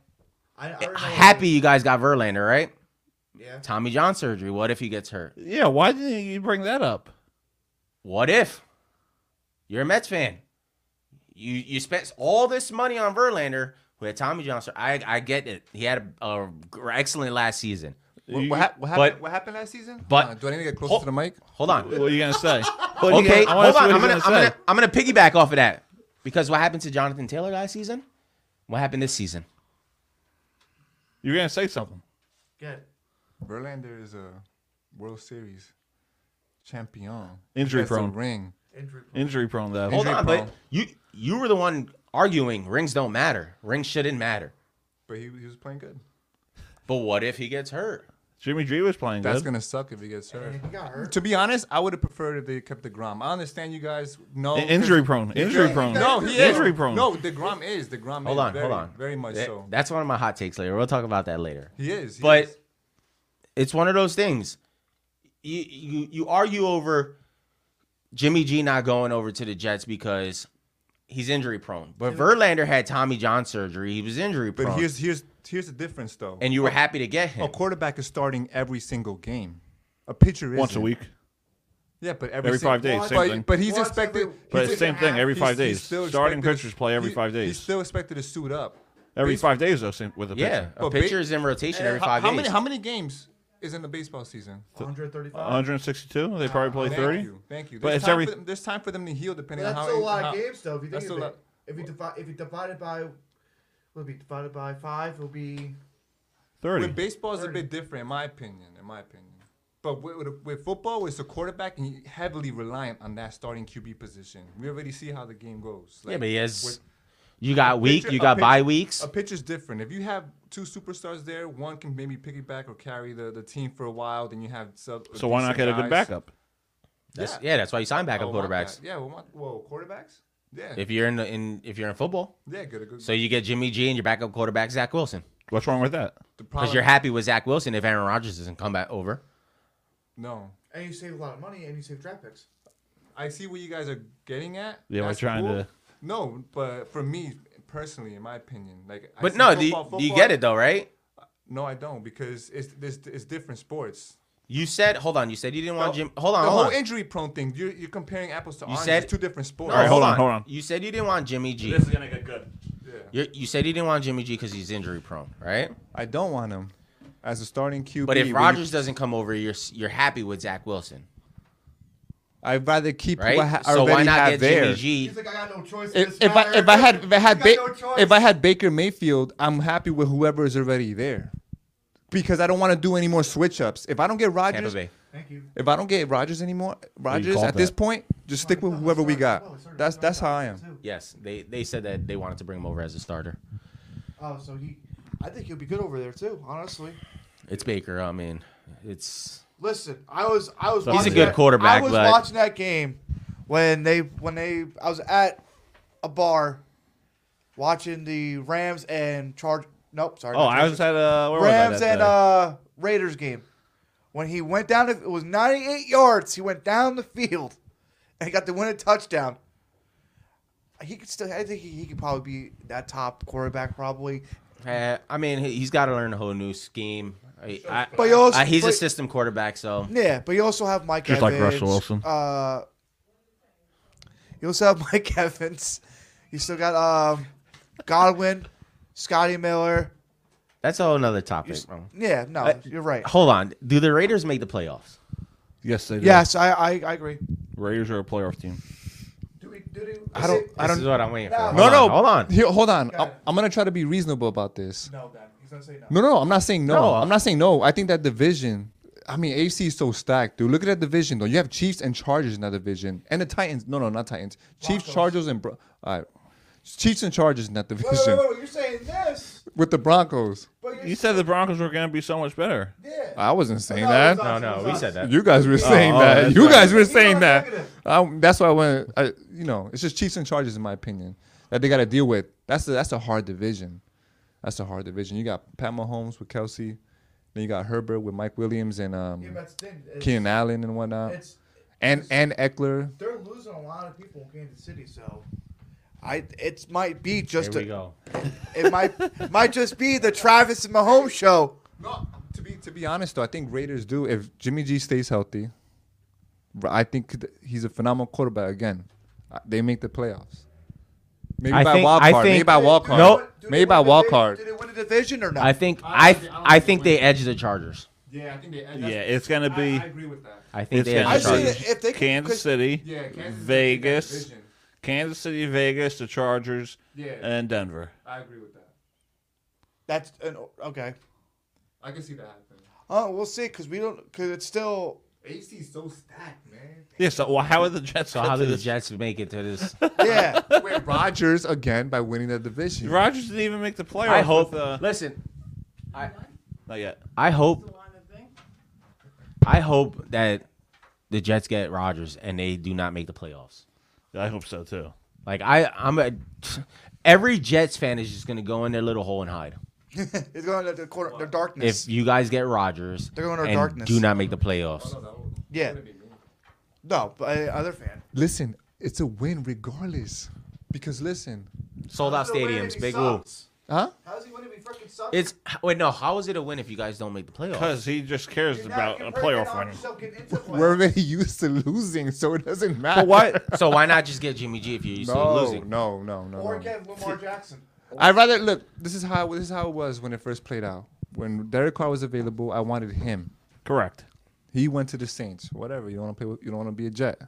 [SPEAKER 3] I, I already know what
[SPEAKER 4] happy you guys got Verlander, right?
[SPEAKER 3] Yeah.
[SPEAKER 4] Tommy John surgery. What if he gets hurt?
[SPEAKER 14] Yeah, why didn't you bring that up?
[SPEAKER 4] What if you're a Mets fan? You you spent all this money on Verlander who had Tommy John. Sur- I I get it. He had a, a gr- excellent last season.
[SPEAKER 2] What, what, hap- what happened? what happened last season?
[SPEAKER 4] But-
[SPEAKER 2] Hold on, do I need to get closer
[SPEAKER 4] Hol-
[SPEAKER 2] to the mic?
[SPEAKER 4] Hold on.
[SPEAKER 14] What are you
[SPEAKER 4] [LAUGHS]
[SPEAKER 14] gonna say? What are you
[SPEAKER 4] Okay,
[SPEAKER 14] gonna- I wanna
[SPEAKER 4] hold
[SPEAKER 14] see
[SPEAKER 4] on.
[SPEAKER 14] what
[SPEAKER 4] I'm
[SPEAKER 14] he's
[SPEAKER 4] gonna, I'm
[SPEAKER 14] say.
[SPEAKER 4] gonna I'm gonna piggyback off of that because what happened to Jonathan Taylor last season? What happened this season?
[SPEAKER 14] You're gonna say something.
[SPEAKER 3] Good.
[SPEAKER 2] Verlander is a World Series champion.
[SPEAKER 14] Injury
[SPEAKER 2] He has a
[SPEAKER 14] prone.
[SPEAKER 2] Ring.
[SPEAKER 3] Injury.
[SPEAKER 14] Injury prone though.
[SPEAKER 4] Hold
[SPEAKER 2] Injury
[SPEAKER 4] on,
[SPEAKER 2] prone.
[SPEAKER 4] but you you were the one arguing rings don't matter. Rings shouldn't matter.
[SPEAKER 2] But he, he was playing good.
[SPEAKER 4] But what if he gets hurt?
[SPEAKER 14] Jimmy G was playing
[SPEAKER 2] That's
[SPEAKER 14] good.
[SPEAKER 2] gonna suck if he gets hurt.
[SPEAKER 3] He got hurt.
[SPEAKER 2] To be honest, I would have preferred if they kept the Grom. I understand you guys know
[SPEAKER 14] In- injury prone.
[SPEAKER 2] Yeah.
[SPEAKER 14] Injury prone.
[SPEAKER 2] No, he is
[SPEAKER 14] Injury prone.
[SPEAKER 2] No, the Grom is the Grom.
[SPEAKER 4] Hold
[SPEAKER 2] is
[SPEAKER 4] on,
[SPEAKER 2] very,
[SPEAKER 4] hold on.
[SPEAKER 2] Very much
[SPEAKER 4] That-
[SPEAKER 2] so.
[SPEAKER 4] That's one of my hot takes later. We'll talk about that later.
[SPEAKER 2] He is. he
[SPEAKER 4] But
[SPEAKER 2] is.
[SPEAKER 4] it's one of those things. You you you argue over Jimmy G not going over to the Jets because he's injury prone. But Verlander had Tommy John surgery. He was injury
[SPEAKER 2] but
[SPEAKER 4] prone.
[SPEAKER 2] here's Oh. here's here's the difference though.
[SPEAKER 4] and you were happy to get him.
[SPEAKER 2] a quarterback is starting every single game. A pitcher is
[SPEAKER 14] Once a week.
[SPEAKER 2] Yeah, but every,
[SPEAKER 14] Every
[SPEAKER 2] sing-
[SPEAKER 14] five days,
[SPEAKER 2] But,
[SPEAKER 14] same thing.
[SPEAKER 2] but he's
[SPEAKER 3] Once
[SPEAKER 2] expected.
[SPEAKER 3] every-
[SPEAKER 2] he's
[SPEAKER 14] But
[SPEAKER 2] ex-
[SPEAKER 14] it's same thing every
[SPEAKER 2] he's- he's
[SPEAKER 14] five days.
[SPEAKER 2] still
[SPEAKER 14] Starting
[SPEAKER 2] expected-
[SPEAKER 14] pitchers play every
[SPEAKER 2] he-
[SPEAKER 14] five days.
[SPEAKER 2] He's still expected to suit up.
[SPEAKER 14] Every
[SPEAKER 2] Base-
[SPEAKER 14] five days though, same with a pitcher.
[SPEAKER 4] yeah, a
[SPEAKER 2] But ba-
[SPEAKER 4] pitcher is in rotation every
[SPEAKER 2] How-
[SPEAKER 4] five
[SPEAKER 2] how
[SPEAKER 4] days.
[SPEAKER 2] many how many games is in the baseball season?
[SPEAKER 3] 135.
[SPEAKER 14] 162. They probably play
[SPEAKER 2] Thank
[SPEAKER 14] 30.
[SPEAKER 2] you. Thank you.
[SPEAKER 14] But
[SPEAKER 2] There's
[SPEAKER 14] it's
[SPEAKER 2] time
[SPEAKER 14] every-
[SPEAKER 2] for them, there's time for them to heal depending
[SPEAKER 3] But
[SPEAKER 2] on
[SPEAKER 3] that's
[SPEAKER 2] how
[SPEAKER 3] still a lot
[SPEAKER 2] how-
[SPEAKER 3] of games, though. If you
[SPEAKER 2] that's
[SPEAKER 3] think
[SPEAKER 2] still
[SPEAKER 3] of
[SPEAKER 2] a
[SPEAKER 3] it, if you divide if you divide it by, will be divided by five. It'll be
[SPEAKER 14] 30.
[SPEAKER 2] With baseball is a
[SPEAKER 3] 30.
[SPEAKER 2] bit different, in my opinion. In my opinion, but with, with, with football, it's a quarterback and you heavily reliant on that starting QB position. We already see how the game goes.
[SPEAKER 4] yeah, but he has.
[SPEAKER 2] with-
[SPEAKER 4] You got week.
[SPEAKER 2] pitcher-
[SPEAKER 4] You
[SPEAKER 2] a
[SPEAKER 4] got
[SPEAKER 2] pitch-
[SPEAKER 4] bye weeks.
[SPEAKER 2] A pitch is different. If you have two superstars there, one can maybe piggyback or carry the, the team for a while. Then you have sub.
[SPEAKER 14] So why not
[SPEAKER 2] decent
[SPEAKER 14] get a good
[SPEAKER 2] guys.
[SPEAKER 14] backup?
[SPEAKER 4] That's, yeah. that's why you sign
[SPEAKER 2] I
[SPEAKER 4] backup
[SPEAKER 2] would want that.
[SPEAKER 4] quarterbacks.
[SPEAKER 2] Yeah, we want whoa quarterbacks. Yeah,
[SPEAKER 4] If you're in the in if you're in football,
[SPEAKER 2] yeah, get a good.
[SPEAKER 4] so you get Jimmy G and your backup quarterback Zach Wilson
[SPEAKER 14] What's wrong with that?
[SPEAKER 2] the
[SPEAKER 4] because
[SPEAKER 2] problem-
[SPEAKER 4] you're happy with Zach Wilson if Aaron Rodgers doesn't come back over.
[SPEAKER 2] No,
[SPEAKER 3] and you save a lot of money and you save draft picks.
[SPEAKER 2] I see what you guys are getting at.
[SPEAKER 14] Yeah, we're trying to-
[SPEAKER 2] No, but for me personally, in my opinion, like. I
[SPEAKER 4] But
[SPEAKER 2] see
[SPEAKER 4] no, do you,
[SPEAKER 2] football-
[SPEAKER 4] do you
[SPEAKER 2] football-
[SPEAKER 4] get it though, right?
[SPEAKER 2] No, I don't because it's it's, it's different sports.
[SPEAKER 4] You said, hold on. You said you didn't want Oh, Jim. Hold on,
[SPEAKER 2] the
[SPEAKER 4] hold
[SPEAKER 2] whole
[SPEAKER 4] on.
[SPEAKER 2] injury prone thing. You're, you're comparing apples to
[SPEAKER 4] You
[SPEAKER 2] oranges.
[SPEAKER 4] said-
[SPEAKER 2] two different sports.
[SPEAKER 14] All right, hold on, hold on.
[SPEAKER 4] You said you didn't want Jimmy G.
[SPEAKER 14] This is going to get good.
[SPEAKER 4] You're, you said you didn't want Jimmy G because he's injury prone, right?
[SPEAKER 2] I don't want him as a starting QB.
[SPEAKER 4] But
[SPEAKER 2] when
[SPEAKER 4] if
[SPEAKER 2] you-
[SPEAKER 4] Rodgers doesn't come over, you're s- you're happy with Zach Wilson,
[SPEAKER 2] I'd rather keep
[SPEAKER 4] right?
[SPEAKER 2] what I ha-
[SPEAKER 4] so
[SPEAKER 2] already
[SPEAKER 4] why not
[SPEAKER 2] have
[SPEAKER 4] get
[SPEAKER 2] there.
[SPEAKER 4] Jimmy G?
[SPEAKER 3] He's like, I got no choice. in
[SPEAKER 2] If,
[SPEAKER 3] this
[SPEAKER 2] if I
[SPEAKER 3] matter."
[SPEAKER 2] if I had if I
[SPEAKER 3] [LAUGHS]
[SPEAKER 2] had
[SPEAKER 3] You
[SPEAKER 2] ba-
[SPEAKER 3] got no choice.
[SPEAKER 2] if I had Baker Mayfield, I'm happy with whoever is already there, because I don't want to do any more switch ups. If I don't get
[SPEAKER 4] Tampa
[SPEAKER 2] Rodgers,
[SPEAKER 4] Bay.
[SPEAKER 3] Thank you.
[SPEAKER 2] if I don't get Rodgers anymore, Rodgers
[SPEAKER 14] called
[SPEAKER 2] at this
[SPEAKER 14] that.
[SPEAKER 2] point, just stick with whoever we got. That's that's how I am.
[SPEAKER 4] Yes, they they said that they wanted to bring him over as a starter.
[SPEAKER 3] Oh, so he. I think he'll be good over there too. Honestly,
[SPEAKER 4] It's Baker. I mean, it's
[SPEAKER 3] listen. I was I was.
[SPEAKER 14] He's a
[SPEAKER 3] watching
[SPEAKER 4] good
[SPEAKER 3] that-
[SPEAKER 4] quarterback,
[SPEAKER 3] I was
[SPEAKER 4] but-
[SPEAKER 3] watching that game when they when they I was at a bar watching the Rams and Charge. Nope, sorry.
[SPEAKER 14] Oh,
[SPEAKER 3] not
[SPEAKER 14] I was
[SPEAKER 3] Chargers.
[SPEAKER 14] at uh, where
[SPEAKER 3] Rams
[SPEAKER 14] was I that
[SPEAKER 3] and
[SPEAKER 14] day?
[SPEAKER 3] uh, Raiders game. When he went down, to, it was 98 yards. He went down the field and got the winning touchdown. he could still. I think he, he could probably be that top quarterback, probably.
[SPEAKER 4] Uh, I mean, he- he's got to learn a whole new scheme. I, I,
[SPEAKER 3] But you also-
[SPEAKER 4] I- he's a
[SPEAKER 3] but-
[SPEAKER 4] system quarterback, so
[SPEAKER 3] Yeah, but you also have Mike
[SPEAKER 4] Just like
[SPEAKER 3] Evans.
[SPEAKER 4] Russell Wilson.
[SPEAKER 3] Uh, you also have [LAUGHS] Mike Evans. You still got um, Godwin, Scotty Miller.
[SPEAKER 4] that's a whole another topic. bro.
[SPEAKER 3] Yeah, no,
[SPEAKER 4] Uh,
[SPEAKER 3] you're right.
[SPEAKER 4] Hold on, do the Raiders make the playoffs?
[SPEAKER 14] Yes, they do.
[SPEAKER 3] Yes, I, I, I agree.
[SPEAKER 14] Raiders are a playoff team.
[SPEAKER 3] I don't.
[SPEAKER 4] I don't- is what I'm waiting for.
[SPEAKER 3] No.
[SPEAKER 4] Hold on, hold on.
[SPEAKER 2] Here, hold on. I'm, I'm gonna try to be reasonable about this.
[SPEAKER 3] No, Ben. He's gonna say no.
[SPEAKER 2] No, no, I'm not saying no.
[SPEAKER 4] No.
[SPEAKER 2] I'm not saying no. I think that division. I mean, AFC is so stacked, dude. Look at that division, though. You have Chiefs and Chargers in that division, and the Titans. No, no, not Titans. Chiefs, Chargers, and Bro- all right. Chiefs and Chargers in that division
[SPEAKER 15] Wait, wait, wait, wait, You're saying this?
[SPEAKER 2] with the Broncos.
[SPEAKER 14] You said the Broncos were going to be so much better.
[SPEAKER 2] I wasn't saying
[SPEAKER 14] No,
[SPEAKER 2] that.
[SPEAKER 14] it was us, No, it no, was we us. said that.
[SPEAKER 2] You guys were
[SPEAKER 14] Oh,
[SPEAKER 2] saying
[SPEAKER 14] oh,
[SPEAKER 2] that.
[SPEAKER 14] that's
[SPEAKER 2] You
[SPEAKER 14] right.
[SPEAKER 2] guys were
[SPEAKER 14] You
[SPEAKER 2] saying
[SPEAKER 14] were
[SPEAKER 2] that.
[SPEAKER 14] negative.
[SPEAKER 2] Um, that's why I went. I, you know, it's just Chiefs and Chargers, in my opinion, that they got to deal with. That's a, that's a hard division. That's a hard division. You got Pat Mahomes with Kelsey, then you got Herbert with Mike Williams and um,
[SPEAKER 15] Yeah, but it's thin. It's-
[SPEAKER 2] Keenan Allen and whatnot,
[SPEAKER 15] it's-
[SPEAKER 2] and and Eckler.
[SPEAKER 15] They're losing a lot of people in Kansas City, so
[SPEAKER 3] I it might be just
[SPEAKER 4] Here we
[SPEAKER 3] a-
[SPEAKER 4] go.
[SPEAKER 3] It might might just be the Travis and Mahomes show.
[SPEAKER 2] To be to be honest though, I think Raiders do if Jimmy G stays healthy. r- I think th- he's a phenomenal quarterback again. Uh, They make the playoffs. Maybe
[SPEAKER 4] I
[SPEAKER 2] by
[SPEAKER 4] think-
[SPEAKER 2] wild
[SPEAKER 4] I
[SPEAKER 2] card. maybe
[SPEAKER 4] think-
[SPEAKER 2] by wild card.
[SPEAKER 4] Nope. Do they
[SPEAKER 2] Maybe by
[SPEAKER 4] win the
[SPEAKER 2] wild
[SPEAKER 4] divi-
[SPEAKER 2] card.
[SPEAKER 3] Did they win a division or not?
[SPEAKER 4] I think I th- I think they edge the Chargers.
[SPEAKER 1] Yeah, I think they.
[SPEAKER 14] Yeah, it's going to be. I,
[SPEAKER 1] agree with that.
[SPEAKER 4] I think
[SPEAKER 14] it's
[SPEAKER 4] they
[SPEAKER 14] gonna
[SPEAKER 4] have the
[SPEAKER 14] be
[SPEAKER 4] Chargers. I see
[SPEAKER 3] if they-
[SPEAKER 14] Kansas
[SPEAKER 3] 'cause-
[SPEAKER 14] City,
[SPEAKER 3] Yeah, Kansas City
[SPEAKER 14] Vegas,
[SPEAKER 3] division.
[SPEAKER 14] Kansas City, Vegas, the Chargers,
[SPEAKER 1] Yeah.
[SPEAKER 14] and Denver.
[SPEAKER 1] I agree with that.
[SPEAKER 3] That's an, okay.
[SPEAKER 1] I can see that happening.
[SPEAKER 3] Oh, we'll see, cause we don't, cause it's still.
[SPEAKER 1] AC is so stacked,
[SPEAKER 2] [LAUGHS]
[SPEAKER 1] man.
[SPEAKER 14] Yeah, so well, how are the Jets?
[SPEAKER 4] So
[SPEAKER 14] get
[SPEAKER 4] how
[SPEAKER 14] to
[SPEAKER 4] do the
[SPEAKER 14] this?
[SPEAKER 4] Jets make it to this?
[SPEAKER 3] Yeah.
[SPEAKER 2] Wait, Rodgers again by winning the division.
[SPEAKER 14] Rodgers didn't even make the playoffs.
[SPEAKER 4] [LAUGHS] I hope.
[SPEAKER 14] with, uh,
[SPEAKER 4] listen, I
[SPEAKER 14] not yet.
[SPEAKER 4] I hope. I hope that the Jets get Rodgers and they do not make the playoffs.
[SPEAKER 14] I hope so too.
[SPEAKER 4] Like I, I'm a. Every Jets fan is just gonna go in their little hole and hide.
[SPEAKER 3] It's going to the corner, the darkness.
[SPEAKER 4] If you guys get Rodgers,
[SPEAKER 3] They're going to
[SPEAKER 4] and
[SPEAKER 3] darkness.
[SPEAKER 4] do not make the playoffs.
[SPEAKER 3] yeah. No, but uh, other fan.
[SPEAKER 2] Listen, it's a win regardless. Because listen,
[SPEAKER 4] Sold out stadiums, big woo.
[SPEAKER 2] Huh?
[SPEAKER 15] how's he winning? if He freaking sucks.
[SPEAKER 4] It's wait no. How is it a win if you guys don't make the playoffs? [LAUGHS]
[SPEAKER 14] 'Cause he just cares
[SPEAKER 4] You're
[SPEAKER 14] about a playoff win.
[SPEAKER 2] We're already [LAUGHS] used to losing, so it doesn't matter. [LAUGHS]
[SPEAKER 4] But why? so why not just get Jimmy G if you're used
[SPEAKER 2] No,
[SPEAKER 4] to losing?
[SPEAKER 2] no, no, no,
[SPEAKER 15] or
[SPEAKER 2] no.
[SPEAKER 15] get
[SPEAKER 4] [LAUGHS]
[SPEAKER 15] Lamar Jackson.
[SPEAKER 2] I'd rather look. This is how this is how it was when it first played out. When Derek Carr was available, I wanted him.
[SPEAKER 14] Correct.
[SPEAKER 2] He went to the Saints. Whatever. You don't want to play. With, you don't want to be a Jet.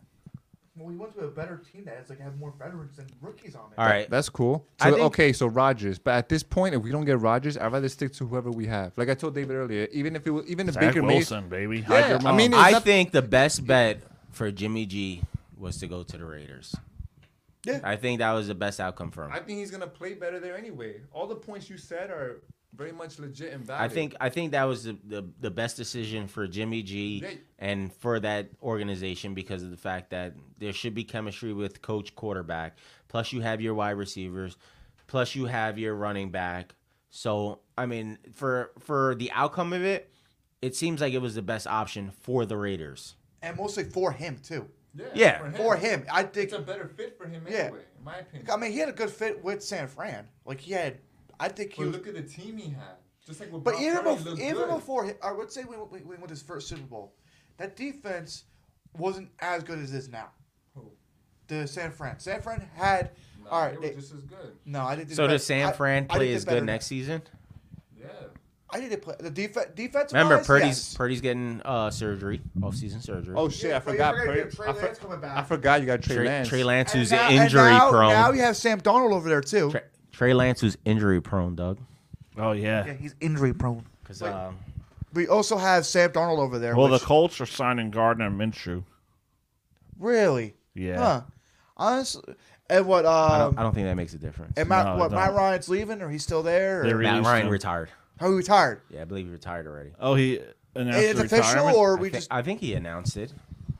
[SPEAKER 15] Well, we went to a better team that has like have more veterans than rookies on it.
[SPEAKER 4] All right.
[SPEAKER 2] That's cool.
[SPEAKER 4] I
[SPEAKER 2] So,
[SPEAKER 4] think-
[SPEAKER 2] okay, so Rodgers. But at this point, if we don't get Rodgers, I'd rather stick to whoever we have. Like I told David earlier, even if it was even if
[SPEAKER 14] Zach
[SPEAKER 2] Baker Mayfield,
[SPEAKER 14] Wilson, baby. Hide
[SPEAKER 2] Yeah,
[SPEAKER 14] your
[SPEAKER 2] I mean, it's
[SPEAKER 4] I
[SPEAKER 2] not-
[SPEAKER 4] think the best bet for Jimmy G was to go to the Raiders.
[SPEAKER 3] Yeah.
[SPEAKER 4] I think that was the best outcome for him.
[SPEAKER 1] I think he's gonna play better there anyway. All the points you said are very much legit and valid.
[SPEAKER 4] I think I think that was the, the, the best decision for Jimmy G
[SPEAKER 1] Yeah.
[SPEAKER 4] and for that organization because of the fact that there should be chemistry with coach quarterback. Plus you have your wide receivers, plus you have your running back. So I mean, for for the outcome of it, it seems like it was the best option for the Raiders.
[SPEAKER 3] and mostly for him too.
[SPEAKER 4] Yeah.
[SPEAKER 3] for
[SPEAKER 4] for
[SPEAKER 3] him.
[SPEAKER 4] him.
[SPEAKER 3] I think
[SPEAKER 1] it's a better fit for him
[SPEAKER 3] Yeah.
[SPEAKER 1] anyway, in my opinion.
[SPEAKER 3] I mean, he had a good fit with San Fran. Like he had, I think he.
[SPEAKER 1] But
[SPEAKER 3] Was,
[SPEAKER 1] look at the team he had. Just like with
[SPEAKER 3] but
[SPEAKER 1] Brock
[SPEAKER 3] even
[SPEAKER 1] Purdy,
[SPEAKER 3] bef-
[SPEAKER 1] looked
[SPEAKER 3] even
[SPEAKER 1] good.
[SPEAKER 3] before, he- I would say we, we, we went his first Super Bowl. That defense wasn't as good as it is now.
[SPEAKER 1] Who?
[SPEAKER 3] The San Fran. San Fran had.
[SPEAKER 1] Nah,
[SPEAKER 3] all
[SPEAKER 1] they
[SPEAKER 3] right.
[SPEAKER 1] were
[SPEAKER 3] they-
[SPEAKER 1] just as good.
[SPEAKER 3] No, I didn't.
[SPEAKER 4] So does San Fran play as good next season?
[SPEAKER 1] Yeah.
[SPEAKER 3] I didn't play the defense. Defense.
[SPEAKER 4] Remember
[SPEAKER 3] wise,
[SPEAKER 4] Purdy's
[SPEAKER 3] yes.
[SPEAKER 4] Purdy's getting uh surgery, off season surgery.
[SPEAKER 2] Oh shit! I
[SPEAKER 15] but you
[SPEAKER 2] forgot.
[SPEAKER 15] forgot
[SPEAKER 2] Purdy-
[SPEAKER 15] you have Trey
[SPEAKER 2] I, for-
[SPEAKER 15] Lance coming back.
[SPEAKER 2] I forgot you got Trey,
[SPEAKER 4] Trey,
[SPEAKER 2] Lance.
[SPEAKER 4] Trey Lance who's
[SPEAKER 3] Now- and
[SPEAKER 4] injury
[SPEAKER 3] now,
[SPEAKER 4] prone.
[SPEAKER 3] Now you have Sam Donald over there too.
[SPEAKER 4] Trey Lance was injury prone, Doug.
[SPEAKER 14] Oh yeah.
[SPEAKER 3] Yeah, he's injury prone.
[SPEAKER 1] uh,
[SPEAKER 4] 'Cause, um,
[SPEAKER 3] We also have Sam Donald over there.
[SPEAKER 14] Well, the
[SPEAKER 3] which-
[SPEAKER 14] Colts are signing Gardner and Minshew.
[SPEAKER 3] really?
[SPEAKER 14] Yeah.
[SPEAKER 3] Huh. Honestly, and what? Um,
[SPEAKER 4] I, don't, I don't think that makes a difference.
[SPEAKER 3] And Matt,
[SPEAKER 14] No,
[SPEAKER 3] what?
[SPEAKER 14] they
[SPEAKER 3] Matt
[SPEAKER 14] don't.
[SPEAKER 3] Ryan's leaving, or he's still there?
[SPEAKER 14] They
[SPEAKER 3] Or?
[SPEAKER 14] released
[SPEAKER 4] Matt Ryan
[SPEAKER 14] him.
[SPEAKER 4] retired.
[SPEAKER 3] How he retired?
[SPEAKER 4] Yeah, I believe he retired already.
[SPEAKER 14] Oh, he announced
[SPEAKER 3] It's
[SPEAKER 14] the
[SPEAKER 3] official,
[SPEAKER 14] retirement?
[SPEAKER 3] or
[SPEAKER 4] I
[SPEAKER 3] we
[SPEAKER 4] thi-
[SPEAKER 3] just?
[SPEAKER 4] I think he announced it.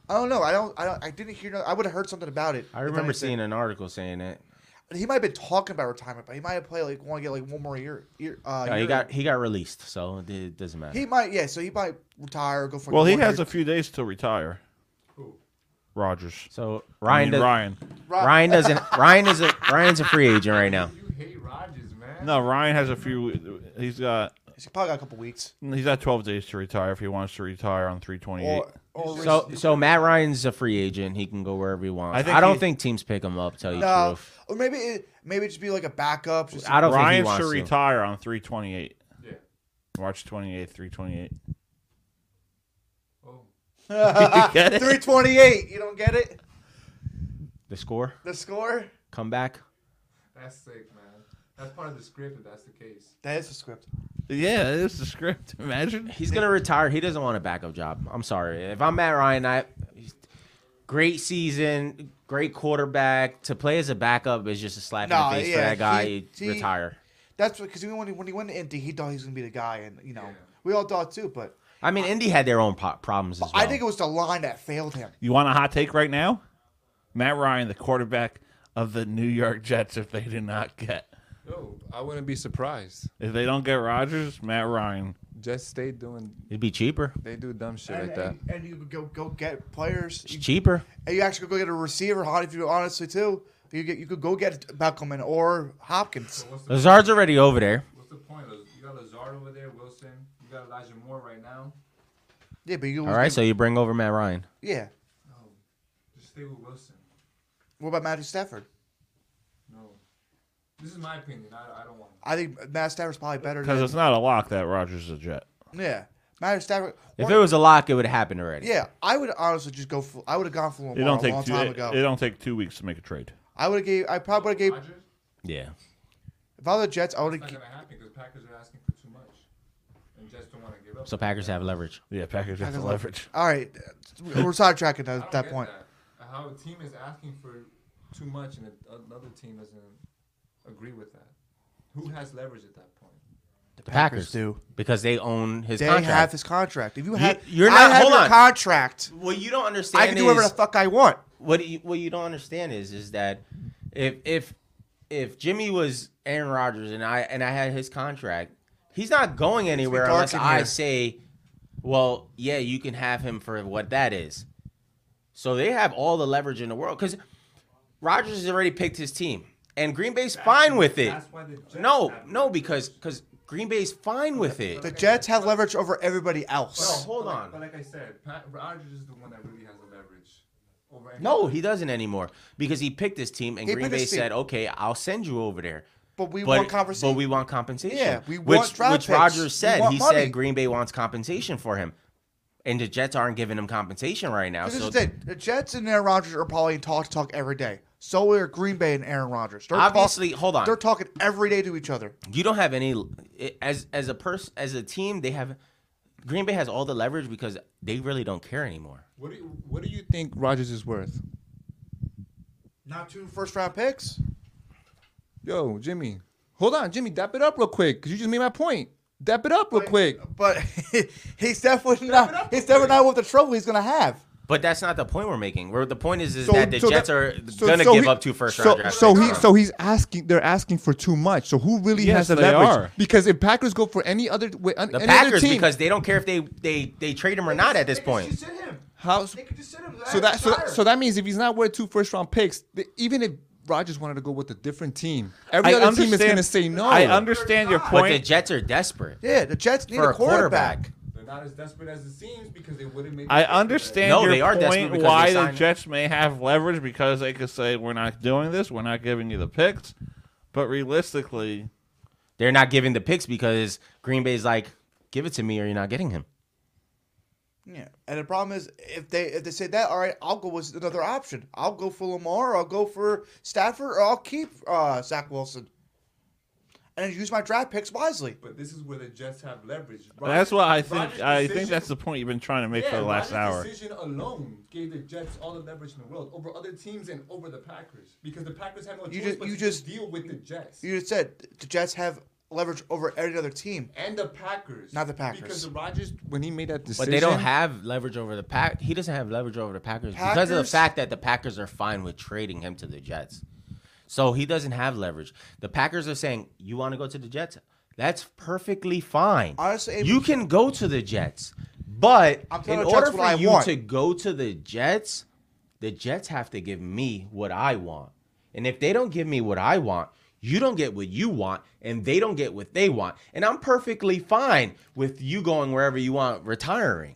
[SPEAKER 3] I don't know. I don't. I don't. I didn't hear. No, I would have heard something about it.
[SPEAKER 4] I
[SPEAKER 3] if
[SPEAKER 4] remember
[SPEAKER 3] anything.
[SPEAKER 4] seeing an article saying it.
[SPEAKER 3] He might have been talking about retirement, but he might have played like want to get like one more year. year uh,
[SPEAKER 4] Uh, he
[SPEAKER 3] year.
[SPEAKER 4] got he got released, so it, it doesn't matter.
[SPEAKER 3] He might. Yeah. So he might retire. Go for.
[SPEAKER 14] Well, he
[SPEAKER 3] one
[SPEAKER 14] has
[SPEAKER 3] year.
[SPEAKER 14] a few days to retire.
[SPEAKER 1] Rogers.
[SPEAKER 4] So
[SPEAKER 1] I
[SPEAKER 4] Ryan
[SPEAKER 1] mean,
[SPEAKER 4] does,
[SPEAKER 1] Ryan.
[SPEAKER 4] Ryan
[SPEAKER 3] [LAUGHS]
[SPEAKER 4] doesn't. Ryan is a Ryan's a free agent right now.
[SPEAKER 1] No, Ryan has a few. He's got.
[SPEAKER 3] He's probably got a couple weeks.
[SPEAKER 1] He's got 12 days to retire if he wants to retire on 328.
[SPEAKER 4] So so Matt Ryan's a free agent. He can go wherever he wants.
[SPEAKER 1] I
[SPEAKER 4] I,
[SPEAKER 1] think
[SPEAKER 4] don't
[SPEAKER 1] he-
[SPEAKER 4] think teams pick him up. Tell you the
[SPEAKER 3] No,
[SPEAKER 4] truth.
[SPEAKER 3] or maybe it, maybe just be like a backup. Just [LAUGHS]
[SPEAKER 4] I don't think he
[SPEAKER 1] Ryan
[SPEAKER 4] wants
[SPEAKER 1] should
[SPEAKER 4] to.
[SPEAKER 1] retire on 328.
[SPEAKER 2] Yeah.
[SPEAKER 1] March 28th, 328. Oh, get it?
[SPEAKER 3] 328. You don't get it?
[SPEAKER 4] The score.
[SPEAKER 3] The score?
[SPEAKER 4] Come back.
[SPEAKER 2] That's sick, man. That's part of the script if that's the case.
[SPEAKER 3] That is the script.
[SPEAKER 1] Yeah, it is the script. Imagine
[SPEAKER 4] he's gonna retire. He doesn't want a backup job. I'm sorry. If I'm Matt Ryan, I great season, great quarterback. To play as a backup is just a slap
[SPEAKER 3] Nah,
[SPEAKER 4] in the face for
[SPEAKER 3] yeah,
[SPEAKER 4] that guy.
[SPEAKER 3] he- he-
[SPEAKER 4] retire.
[SPEAKER 3] That's because when he, when he went to Indy, he thought he was gonna be the guy, and you know we all thought too. But
[SPEAKER 4] I mean, Indy had their own po- problems as well.
[SPEAKER 3] I think it was the line that failed him.
[SPEAKER 1] You want a hot take right now? Matt Ryan, the quarterback of the New York Jets, if they did not get.
[SPEAKER 2] No, I wouldn't be surprised.
[SPEAKER 1] If they don't get Rodgers, Matt Ryan.
[SPEAKER 14] Just stay doing.
[SPEAKER 4] It'd be cheaper.
[SPEAKER 14] They do dumb shit
[SPEAKER 3] and,
[SPEAKER 14] like that.
[SPEAKER 3] And, and you could go go get players. You-
[SPEAKER 4] cheaper.
[SPEAKER 3] And you actually could go get a receiver hot if you honestly too. You get you could go get Beckelman or Hopkins.
[SPEAKER 4] Lazard's already over there.
[SPEAKER 2] What's the point? You got Lazard over there, Wilson. You got Elijah Moore right now.
[SPEAKER 3] Yeah, but you
[SPEAKER 4] All right, so you bring over Matt Ryan.
[SPEAKER 3] yeah.
[SPEAKER 2] Just stay with Wilson.
[SPEAKER 3] What about Matthew Stafford?
[SPEAKER 2] No. This is my opinion. I, I don't want
[SPEAKER 3] I think Matt Stafford's probably better.
[SPEAKER 1] Because
[SPEAKER 3] Than,
[SPEAKER 1] it's not a lock that Rodgers is a Jet.
[SPEAKER 3] yeah, Matt Stafford.
[SPEAKER 4] If
[SPEAKER 3] or-
[SPEAKER 4] it was a lock, it would have happened already.
[SPEAKER 3] yeah, I would honestly just go. For, I would have gone for Lamar
[SPEAKER 1] It don't
[SPEAKER 3] a long
[SPEAKER 1] take two,
[SPEAKER 3] time
[SPEAKER 1] it,
[SPEAKER 3] ago.
[SPEAKER 1] it don't take two weeks to make a trade.
[SPEAKER 3] I would have gave. I probably would have gave.
[SPEAKER 4] Yeah.
[SPEAKER 3] If I were the Jets, I would
[SPEAKER 2] It's not
[SPEAKER 3] have.
[SPEAKER 2] gonna happen because Packers are asking for too much, and Jets don't want to give up.
[SPEAKER 4] So Packers have leverage.
[SPEAKER 1] Yeah, Packers have the leverage.
[SPEAKER 3] All right, we're sidetracking
[SPEAKER 2] I
[SPEAKER 3] at
[SPEAKER 2] don't
[SPEAKER 3] that
[SPEAKER 2] get
[SPEAKER 3] point.
[SPEAKER 2] that. How a team is asking for too much and another team doesn't agree with that. Who has leverage at that point?
[SPEAKER 4] The Packers, do because they own his
[SPEAKER 3] they
[SPEAKER 4] contract.
[SPEAKER 3] have his contract. If you
[SPEAKER 4] You-
[SPEAKER 3] have,
[SPEAKER 4] you're
[SPEAKER 3] I
[SPEAKER 4] not-
[SPEAKER 3] have
[SPEAKER 4] hold
[SPEAKER 3] your
[SPEAKER 4] on.
[SPEAKER 3] contract.
[SPEAKER 4] Well, you don't understand.
[SPEAKER 3] I can do whatever the
[SPEAKER 4] is-
[SPEAKER 3] fuck I want.
[SPEAKER 4] What you, what you don't understand is is that if if if Jimmy was Aaron Rodgers and I and I had his contract, he's not going anywhere
[SPEAKER 3] dark
[SPEAKER 4] unless
[SPEAKER 3] in
[SPEAKER 4] I
[SPEAKER 3] here.
[SPEAKER 4] say, well, yeah, you can have him for what that is. So they have all the leverage in the world because Rodgers has already picked his team, and Green Bay's fine with it.
[SPEAKER 2] That's why the Jets
[SPEAKER 4] No, no, because because Green Bay's fine with it.
[SPEAKER 3] The Jets have leverage over everybody else.
[SPEAKER 4] hold
[SPEAKER 2] but like-
[SPEAKER 4] on.
[SPEAKER 2] But like I said, Pat Rodgers is the one that really has the leverage over.
[SPEAKER 4] No, he doesn't anymore because he picked his team, and
[SPEAKER 3] He
[SPEAKER 4] Green
[SPEAKER 3] picked
[SPEAKER 4] Bay
[SPEAKER 3] his team.
[SPEAKER 4] said, "Okay, I'll send you over there."
[SPEAKER 3] But we want compensation.
[SPEAKER 4] But we want compensation.
[SPEAKER 3] Yeah, we
[SPEAKER 4] which,
[SPEAKER 3] want draft
[SPEAKER 4] Which
[SPEAKER 3] picks. We
[SPEAKER 4] Rogers said.
[SPEAKER 3] want
[SPEAKER 4] He
[SPEAKER 3] money.
[SPEAKER 4] said Green Bay wants compensation for him, and the Jets aren't giving him compensation right now.
[SPEAKER 3] This is
[SPEAKER 4] So
[SPEAKER 3] the thing. The Jets and Aaron Rodgers are probably in talk to talk every day. So are Green Bay and Aaron Rodgers. They're talk-
[SPEAKER 4] Obviously- hold on.
[SPEAKER 3] They're talking every day to each other.
[SPEAKER 4] you don't have any as as a person as a team. They have Green Bay has all the leverage because they really don't care anymore.
[SPEAKER 2] What do you, what do you
[SPEAKER 14] I think Rogers is worth.
[SPEAKER 3] Not two first round picks.
[SPEAKER 14] Yo, Jimmy, hold on, Jimmy, dap it up real quick, cause you just made my point. Dap it up real quick.
[SPEAKER 3] But [LAUGHS] he's definitely not. He's definitely not with the trouble he's gonna have.
[SPEAKER 4] But that's not the point we're making. Where the point is is
[SPEAKER 14] So-
[SPEAKER 4] that the
[SPEAKER 14] so
[SPEAKER 4] Jets
[SPEAKER 14] that-
[SPEAKER 4] are
[SPEAKER 14] so-
[SPEAKER 4] gonna
[SPEAKER 14] so
[SPEAKER 4] give
[SPEAKER 14] he-
[SPEAKER 4] up two first round
[SPEAKER 14] So,
[SPEAKER 4] draft
[SPEAKER 14] so
[SPEAKER 4] picks.
[SPEAKER 14] he so he's asking. They're asking for too much. So who really
[SPEAKER 1] Yes,
[SPEAKER 14] has the
[SPEAKER 1] they
[SPEAKER 14] leverage?
[SPEAKER 1] are.
[SPEAKER 14] Because if Packers go for any other way, any
[SPEAKER 4] the
[SPEAKER 14] other
[SPEAKER 4] Packers
[SPEAKER 14] team,
[SPEAKER 4] because they don't care if they they they trade him or not at this point.
[SPEAKER 14] How? So that so, that- so that means if he's not worth two first round picks, th- even if Rodgers wanted to go with a different team, every
[SPEAKER 1] I
[SPEAKER 14] other team is
[SPEAKER 1] understand-
[SPEAKER 14] going to say no.
[SPEAKER 1] I understand your
[SPEAKER 4] But the
[SPEAKER 1] point.
[SPEAKER 4] Jets are desperate.
[SPEAKER 3] Yeah, the Jets need
[SPEAKER 4] For
[SPEAKER 3] a
[SPEAKER 4] a
[SPEAKER 3] quarterback.
[SPEAKER 4] quarterback.
[SPEAKER 2] They're not as desperate as it seems because they wouldn't make.
[SPEAKER 1] I
[SPEAKER 2] the trade.
[SPEAKER 1] understand
[SPEAKER 4] No,
[SPEAKER 1] your
[SPEAKER 4] they are desperate
[SPEAKER 1] point
[SPEAKER 4] because
[SPEAKER 1] why
[SPEAKER 4] they
[SPEAKER 1] the
[SPEAKER 4] signed-
[SPEAKER 1] Jets may have leverage because they could say we're not doing this, we're not giving you the picks, but realistically,
[SPEAKER 4] They're not giving the picks because Green Bay's like, give it to me or you're not getting him.
[SPEAKER 3] Yeah, and the problem is if they if they say that, all right, I'll go with another option. I'll go for Lamar, or I'll go for Stafford, or I'll keep uh, Zach Wilson, and use my draft picks wisely.
[SPEAKER 2] But this is where the Jets have leverage.
[SPEAKER 1] that's what I think.
[SPEAKER 2] Rodgers'
[SPEAKER 1] I
[SPEAKER 2] decision-
[SPEAKER 1] think that's the point you've been trying to make
[SPEAKER 2] yeah,
[SPEAKER 1] for the last
[SPEAKER 2] Rodgers'
[SPEAKER 1] hour.
[SPEAKER 2] decision alone gave the Jets all the leverage in the world over other teams and over the Packers because the Packers have no
[SPEAKER 3] You
[SPEAKER 2] choice
[SPEAKER 3] just-
[SPEAKER 2] but
[SPEAKER 3] you
[SPEAKER 2] to
[SPEAKER 3] just-
[SPEAKER 2] deal with the Jets
[SPEAKER 3] You just said the Jets have leverage over every other team,
[SPEAKER 2] and the Packers.
[SPEAKER 3] not the
[SPEAKER 2] Because
[SPEAKER 3] Packers.
[SPEAKER 2] the Rodgers
[SPEAKER 14] when he made that
[SPEAKER 4] But
[SPEAKER 14] decision,
[SPEAKER 4] they don't have leverage over the pack. He doesn't have leverage over the Packers, because of the
[SPEAKER 3] Packers?
[SPEAKER 4] fact that the Packers are fine with trading him to the Jets. So he doesn't have leverage. The Packers are saying, "You want to go to the Jets? That's perfectly fine.
[SPEAKER 3] Honestly, Abe-
[SPEAKER 4] you can go to the Jets, but
[SPEAKER 3] I'm telling
[SPEAKER 4] in
[SPEAKER 3] the Jets what
[SPEAKER 4] order for
[SPEAKER 3] I
[SPEAKER 4] you
[SPEAKER 3] want.
[SPEAKER 4] to go to the Jets, the Jets have to give me what I want. And if they don't give me what I want, you don't get what you want, and they don't get what they want. And I'm perfectly fine with you going wherever you want, retiring.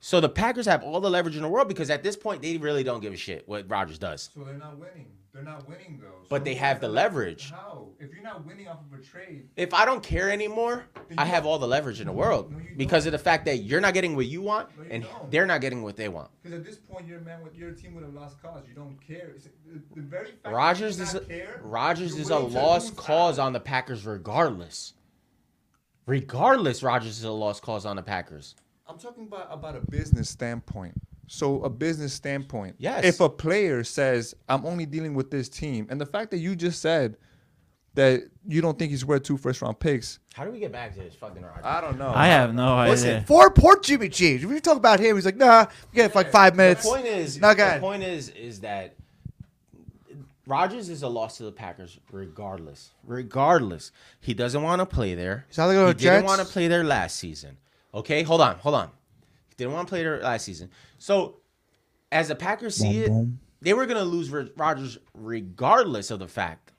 [SPEAKER 4] So the Packers have all the leverage in the world because at this point they really don't give a shit what Rodgers does.
[SPEAKER 2] So they're not winning. They're not winning though.
[SPEAKER 4] But
[SPEAKER 2] So
[SPEAKER 4] they have the leverage.
[SPEAKER 2] How? If you're not winning off of a trade,
[SPEAKER 4] If I don't care anymore, I have all the leverage in the world because of the fact that you're not getting what you want and they're not getting what they want.
[SPEAKER 2] because at this point your man with your team would have lost cause. You don't care. It's, the, the very fact
[SPEAKER 4] Rodgers
[SPEAKER 2] that
[SPEAKER 4] is
[SPEAKER 2] you
[SPEAKER 4] a,
[SPEAKER 2] not care,
[SPEAKER 4] Rodgers
[SPEAKER 2] you're
[SPEAKER 4] is a
[SPEAKER 2] willing to
[SPEAKER 4] lost
[SPEAKER 2] lose
[SPEAKER 4] cause on the Packers, regardless. Regardless, Rodgers is a lost cause on the Packers.
[SPEAKER 2] I'm talking about about a
[SPEAKER 14] business standpoint. So a business standpoint.
[SPEAKER 4] Yes.
[SPEAKER 14] If a player says, "I'm only dealing with this team," and the fact that you just said that you don't think he's worth two first round picks,
[SPEAKER 4] How do we get back to this fucking Rodgers?
[SPEAKER 14] I don't know.
[SPEAKER 3] I have
[SPEAKER 14] no
[SPEAKER 4] Oh,
[SPEAKER 3] Listen, four poor Jimmy G. If you talk about him, he's like, nah, we got like five minutes.
[SPEAKER 4] The point is,
[SPEAKER 3] no, go
[SPEAKER 4] the
[SPEAKER 3] ahead.
[SPEAKER 4] point is, is that Rodgers is a loss to the Packers, regardless. Regardless, he doesn't want to play there.
[SPEAKER 3] He's either going
[SPEAKER 4] he
[SPEAKER 3] to
[SPEAKER 4] didn't
[SPEAKER 3] Jets-
[SPEAKER 4] want to play there last season. Okay, hold on, hold on. He didn't want to play there last season. So, as the Packers see it, they were going to lose Ro- Rodgers regardless of the fact,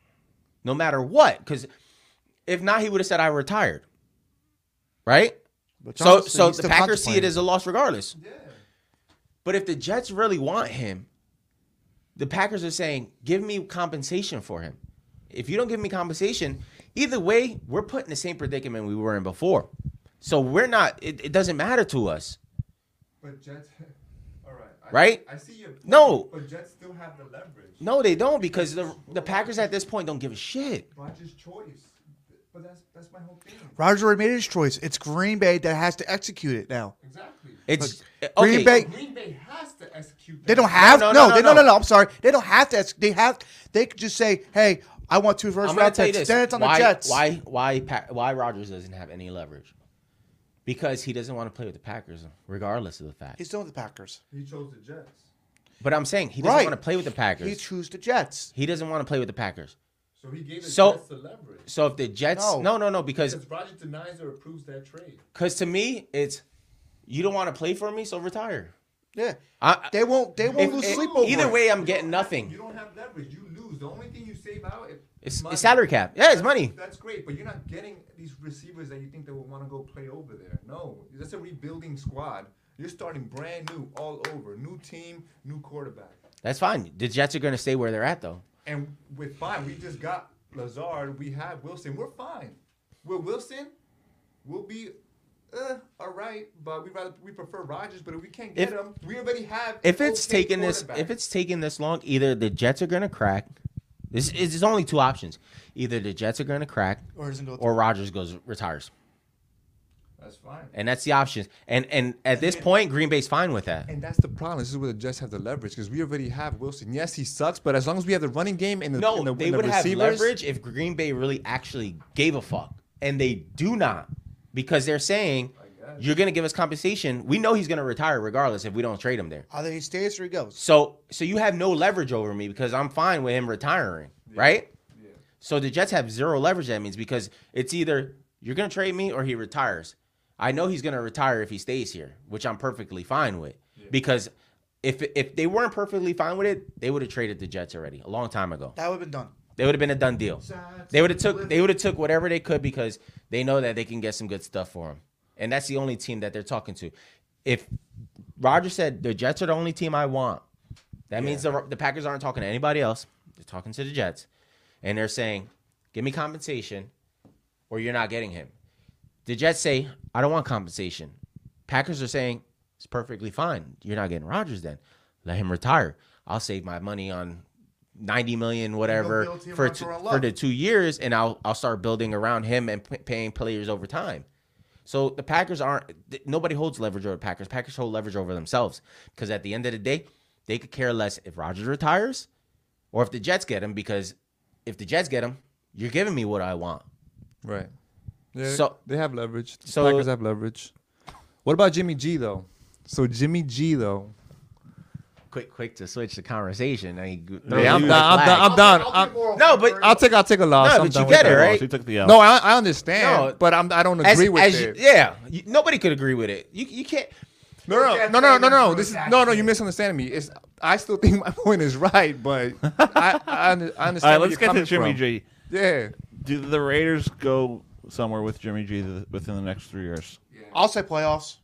[SPEAKER 4] no matter what. Because if not, he would have said, "I retired." Right.
[SPEAKER 3] But
[SPEAKER 4] so,
[SPEAKER 3] honestly,
[SPEAKER 4] so
[SPEAKER 3] he's
[SPEAKER 4] the
[SPEAKER 3] still
[SPEAKER 4] Packers see it
[SPEAKER 3] contemplating.
[SPEAKER 4] as a loss regardless. But if the Jets really want him, the Packers are saying, give me compensation for him. If you don't give me compensation, either way, we're put in the same predicament we were in before. So we're not, it, it doesn't matter to us,
[SPEAKER 2] But Jets, [LAUGHS] all right. I,
[SPEAKER 4] right?
[SPEAKER 2] I see your point.
[SPEAKER 4] No.
[SPEAKER 2] But Jets still have the leverage.
[SPEAKER 4] No, they don't because the, the Packers at this point don't give a shit.
[SPEAKER 2] Rodgers' choice. But that's that's my whole thing.
[SPEAKER 3] Rodgers already made his choice. It's Green Bay that has to execute it now.
[SPEAKER 2] Exactly.
[SPEAKER 4] It's
[SPEAKER 3] But
[SPEAKER 4] okay.
[SPEAKER 3] Green Bay.
[SPEAKER 2] Green Bay has to execute.
[SPEAKER 3] They
[SPEAKER 2] that.
[SPEAKER 3] don't have no, they, no, no, no, I'm sorry, they don't have to. ex- They have. They could just say, "Hey, I want two first
[SPEAKER 4] I'm gonna
[SPEAKER 3] round
[SPEAKER 4] tell you
[SPEAKER 3] picks."
[SPEAKER 4] this.
[SPEAKER 3] Then it's on
[SPEAKER 4] why,
[SPEAKER 3] the Jets.
[SPEAKER 4] Why? Why? Pa- Why Rodgers doesn't have any leverage? Because he doesn't want to play with the Packers, regardless of the fact.
[SPEAKER 3] He's still with the Packers.
[SPEAKER 2] He chose the Jets.
[SPEAKER 4] But I'm saying he doesn't
[SPEAKER 3] Right.
[SPEAKER 4] want to play with the Packers.
[SPEAKER 3] He chose the Jets.
[SPEAKER 4] He doesn't want to play with the Packers.
[SPEAKER 2] So he gave the
[SPEAKER 4] So-
[SPEAKER 2] Jets the leverage.
[SPEAKER 4] So if the Jets, no,
[SPEAKER 2] No.
[SPEAKER 4] no, no, because
[SPEAKER 2] Because Rodgers denies or approves that trade.
[SPEAKER 4] because to me it's you don't want to play for me, so retire.
[SPEAKER 3] Yeah,
[SPEAKER 4] I,
[SPEAKER 3] they won't. They
[SPEAKER 2] won't lose sleep over
[SPEAKER 4] Either
[SPEAKER 2] it.
[SPEAKER 4] way, I'm getting nothing.
[SPEAKER 2] You don't have leverage. You lose. The only thing you save out is
[SPEAKER 4] It's, it's salary cap. Yeah, it's money.
[SPEAKER 2] That's great, but you're not getting these receivers that you think they would want to go play over there. No, that's a rebuilding squad. You're starting brand new, all over, new team, new quarterback.
[SPEAKER 4] That's fine. The Jets are going to stay where they're at, though.
[SPEAKER 2] And we're fine. We just got Lazard. We have Wilson. We're fine. With Wilson, we'll be uh, all right. But we rather we prefer Rodgers. But if we can't get
[SPEAKER 4] If-
[SPEAKER 2] him, we already have.
[SPEAKER 4] If it's
[SPEAKER 2] okay
[SPEAKER 4] taking this,
[SPEAKER 2] quarterback.
[SPEAKER 4] if it's taking this long, either the Jets are going to crack. This is there's only two options. Either the Jets are going to crack,
[SPEAKER 3] Or doesn't go
[SPEAKER 4] or Rodgers goes retires,
[SPEAKER 2] that's fine.
[SPEAKER 4] and that's the options. And and at this point, Green Bay's fine with that.
[SPEAKER 14] And that's the problem. This is where the Jets have the leverage because we already have Wilson. Yes, he sucks, but as long as we have the running game and the,
[SPEAKER 4] No,
[SPEAKER 14] and the,
[SPEAKER 4] they
[SPEAKER 14] and the
[SPEAKER 4] would
[SPEAKER 14] receivers,
[SPEAKER 4] have leverage if Green Bay really actually gave a fuck, and they do not because they're saying you're going to give us compensation. We know he's going to retire regardless if we don't trade him there.
[SPEAKER 3] Either he stays or he goes.
[SPEAKER 4] So so you have no leverage over me because I'm fine with him retiring, right? So the Jets have zero leverage. That means because it's either you're going to trade me or he retires. I know he's going to retire if he stays here, which I'm perfectly fine with because. If, if they weren't perfectly fine with it, they would have traded the Jets already a long time ago.
[SPEAKER 3] That would have been done.
[SPEAKER 4] They would have been a done deal. They would have took they would have took whatever they could because they know that they can get some good stuff for him. And that's the only team that they're talking to. If Roger said the Jets are the only team I want, that means the, the Packers aren't talking to anybody else. They're talking to the Jets, and they're saying, "Give me compensation, or you're not getting him." The Jets say, "I don't want compensation." Packers are saying, "It's perfectly fine. You're not getting Rodgers. Then let him retire. I'll save my money on 90 million, whatever,
[SPEAKER 3] build team
[SPEAKER 4] for
[SPEAKER 3] around
[SPEAKER 4] t-
[SPEAKER 3] Jordan
[SPEAKER 4] for
[SPEAKER 3] Love.
[SPEAKER 4] the two years, and I'll I'll start building around him and p- paying players over time." So the Packers aren't. th- Nobody holds leverage over the Packers. Packers hold leverage over themselves because at the end of the day, they could care less if Rodgers retires or if the Jets get him because if the Jets get him, you're giving me what I want.
[SPEAKER 14] Right. Yeah,
[SPEAKER 4] So-
[SPEAKER 14] they have leverage. The
[SPEAKER 4] so-
[SPEAKER 14] Packers have leverage. What about Jimmy G though? So Jimmy G though.
[SPEAKER 4] Quick, quick to switch the conversation. I mean,
[SPEAKER 14] Yeah, I'm down. I'm down. I'm down. I'm-
[SPEAKER 4] no, but
[SPEAKER 14] I'll take. I'll take a loss.
[SPEAKER 4] No,
[SPEAKER 14] I'm
[SPEAKER 4] but
[SPEAKER 14] done
[SPEAKER 4] you
[SPEAKER 14] with
[SPEAKER 4] get it
[SPEAKER 14] that.
[SPEAKER 4] right.
[SPEAKER 14] No, I, I understand,
[SPEAKER 4] No.
[SPEAKER 14] but I'm, I don't
[SPEAKER 4] As-
[SPEAKER 14] agree with
[SPEAKER 4] as you-
[SPEAKER 14] it.
[SPEAKER 4] yeah, you- nobody could agree with it. You you can't.
[SPEAKER 14] No, no, no, no, no, no. This is no, no. You misunderstanding me. It's I still [LAUGHS] think my point is
[SPEAKER 4] [LAUGHS]
[SPEAKER 14] right, but I, I, under- I understand.
[SPEAKER 1] All right,
[SPEAKER 14] where
[SPEAKER 1] let's
[SPEAKER 14] you're
[SPEAKER 1] get to
[SPEAKER 14] coming
[SPEAKER 1] Jimmy
[SPEAKER 14] from.
[SPEAKER 1] G.
[SPEAKER 14] Yeah.
[SPEAKER 1] Do the Raiders go somewhere with Jimmy G th- within the next three years?
[SPEAKER 3] I'll say playoffs.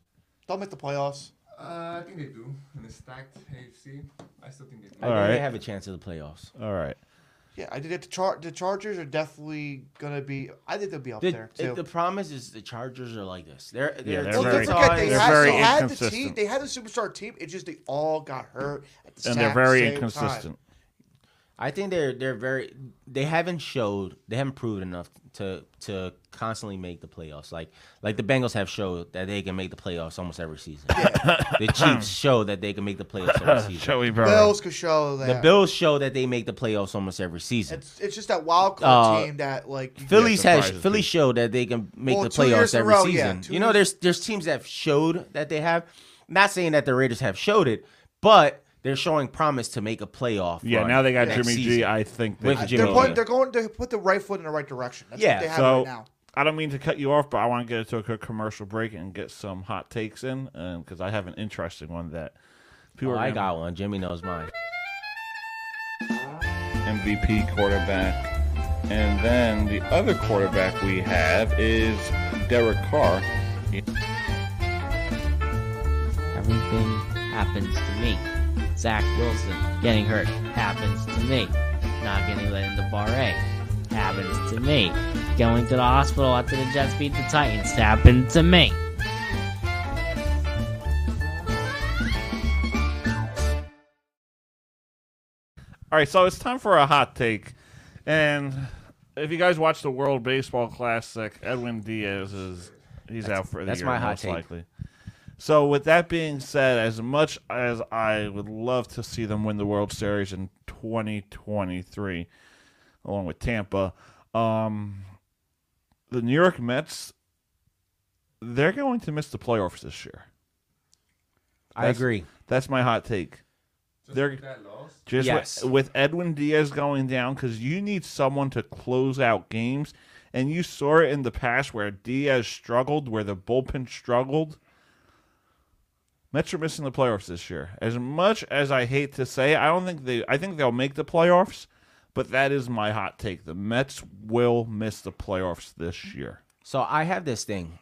[SPEAKER 3] They'll make the playoffs.
[SPEAKER 2] Uh, I think they do. In a stacked AFC, I still think they do.
[SPEAKER 3] Uh,
[SPEAKER 4] I think they have a chance at the playoffs.
[SPEAKER 1] All right.
[SPEAKER 3] Yeah, I did. The, Char- the Chargers are definitely gonna be. I think they'll be up
[SPEAKER 4] The,
[SPEAKER 3] there
[SPEAKER 4] the,
[SPEAKER 3] too.
[SPEAKER 4] the problem is, is the Chargers are like this. They're
[SPEAKER 1] Yeah,
[SPEAKER 4] they're,
[SPEAKER 1] they're
[SPEAKER 4] too
[SPEAKER 1] very-
[SPEAKER 4] good.
[SPEAKER 1] Forget
[SPEAKER 3] they
[SPEAKER 1] They're
[SPEAKER 3] had,
[SPEAKER 1] very
[SPEAKER 3] they had the team.
[SPEAKER 1] inconsistent.
[SPEAKER 3] They had the superstar team. It just they all got hurt. At the
[SPEAKER 1] And they're
[SPEAKER 3] exact
[SPEAKER 1] very
[SPEAKER 3] same Time.
[SPEAKER 1] inconsistent.
[SPEAKER 4] I think they're they're very they haven't showed they haven't proven enough to to constantly make the playoffs. Like like the Bengals have showed that they can make the playoffs almost every season. [LAUGHS] the Chiefs show that they can make the playoffs every [LAUGHS] season.
[SPEAKER 1] Joey Burrow.
[SPEAKER 3] Bills could show that.
[SPEAKER 4] The Bills show that they make the playoffs almost every season.
[SPEAKER 3] It's, it's just that wild card
[SPEAKER 4] Uh,
[SPEAKER 3] team that like you-
[SPEAKER 4] Phillies has Phillies showed that they can make
[SPEAKER 3] Well,
[SPEAKER 4] the
[SPEAKER 3] two years
[SPEAKER 4] playoffs
[SPEAKER 3] in a
[SPEAKER 4] every
[SPEAKER 3] row, yeah,
[SPEAKER 4] season.
[SPEAKER 3] two
[SPEAKER 4] you know, there's there's teams that have showed that they have. Not saying that the Raiders have showed it, but they're showing promise to make a playoff.
[SPEAKER 1] Yeah,
[SPEAKER 4] run
[SPEAKER 1] now they got
[SPEAKER 4] next
[SPEAKER 1] Jimmy G.
[SPEAKER 4] season.
[SPEAKER 1] I think they
[SPEAKER 4] with
[SPEAKER 1] can
[SPEAKER 4] Jimmy
[SPEAKER 1] do
[SPEAKER 4] G.
[SPEAKER 1] it.
[SPEAKER 3] But they're going to put the right foot in the right direction. That's what they have
[SPEAKER 1] so
[SPEAKER 3] right now.
[SPEAKER 1] I don't mean to cut you off, but I want to get into a quick commercial break and get some hot takes in, because I have an interesting one that people
[SPEAKER 4] Oh,
[SPEAKER 1] are
[SPEAKER 4] I
[SPEAKER 1] gonna-
[SPEAKER 4] got one. Jimmy knows mine.
[SPEAKER 1] MVP quarterback. And then the other quarterback we have is Derek Carr.
[SPEAKER 9] Everything happens to me. Zach Wilson getting hurt happens to me. Not getting let into bar A happens to me. Going to the hospital after the Jets beat the Titans happened to me.
[SPEAKER 1] All right, so it's time for a hot take. And if you guys watch the World Baseball Classic, Edwin Diaz is he's out for the
[SPEAKER 4] that's
[SPEAKER 1] year,
[SPEAKER 4] my hot
[SPEAKER 1] most
[SPEAKER 4] take.
[SPEAKER 1] likely. So with that being said, as much as I would love to see them win the World Series in 2023 along with Tampa, um, the New York Mets they're going to miss the playoffs this year.
[SPEAKER 4] I agree.
[SPEAKER 1] That's my hot take. they're
[SPEAKER 2] that loss?
[SPEAKER 1] just
[SPEAKER 4] Yes.
[SPEAKER 1] with, with Edwin Diaz going down because you need someone to close out games, and you saw it in the past where Diaz struggled, where the bullpen struggled. Mets are missing the playoffs this year. As much as I hate to say, I don't think they. I think they'll make the playoffs, but that is my hot take. The Mets will miss the playoffs this year.
[SPEAKER 4] So I have this thing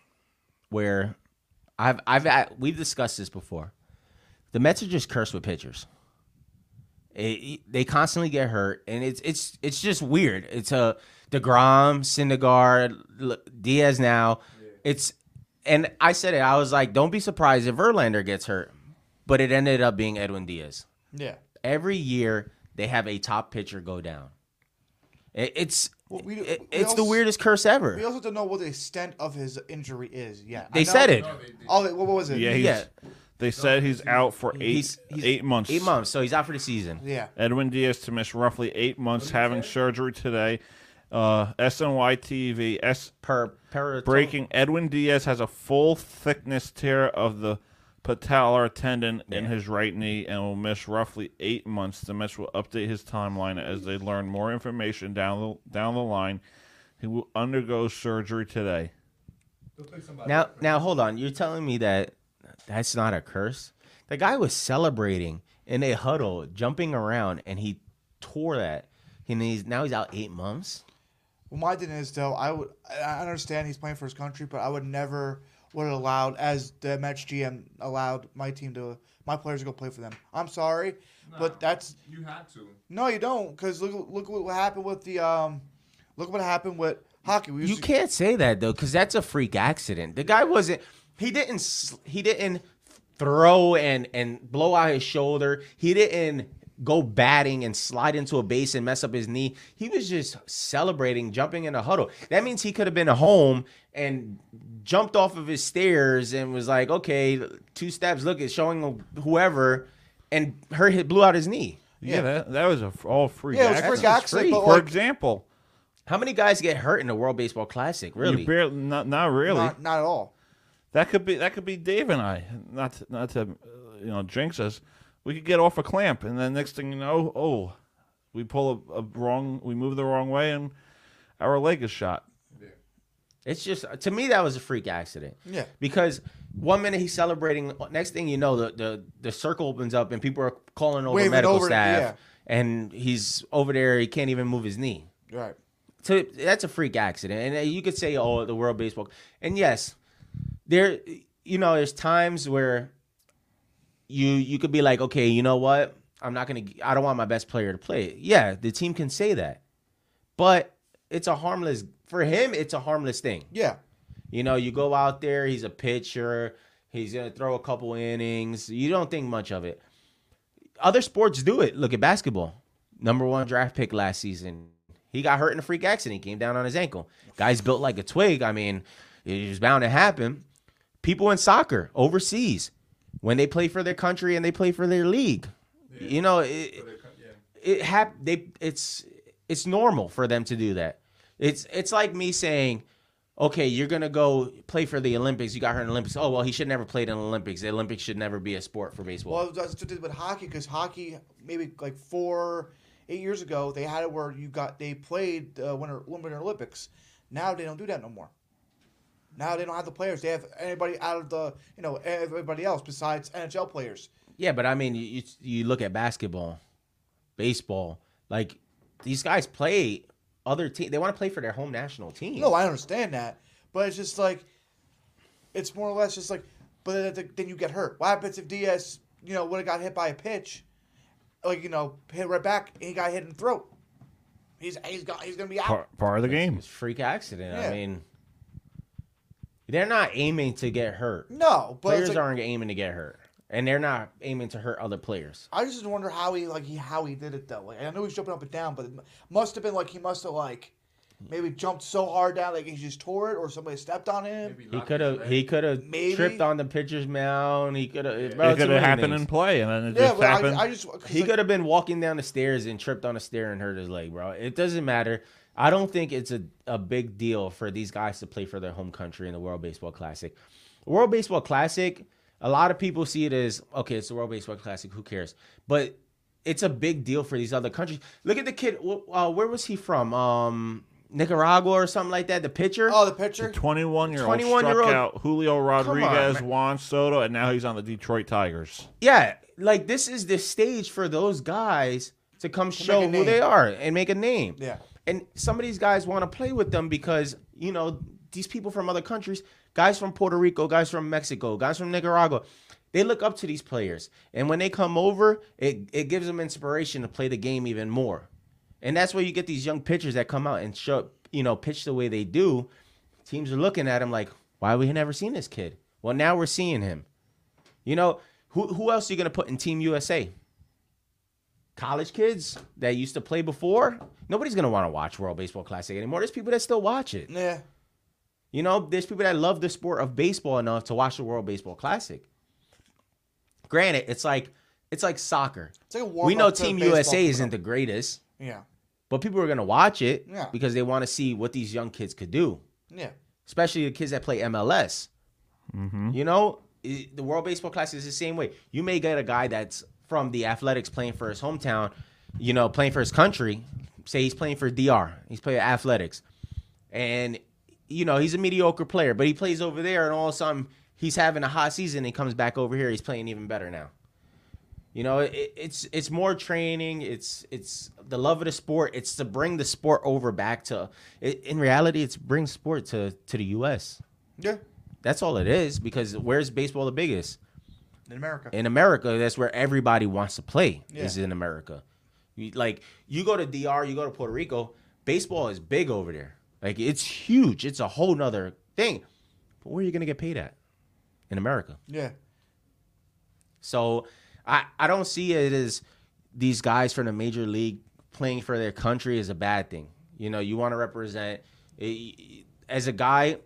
[SPEAKER 4] where I've I've I, we've discussed this before. The Mets are just cursed with pitchers. It- e, they constantly get hurt, and it's it's it's just weird. It's a Degrom, Syndergaard, L- Diaz now. It's and I said it. I was like, don't be surprised if Verlander gets hurt, but it ended up being Edwin Diaz.
[SPEAKER 3] Yeah.
[SPEAKER 4] Every year they have a top pitcher go down. It, it's
[SPEAKER 3] we-
[SPEAKER 4] it-
[SPEAKER 3] we
[SPEAKER 4] it's
[SPEAKER 3] also-
[SPEAKER 4] the weirdest curse ever.
[SPEAKER 3] We also don't know what the extent of his injury is yet.
[SPEAKER 4] They
[SPEAKER 3] I know-
[SPEAKER 4] said it.
[SPEAKER 3] Oh, they- what was it?
[SPEAKER 1] Yeah, he's, they said he's out for eight eight months.
[SPEAKER 4] Eight months, so he's out for the season.
[SPEAKER 3] Yeah.
[SPEAKER 1] Edwin Diaz to miss roughly eight months having surgery today. Uh, SNY TV S
[SPEAKER 4] per, per
[SPEAKER 1] breaking. Edwin Diaz has a full thickness tear of the patellar tendon in his right knee and will miss roughly eight months. The Mets will update his timeline as they learn more information down the down the line. He will undergo surgery today.
[SPEAKER 4] Now, now hold on. You're telling me that that's not a curse? The guy was celebrating in a huddle, jumping around, and he tore that. And he's now he's out eight months.
[SPEAKER 3] Well, my thing is though, I would. I- I understand he's playing for his country, but I would never would have allowed as the Mets GM allowed my team to my players to go play for them. I'm sorry, but that's
[SPEAKER 2] You had to.
[SPEAKER 3] no, you don't. Because look, look what happened with the um, look what happened with hockey. We
[SPEAKER 4] You
[SPEAKER 3] used to-
[SPEAKER 4] can't say that though, because that's a freak accident. The guy wasn't. He didn't. sl- He didn't throw and and blow out his shoulder. He didn't go batting and slide into a base and mess up his knee. He was just celebrating, jumping in a huddle. That means he could have been at home and jumped off of his stairs and was like, okay, two steps. Look, it's showing whoever, and hurt hit blew out his knee.
[SPEAKER 1] Yeah, that, that was a f- all free.
[SPEAKER 4] Yeah, it
[SPEAKER 1] accident.
[SPEAKER 4] was freak accident, but
[SPEAKER 1] For
[SPEAKER 4] like-
[SPEAKER 1] example,
[SPEAKER 4] How many guys get hurt in the World Baseball Classic? Really?
[SPEAKER 1] you barely not not really
[SPEAKER 3] Not- not at all.
[SPEAKER 1] That could be that could be Dave and I. Not to, not to uh, you know jinx us. We could get off a clamp, and then next thing you know, oh, we pull a, a wrong, we move the wrong way, and our leg is shot.
[SPEAKER 4] It's just to me that was a freak accident.
[SPEAKER 3] Yeah.
[SPEAKER 4] Because One minute he's celebrating. Next thing you know, the the, the circle opens up and people are calling over
[SPEAKER 3] Waving
[SPEAKER 4] medical
[SPEAKER 3] over,
[SPEAKER 4] staff.
[SPEAKER 3] yeah.
[SPEAKER 4] And he's over there. He can't even move his knee.
[SPEAKER 3] Right.
[SPEAKER 4] So that's a freak accident. And uh, you could say, oh, the World Baseball. And yes, there. You know, there's times where you you could be like, okay, you know what? I'm not gonna. I don't want my best player to play. it. Yeah, the team can say that, but it's a harmless for him. It's a harmless thing.
[SPEAKER 3] Yeah.
[SPEAKER 4] You know, you go out there. He's a pitcher. He's gonna throw a couple innings. You don't think much of it. Other sports do it. Look at basketball. Number one draft pick last season. He got hurt in a freak accident. He came down on his ankle. Guy's built like a twig. I mean, it was bound to happen. People in soccer overseas, when they play for their country and they play for their league, you know, it, it hap- they it's it's normal for them to do that. It's it's like me saying, okay, you're gonna go play for the Olympics. You got her in the Olympics. Oh well, he should never played in the Olympics. The Olympics should never be a sport for baseball.
[SPEAKER 3] Well, that's what they did with hockey because hockey maybe like four, eight years ago they had it where you got they played uh, Winter Winter Olympics. Now they don't do that no more. Now they don't have the players. They have anybody out of the you know everybody else besides NHL players.
[SPEAKER 4] yeah, but I mean, you you- you look at basketball, baseball, like these guys play other team. They want to play for their home national team.
[SPEAKER 3] No, I understand that, but it's just like it's more or less just like. But then, then you get hurt. What happens if Diaz, you know, would have got hit by a pitch, like you know, hit right back, and he got hit in the throat. He's he's got he's gonna be out.
[SPEAKER 1] Part, part of the game. It's
[SPEAKER 4] freak accident.
[SPEAKER 3] Yeah.
[SPEAKER 4] I mean, they're not aiming to get hurt.
[SPEAKER 3] No, but it's
[SPEAKER 4] players
[SPEAKER 3] like-
[SPEAKER 4] aren't aiming to get hurt, and they're not aiming to hurt other players.
[SPEAKER 3] I just wonder how he like he how he did it though. Like I know he's jumping up and down, but it mu- must have been like he must have like maybe jumped so hard down like he just tore it, or somebody stepped on him.
[SPEAKER 4] He could have. He could have
[SPEAKER 3] Maybe.
[SPEAKER 4] tripped on the pitcher's mound. He could have. It
[SPEAKER 1] could have happened in play, and then it just happened.
[SPEAKER 4] he could have been walking down the stairs and tripped on a stair and hurt his leg, bro. It doesn't matter. I don't think it's a, a big deal for these guys to play for their home country in the World Baseball Classic. The World Baseball Classic, a lot of people see it as okay, it's the World Baseball Classic. Who cares? But it's a big deal for these other countries. Look at the kid. wh- Uh, where was he from? Um, Nicaragua or something like that. The pitcher.
[SPEAKER 3] Oh, the pitcher.
[SPEAKER 1] Twenty-one year old
[SPEAKER 4] 21
[SPEAKER 1] struck
[SPEAKER 4] year old-
[SPEAKER 1] out Julio
[SPEAKER 4] on,
[SPEAKER 1] Rodriguez,
[SPEAKER 4] man.
[SPEAKER 1] Juan Soto, and now he's on the Detroit Tigers.
[SPEAKER 4] Yeah, like this is the stage for those guys to come show who
[SPEAKER 1] name.
[SPEAKER 4] they are and make a name.
[SPEAKER 3] Yeah.
[SPEAKER 4] And some of these guys want to play with them because, you know, these people from other countries, guys from Puerto Rico, guys from Mexico, guys from Nicaragua, they look up to these players. And when they come over, it, it gives them inspiration to play the game even more. And that's where you get these young pitchers that come out and show, you know, pitch the way they do. Teams are looking at him like, why we never seen this kid? Well, now we're seeing him. You know, who who else are you gonna put in Team USA? College kids that used to play before? Nobody's gonna wanna watch World Baseball Classic anymore. There's people that still watch it.
[SPEAKER 3] Yeah.
[SPEAKER 4] You know, there's people that love the sport of baseball enough to watch the World Baseball Classic. Granted, it's like it's like soccer.
[SPEAKER 3] It's like a
[SPEAKER 4] we know
[SPEAKER 3] warm-up to
[SPEAKER 4] Team
[SPEAKER 3] baseball
[SPEAKER 4] USA
[SPEAKER 3] for
[SPEAKER 4] isn't the greatest,
[SPEAKER 3] Yeah,
[SPEAKER 4] but people are gonna watch it
[SPEAKER 3] Yeah.
[SPEAKER 4] because they wanna see what these young kids could do
[SPEAKER 3] yeah.
[SPEAKER 4] especially the kids that play MLS. You know, i- the World Baseball Classic is the same way. You may get a guy that's from the Athletics playing for his hometown, you know, playing for his country. Say he's playing for DR, he's playing Athletics, and you know he's a mediocre player, but he plays over there, and all of a sudden he's having a hot season. And he comes back over here, he's playing even better now. You know, it, it's it's more training. It's it's the love of the sport. It's to bring the sport over back to. It, in reality, it's bring sport to to the U.S.
[SPEAKER 3] Yeah.
[SPEAKER 4] that's all it is. Because where's baseball the biggest?
[SPEAKER 3] In America.
[SPEAKER 4] In America, that's where everybody wants to play.
[SPEAKER 3] Yeah.
[SPEAKER 4] Is in America. You- like you go to DR, you go to Puerto Rico. Baseball is big over there. Like it's huge. It's a whole nother thing. But where are you gonna get paid at? In America.
[SPEAKER 3] Yeah.
[SPEAKER 4] So I, I don't see it as these guys from the major league playing for their country is a bad thing. You know, you want to represent. eh, As a guy,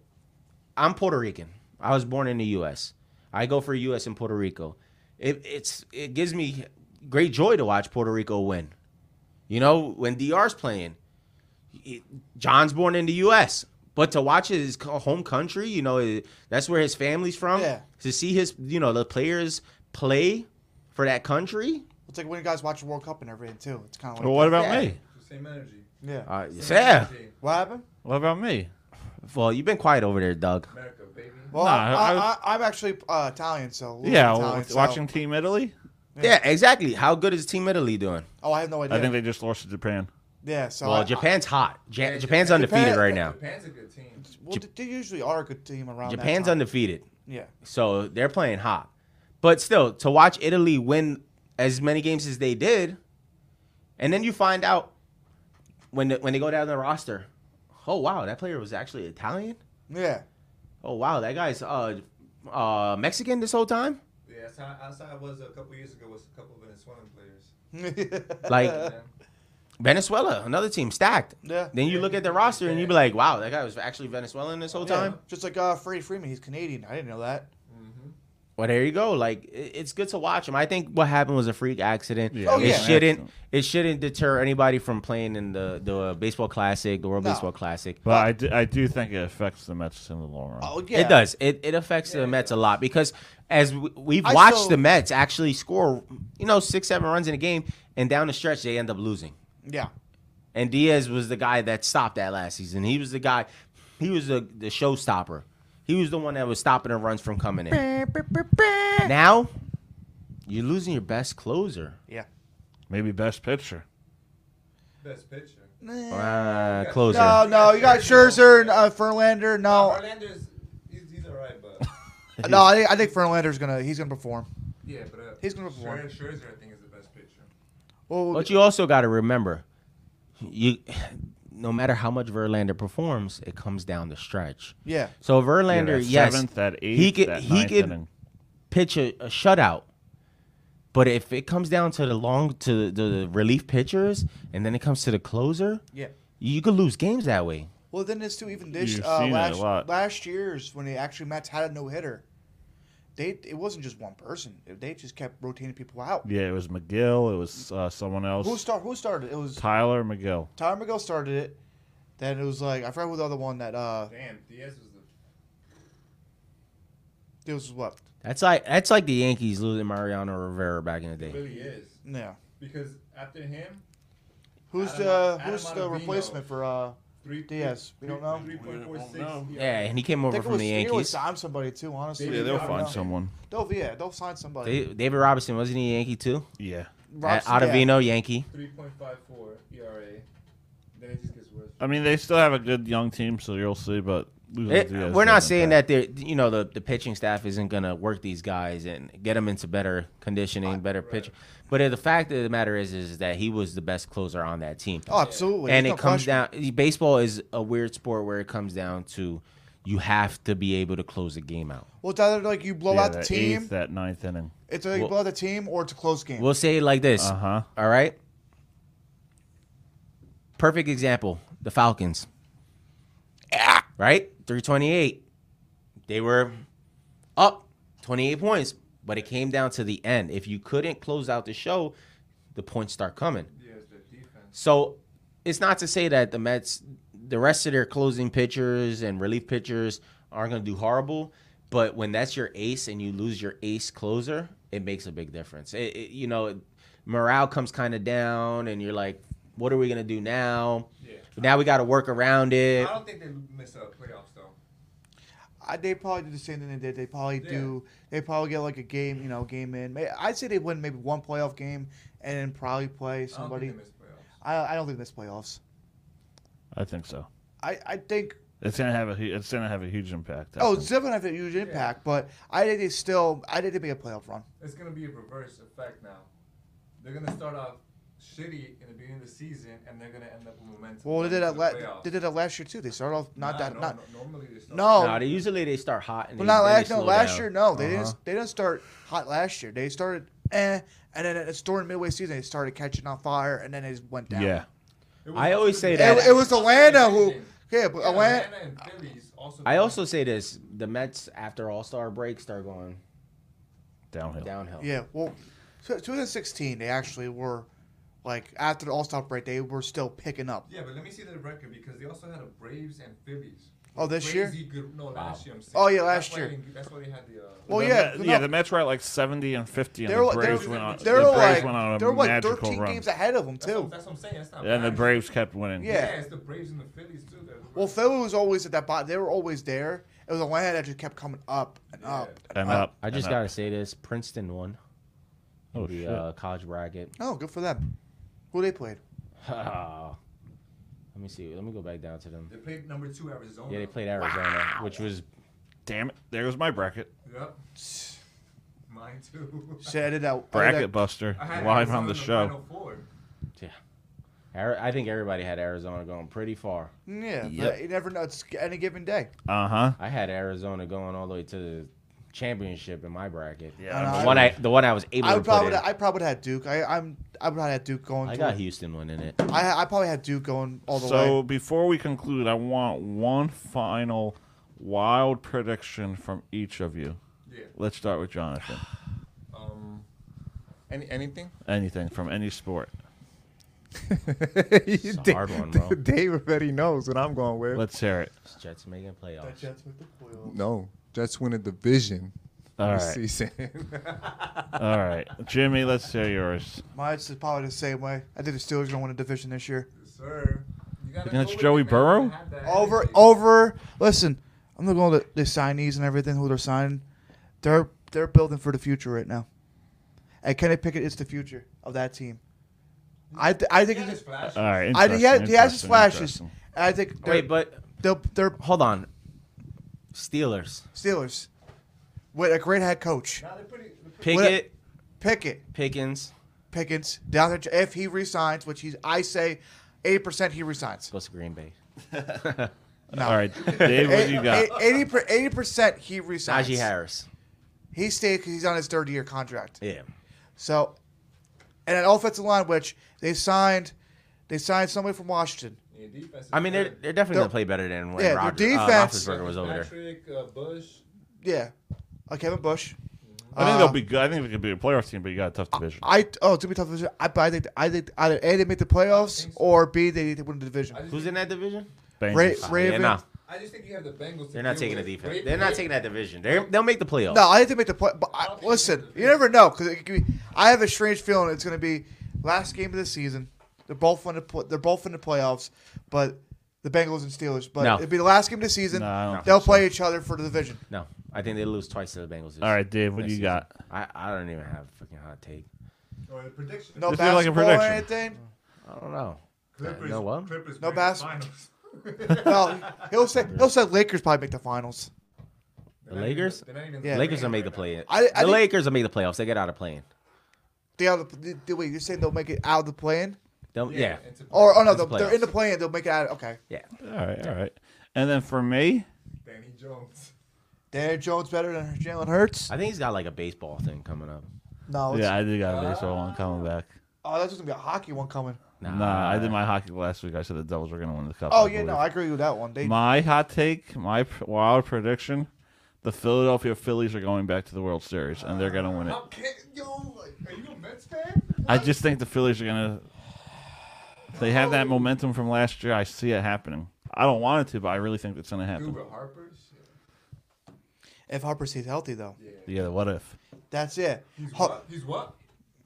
[SPEAKER 4] I'm Puerto Rican. I was born in the U.S. I go for U.S. and Puerto Rico. It, it's it gives me great joy to watch Puerto Rico win. You know, when DR's playing, it- John's born in the U.S., but to watch his co- home country, you know, it- that's where his family's from.
[SPEAKER 3] Yeah.
[SPEAKER 4] To see his, you know, the players play for that country.
[SPEAKER 3] It's like when you guys watch the World Cup and everything too. It's kind of like.
[SPEAKER 14] Oh.
[SPEAKER 4] Well, what about
[SPEAKER 3] Yeah.
[SPEAKER 4] me?
[SPEAKER 2] Same energy.
[SPEAKER 3] Yeah.
[SPEAKER 4] Uh, yeah.
[SPEAKER 3] What happened?
[SPEAKER 4] What about me? Well, you've been quiet over there, Doug.
[SPEAKER 2] America, baby.
[SPEAKER 3] Well,
[SPEAKER 1] Nah,
[SPEAKER 3] I,
[SPEAKER 1] I-
[SPEAKER 3] I, I, am actually uh, Italian, so a little
[SPEAKER 1] Yeah,
[SPEAKER 3] Italian,
[SPEAKER 1] w-
[SPEAKER 3] so-
[SPEAKER 1] watching Team Italy.
[SPEAKER 4] Yeah. exactly. How good is Team Italy doing?
[SPEAKER 3] Oh, I have no idea.
[SPEAKER 1] I think they just lost to Japan.
[SPEAKER 3] Yeah, so
[SPEAKER 4] well,
[SPEAKER 3] Oh, I-
[SPEAKER 4] Japan's hot. Ja-
[SPEAKER 3] Yeah, Japan-
[SPEAKER 4] Japan's
[SPEAKER 3] Oh,
[SPEAKER 4] undefeated
[SPEAKER 3] Japan-
[SPEAKER 4] right now.
[SPEAKER 2] Japan's a good team.
[SPEAKER 3] Well, they- they usually are a good team around. that
[SPEAKER 4] Japan's
[SPEAKER 3] time.
[SPEAKER 4] undefeated.
[SPEAKER 3] Yeah.
[SPEAKER 4] So they're playing hot. But still, to watch Italy win as many games as they did, and then you find out when the, when they go down the roster, oh wow, that player was actually Italian.
[SPEAKER 3] Yeah.
[SPEAKER 4] Oh wow, that guy's uh uh Mexican this whole time.
[SPEAKER 2] Yeah, that's how, that's how I was a couple years ago with a couple of Venezuelan players.
[SPEAKER 3] [LAUGHS]
[SPEAKER 4] Like
[SPEAKER 3] Uh,
[SPEAKER 4] Venezuela, another team stacked.
[SPEAKER 3] Yeah.
[SPEAKER 4] Then you look at the roster and you be like, wow, that guy was actually Venezuelan this whole
[SPEAKER 3] Yeah,
[SPEAKER 4] time.
[SPEAKER 3] Just like uh, Freddie Freeman, he's Canadian. I didn't know that.
[SPEAKER 4] Well, there you go. Like it- it's good to watch them. I think what happened was a freak accident.
[SPEAKER 3] Oh,
[SPEAKER 4] it
[SPEAKER 3] yeah.
[SPEAKER 4] shouldn't it shouldn't deter anybody from playing in the the baseball classic, the World Baseball Classic.
[SPEAKER 1] But I do, I do think it affects the Mets in the long run.
[SPEAKER 3] Oh
[SPEAKER 4] It does. It, it affects the Mets a lot because as we, we've
[SPEAKER 3] I
[SPEAKER 4] watched
[SPEAKER 3] still-
[SPEAKER 4] the Mets actually score, you know, six seven runs in a game, and down the stretch they end up losing.
[SPEAKER 3] Yeah.
[SPEAKER 4] And Diaz was the guy that stopped that last season. He was the guy. He was the the showstopper. He was the one that was stopping the runs from coming in. Now, you're losing your best closer.
[SPEAKER 3] Yeah.
[SPEAKER 1] Maybe best pitcher.
[SPEAKER 2] Best pitcher.
[SPEAKER 4] Uh, closer.
[SPEAKER 3] No, no, you got Scherzer and uh, Verlander. No,
[SPEAKER 2] Verlander's he's, he's all right,
[SPEAKER 3] [LAUGHS]
[SPEAKER 2] but
[SPEAKER 3] no, I think, I think Verlander's gonna he's gonna perform.
[SPEAKER 2] yeah, but uh,
[SPEAKER 3] He's gonna perform.
[SPEAKER 2] Scher- Scherzer, I think, is the best pitcher.
[SPEAKER 3] Well,
[SPEAKER 4] But you also got to remember, you no matter how much Verlander performs, it comes down the stretch.
[SPEAKER 3] Yeah.
[SPEAKER 4] So Verlander,
[SPEAKER 1] Yeah, that
[SPEAKER 4] yes,
[SPEAKER 1] seventh, that
[SPEAKER 4] he
[SPEAKER 1] eighth,
[SPEAKER 4] could
[SPEAKER 1] that
[SPEAKER 4] he
[SPEAKER 1] ninth
[SPEAKER 4] could
[SPEAKER 1] inning.
[SPEAKER 4] pitch a, a shutout. But if it comes down to the long to the, the relief pitchers, and then it comes to the closer,
[SPEAKER 3] Yeah.
[SPEAKER 4] you could lose games that way.
[SPEAKER 3] well, then it's too even dish.
[SPEAKER 4] You've
[SPEAKER 3] Uh,
[SPEAKER 4] seen it a
[SPEAKER 3] last
[SPEAKER 4] lot.
[SPEAKER 3] last year's when they actually Mets had a no hitter, they it wasn't just one person. They just kept rotating people out.
[SPEAKER 1] Yeah, it was McGill. It was uh, someone else.
[SPEAKER 3] Who start? Who started? It was
[SPEAKER 1] Tyler McGill.
[SPEAKER 3] Tyler McGill started it. Then it was like I forgot who the other one that uh.
[SPEAKER 2] Damn, Diaz was the.
[SPEAKER 3] This was what?
[SPEAKER 4] That's like that's like the Yankees losing Mariano Rivera back in the
[SPEAKER 2] It
[SPEAKER 4] day.
[SPEAKER 2] really is.
[SPEAKER 3] Yeah.
[SPEAKER 2] Because after him,
[SPEAKER 3] Who's
[SPEAKER 2] Adam-
[SPEAKER 3] the
[SPEAKER 2] Adam
[SPEAKER 3] Who's the
[SPEAKER 2] Ottavino.
[SPEAKER 3] replacement for uh
[SPEAKER 2] Three-
[SPEAKER 3] Diaz? We don't know.
[SPEAKER 2] Three point four six. E
[SPEAKER 4] Yeah, and he came over
[SPEAKER 3] They could
[SPEAKER 4] from the
[SPEAKER 3] always- they could always
[SPEAKER 4] Yankees.
[SPEAKER 3] sign somebody too. Honestly,
[SPEAKER 1] Yeah, they'll
[SPEAKER 3] I don't
[SPEAKER 1] find
[SPEAKER 3] know.
[SPEAKER 1] someone.
[SPEAKER 3] They'll yeah, they'll sign somebody.
[SPEAKER 4] Da- David Robinson wasn't he a Yankee too?
[SPEAKER 1] Yeah.
[SPEAKER 3] Robinson,
[SPEAKER 4] At-
[SPEAKER 3] yeah.
[SPEAKER 4] Ottavino, Yankee.
[SPEAKER 2] Three point five four ERA. Then it just gets worse.
[SPEAKER 1] I mean, they still have a good young team, so you'll see. But losing
[SPEAKER 4] It-
[SPEAKER 1] Diaz
[SPEAKER 4] Eh, we're not
[SPEAKER 1] doesn't
[SPEAKER 4] saying
[SPEAKER 1] impact.
[SPEAKER 4] that they you know the, the pitching staff isn't gonna work these guys and get them into better conditioning, better pitch. But uh, the fact of the matter is, is that he was the best closer on that team.
[SPEAKER 3] Oh, absolutely.
[SPEAKER 4] And
[SPEAKER 3] There's no
[SPEAKER 4] it comes
[SPEAKER 3] question.
[SPEAKER 4] down. Baseball is a weird sport where it comes down to you have to be able to close a game out.
[SPEAKER 3] Well, it's either like you blow
[SPEAKER 1] Yeah,
[SPEAKER 3] out the
[SPEAKER 1] that
[SPEAKER 3] team.
[SPEAKER 1] eighth, that ninth inning.
[SPEAKER 3] It's either you
[SPEAKER 4] Well-
[SPEAKER 3] blow out the team or it's a close game.
[SPEAKER 4] We'll say it like this.
[SPEAKER 1] Uh-huh.
[SPEAKER 4] All right. Perfect example: the Falcons. Right, three twenty-eight. They were up twenty-eight points, but it came down to the end. If you couldn't close out the show, the points start coming.
[SPEAKER 2] Yeah, it's the defense.
[SPEAKER 4] So it's not to say that the Mets, the rest of their closing pitchers and relief pitchers aren't going to do horrible, but when that's your ace and you lose your ace closer, it makes a big difference. It, it- you know, morale comes kind of down, and you're like, what are we going to do now?
[SPEAKER 2] Yeah.
[SPEAKER 4] Now we got to work around it.
[SPEAKER 2] I don't think they miss uh, playoffs though.
[SPEAKER 3] I, they probably do the same thing they did. They probably do. They probably get like a game, you know, game in. May- I'd say they win maybe one playoff game and then probably play somebody.
[SPEAKER 2] they miss
[SPEAKER 3] I, I don't think they miss playoffs.
[SPEAKER 1] I think so.
[SPEAKER 3] I, I think
[SPEAKER 1] It's gonna have a hu- it's gonna have a huge impact. I
[SPEAKER 3] oh,
[SPEAKER 1] think.
[SPEAKER 3] it's definitely have a huge impact, but I think they still. I think they make a playoff run.
[SPEAKER 2] It's gonna be a reverse effect now. They're gonna start off shitty in the beginning of the season, and they're gonna end up with momentum.
[SPEAKER 3] Well, they
[SPEAKER 2] going
[SPEAKER 3] did that.
[SPEAKER 2] into
[SPEAKER 3] La-
[SPEAKER 2] the playoffs.
[SPEAKER 3] they did that last year too. They started off not
[SPEAKER 2] Nah,
[SPEAKER 3] that.
[SPEAKER 2] no-
[SPEAKER 3] not
[SPEAKER 2] no- normally they start-
[SPEAKER 3] no.
[SPEAKER 4] Nah, they usually they start hot. And
[SPEAKER 3] But
[SPEAKER 4] they-
[SPEAKER 3] not
[SPEAKER 4] then they
[SPEAKER 3] last. Oh. No,
[SPEAKER 4] slow
[SPEAKER 3] last
[SPEAKER 4] down.
[SPEAKER 3] year, no. They
[SPEAKER 4] Uh-huh.
[SPEAKER 3] didn't. They didn't start hot last year. They started eh, and then it's during midway season they started catching on fire, and then they just went down.
[SPEAKER 4] Yeah. I always say that.
[SPEAKER 3] It, it was Atlanta who. Yeah, but Atlanta.
[SPEAKER 4] I also say this: the Mets after All Star break start going
[SPEAKER 1] downhill.
[SPEAKER 4] Downhill.
[SPEAKER 3] Yeah. Well, so 2016 they actually were, like after the All Star break they were still picking up.
[SPEAKER 2] Yeah, but let me see the record because they also had a Braves and Phillies.
[SPEAKER 3] Oh, this
[SPEAKER 2] Crazy
[SPEAKER 3] year?
[SPEAKER 2] Good, no, last year. I'm saying.
[SPEAKER 3] Oh, yeah,
[SPEAKER 2] That's
[SPEAKER 3] last
[SPEAKER 2] why
[SPEAKER 3] year.
[SPEAKER 2] they- that's why they had the. Uh,
[SPEAKER 3] Well,
[SPEAKER 1] The
[SPEAKER 3] yeah,
[SPEAKER 1] Met-
[SPEAKER 3] no.
[SPEAKER 1] yeah. The Mets were at like seventy and fifty, and
[SPEAKER 3] They were,
[SPEAKER 1] the
[SPEAKER 3] they
[SPEAKER 1] Braves
[SPEAKER 3] were,
[SPEAKER 1] went on.
[SPEAKER 3] they were
[SPEAKER 1] the Braves
[SPEAKER 3] like,
[SPEAKER 1] went on a
[SPEAKER 3] they were like
[SPEAKER 1] magical
[SPEAKER 3] 13
[SPEAKER 1] run.
[SPEAKER 3] games ahead of them too.
[SPEAKER 2] that's what I'm saying. That's not.
[SPEAKER 1] and the
[SPEAKER 2] bad.
[SPEAKER 1] Braves kept winning.
[SPEAKER 3] Yeah.
[SPEAKER 2] it's the Braves and the Phillies too. that-
[SPEAKER 3] Well, Philly was always at that bottom. They were always there. It was a line that just kept coming up and up
[SPEAKER 1] And up,
[SPEAKER 4] I
[SPEAKER 1] and
[SPEAKER 4] just
[SPEAKER 14] Uh-huh.
[SPEAKER 1] up.
[SPEAKER 4] gotta say this: Princeton won.
[SPEAKER 1] Oh,
[SPEAKER 4] the
[SPEAKER 1] shit.
[SPEAKER 4] Uh, college bracket. [LAUGHS]
[SPEAKER 3] Oh, good for them. Who they played?
[SPEAKER 4] let me see. Let me go back down to them.
[SPEAKER 2] They played number two Arizona.
[SPEAKER 4] Yeah, they played Arizona, which was
[SPEAKER 1] damn it. There was my bracket.
[SPEAKER 2] Yep. [LAUGHS] Mine too. [LAUGHS]
[SPEAKER 3] Shit, I did that. I did
[SPEAKER 1] Bracket
[SPEAKER 3] that-
[SPEAKER 1] buster
[SPEAKER 2] I had
[SPEAKER 1] live on the
[SPEAKER 2] Arizona in the
[SPEAKER 1] show.
[SPEAKER 2] Final Four.
[SPEAKER 4] Yeah. Ari- I think everybody had Arizona going pretty far.
[SPEAKER 3] Yeah,
[SPEAKER 4] Yep.
[SPEAKER 3] but you never know. It's any given day.
[SPEAKER 1] Uh huh.
[SPEAKER 4] I had Arizona going all the way to the championship in my bracket.
[SPEAKER 3] Yeah, I'm sure.
[SPEAKER 4] the one I the one I was able
[SPEAKER 3] I
[SPEAKER 4] to
[SPEAKER 3] would
[SPEAKER 4] put
[SPEAKER 3] probably,
[SPEAKER 4] in.
[SPEAKER 3] I probably had Duke. I, I'm, I would have had Duke going.
[SPEAKER 4] I
[SPEAKER 3] to-
[SPEAKER 4] got Houston winning it.
[SPEAKER 3] I, I probably had Duke going all the
[SPEAKER 1] so
[SPEAKER 3] way.
[SPEAKER 1] before we conclude, I want one final wild prediction from each of you.
[SPEAKER 2] Yeah.
[SPEAKER 1] Let's start with Jonathan.
[SPEAKER 2] Um,
[SPEAKER 14] Any, anything? [LAUGHS]
[SPEAKER 1] Anything from any sport.
[SPEAKER 14] it's
[SPEAKER 4] a hard one, bro.
[SPEAKER 14] [LAUGHS] Dave already knows what I'm going with.
[SPEAKER 1] Let's hear it.
[SPEAKER 4] Is Jets making playoffs.
[SPEAKER 5] Jets with the playoffs.
[SPEAKER 14] No, Jets win a division.
[SPEAKER 1] All
[SPEAKER 14] this
[SPEAKER 1] right.
[SPEAKER 2] [LAUGHS]
[SPEAKER 14] season.
[SPEAKER 1] All right, Jimmy, let's hear yours.
[SPEAKER 3] Mine's is probably the same way. I think the Steelers gonna win a division this year.
[SPEAKER 2] Sir, you gotta
[SPEAKER 1] And that's
[SPEAKER 2] go with
[SPEAKER 1] Joey
[SPEAKER 2] it, man.
[SPEAKER 1] Burrow?
[SPEAKER 2] I had that
[SPEAKER 3] Over,
[SPEAKER 2] energy.
[SPEAKER 3] over. Listen, I'm looking at all the, the signees and everything who they're signing. They're they're building for the future right now. And Kenny Pickett is the future of that team. I th- I think
[SPEAKER 2] He had
[SPEAKER 3] he's-
[SPEAKER 2] his flashes.
[SPEAKER 1] All right,
[SPEAKER 3] I, he, has, he has his
[SPEAKER 1] interesting,
[SPEAKER 3] flashes.
[SPEAKER 1] interesting,
[SPEAKER 3] And I think they're-
[SPEAKER 4] Wait, but
[SPEAKER 3] they'll- they're
[SPEAKER 4] hold on. Steelers.
[SPEAKER 3] Steelers with a great head coach.
[SPEAKER 2] Now they're pretty- they're pretty-
[SPEAKER 4] Pickett,
[SPEAKER 3] Pickett,
[SPEAKER 4] Pickens.
[SPEAKER 3] Pickens, down there, if he resigns, which he's, I say, 80% he resigns.
[SPEAKER 4] Goes to Green Bay.
[SPEAKER 1] All right, Dave, what
[SPEAKER 3] Eh,
[SPEAKER 1] do you got?
[SPEAKER 3] 80, per- 80% he resigns.
[SPEAKER 4] Najee Harris.
[SPEAKER 3] He stayed because he's on his third year contract.
[SPEAKER 4] Yeah.
[SPEAKER 3] So, and an offensive line, which they signed, they signed somebody from Washington.
[SPEAKER 2] Yeah, defense is
[SPEAKER 4] I mean, they're,
[SPEAKER 2] good.
[SPEAKER 4] they're definitely
[SPEAKER 3] The-
[SPEAKER 4] going to play better than when
[SPEAKER 3] Yeah,
[SPEAKER 4] yeah,
[SPEAKER 3] the
[SPEAKER 4] Rodgers, uh,
[SPEAKER 3] defense-
[SPEAKER 4] Roethlisberger was over there.
[SPEAKER 2] Patrick, uh, Bush.
[SPEAKER 3] Yeah. Uh, Kevin Bush.
[SPEAKER 1] I
[SPEAKER 3] Uh,
[SPEAKER 1] think they'll be good. I think they could be a playoff team, but you got a tough division.
[SPEAKER 3] I oh to be tough. division. I, but I think I think either a they make the playoffs or b they need to win the division.
[SPEAKER 2] I just
[SPEAKER 4] Who's
[SPEAKER 2] think-
[SPEAKER 4] in that division?
[SPEAKER 3] Ra-
[SPEAKER 1] Bengals.
[SPEAKER 4] Yeah,
[SPEAKER 3] Raven.
[SPEAKER 4] nah.
[SPEAKER 2] I just think you have the Bengals.
[SPEAKER 4] They're not taking a defense. They're not taking that division. They're, they'll make the playoffs.
[SPEAKER 3] No, I think they make the play. But I, listen, you never know because I have a strange feeling it's going to be last game of the season. They're both in the pl- they're both in the playoffs, but the Bengals and Steelers. But
[SPEAKER 4] No.
[SPEAKER 3] it'd be the last game of the season.
[SPEAKER 1] No, I don't think
[SPEAKER 3] They'll play each other for the division.
[SPEAKER 4] No, I think they lose twice to the Bengals. this-
[SPEAKER 1] All right, Dave, what
[SPEAKER 4] next
[SPEAKER 1] do you
[SPEAKER 4] season.
[SPEAKER 1] got?
[SPEAKER 4] I, I don't even have a fucking hot take.
[SPEAKER 2] Or the prediction.
[SPEAKER 3] No
[SPEAKER 1] This feels like a
[SPEAKER 3] basketball or
[SPEAKER 1] prediction.
[SPEAKER 3] anything.
[SPEAKER 4] I don't know.
[SPEAKER 2] Clippers.
[SPEAKER 4] no what?
[SPEAKER 2] Clippers
[SPEAKER 3] No
[SPEAKER 2] make the
[SPEAKER 3] bas-
[SPEAKER 2] finals.
[SPEAKER 3] no, he'll say he'll say Lakers probably make the finals.
[SPEAKER 4] The Lakers?
[SPEAKER 2] They're not even-
[SPEAKER 3] Yeah.
[SPEAKER 4] Lakers will make the play.
[SPEAKER 3] I- I
[SPEAKER 4] the
[SPEAKER 3] think-
[SPEAKER 4] Lakers will make the playoffs. They get out of playing.
[SPEAKER 3] They are the, they, wait, you're saying they'll make it out of the play-in?
[SPEAKER 4] They'll, yeah.
[SPEAKER 2] it's a-
[SPEAKER 3] Or oh no,
[SPEAKER 4] It's
[SPEAKER 3] they'll- they're in the
[SPEAKER 4] playoffs.
[SPEAKER 3] play-in. They'll make it out. Okay,
[SPEAKER 4] yeah,
[SPEAKER 1] All right, all right. And then for me,
[SPEAKER 2] Danny Jones.
[SPEAKER 14] Oh.
[SPEAKER 3] Daniel Jones better than Jalen Hurts.
[SPEAKER 4] I think he's got like a baseball thing coming up.
[SPEAKER 3] No, it's,
[SPEAKER 1] yeah, I did got a baseball one coming back.
[SPEAKER 3] oh, that's just gonna be a hockey one coming.
[SPEAKER 1] Nah, I did my hockey last week. I said the Devils were going to win the cup.
[SPEAKER 3] Oh
[SPEAKER 1] I
[SPEAKER 3] yeah, no,
[SPEAKER 1] believe.
[SPEAKER 3] I agree with that one. They
[SPEAKER 1] My hot take, my p- wild prediction: the Philadelphia Phillies are going back to the World Series, and they're going to win it.
[SPEAKER 2] I'm kidding, yo. Like, are you a Mets fan?
[SPEAKER 1] I just think the Phillies are going to. They have that momentum from last year. I see it happening. I don't want it to, but I really think it's going to happen.
[SPEAKER 2] Dude, with Harper. Shit.
[SPEAKER 3] If Harper stays healthy, though,
[SPEAKER 1] Yeah, what if? [LAUGHS]
[SPEAKER 3] that's it.
[SPEAKER 2] He's
[SPEAKER 3] Ho-
[SPEAKER 14] Oh.
[SPEAKER 2] what? He's what?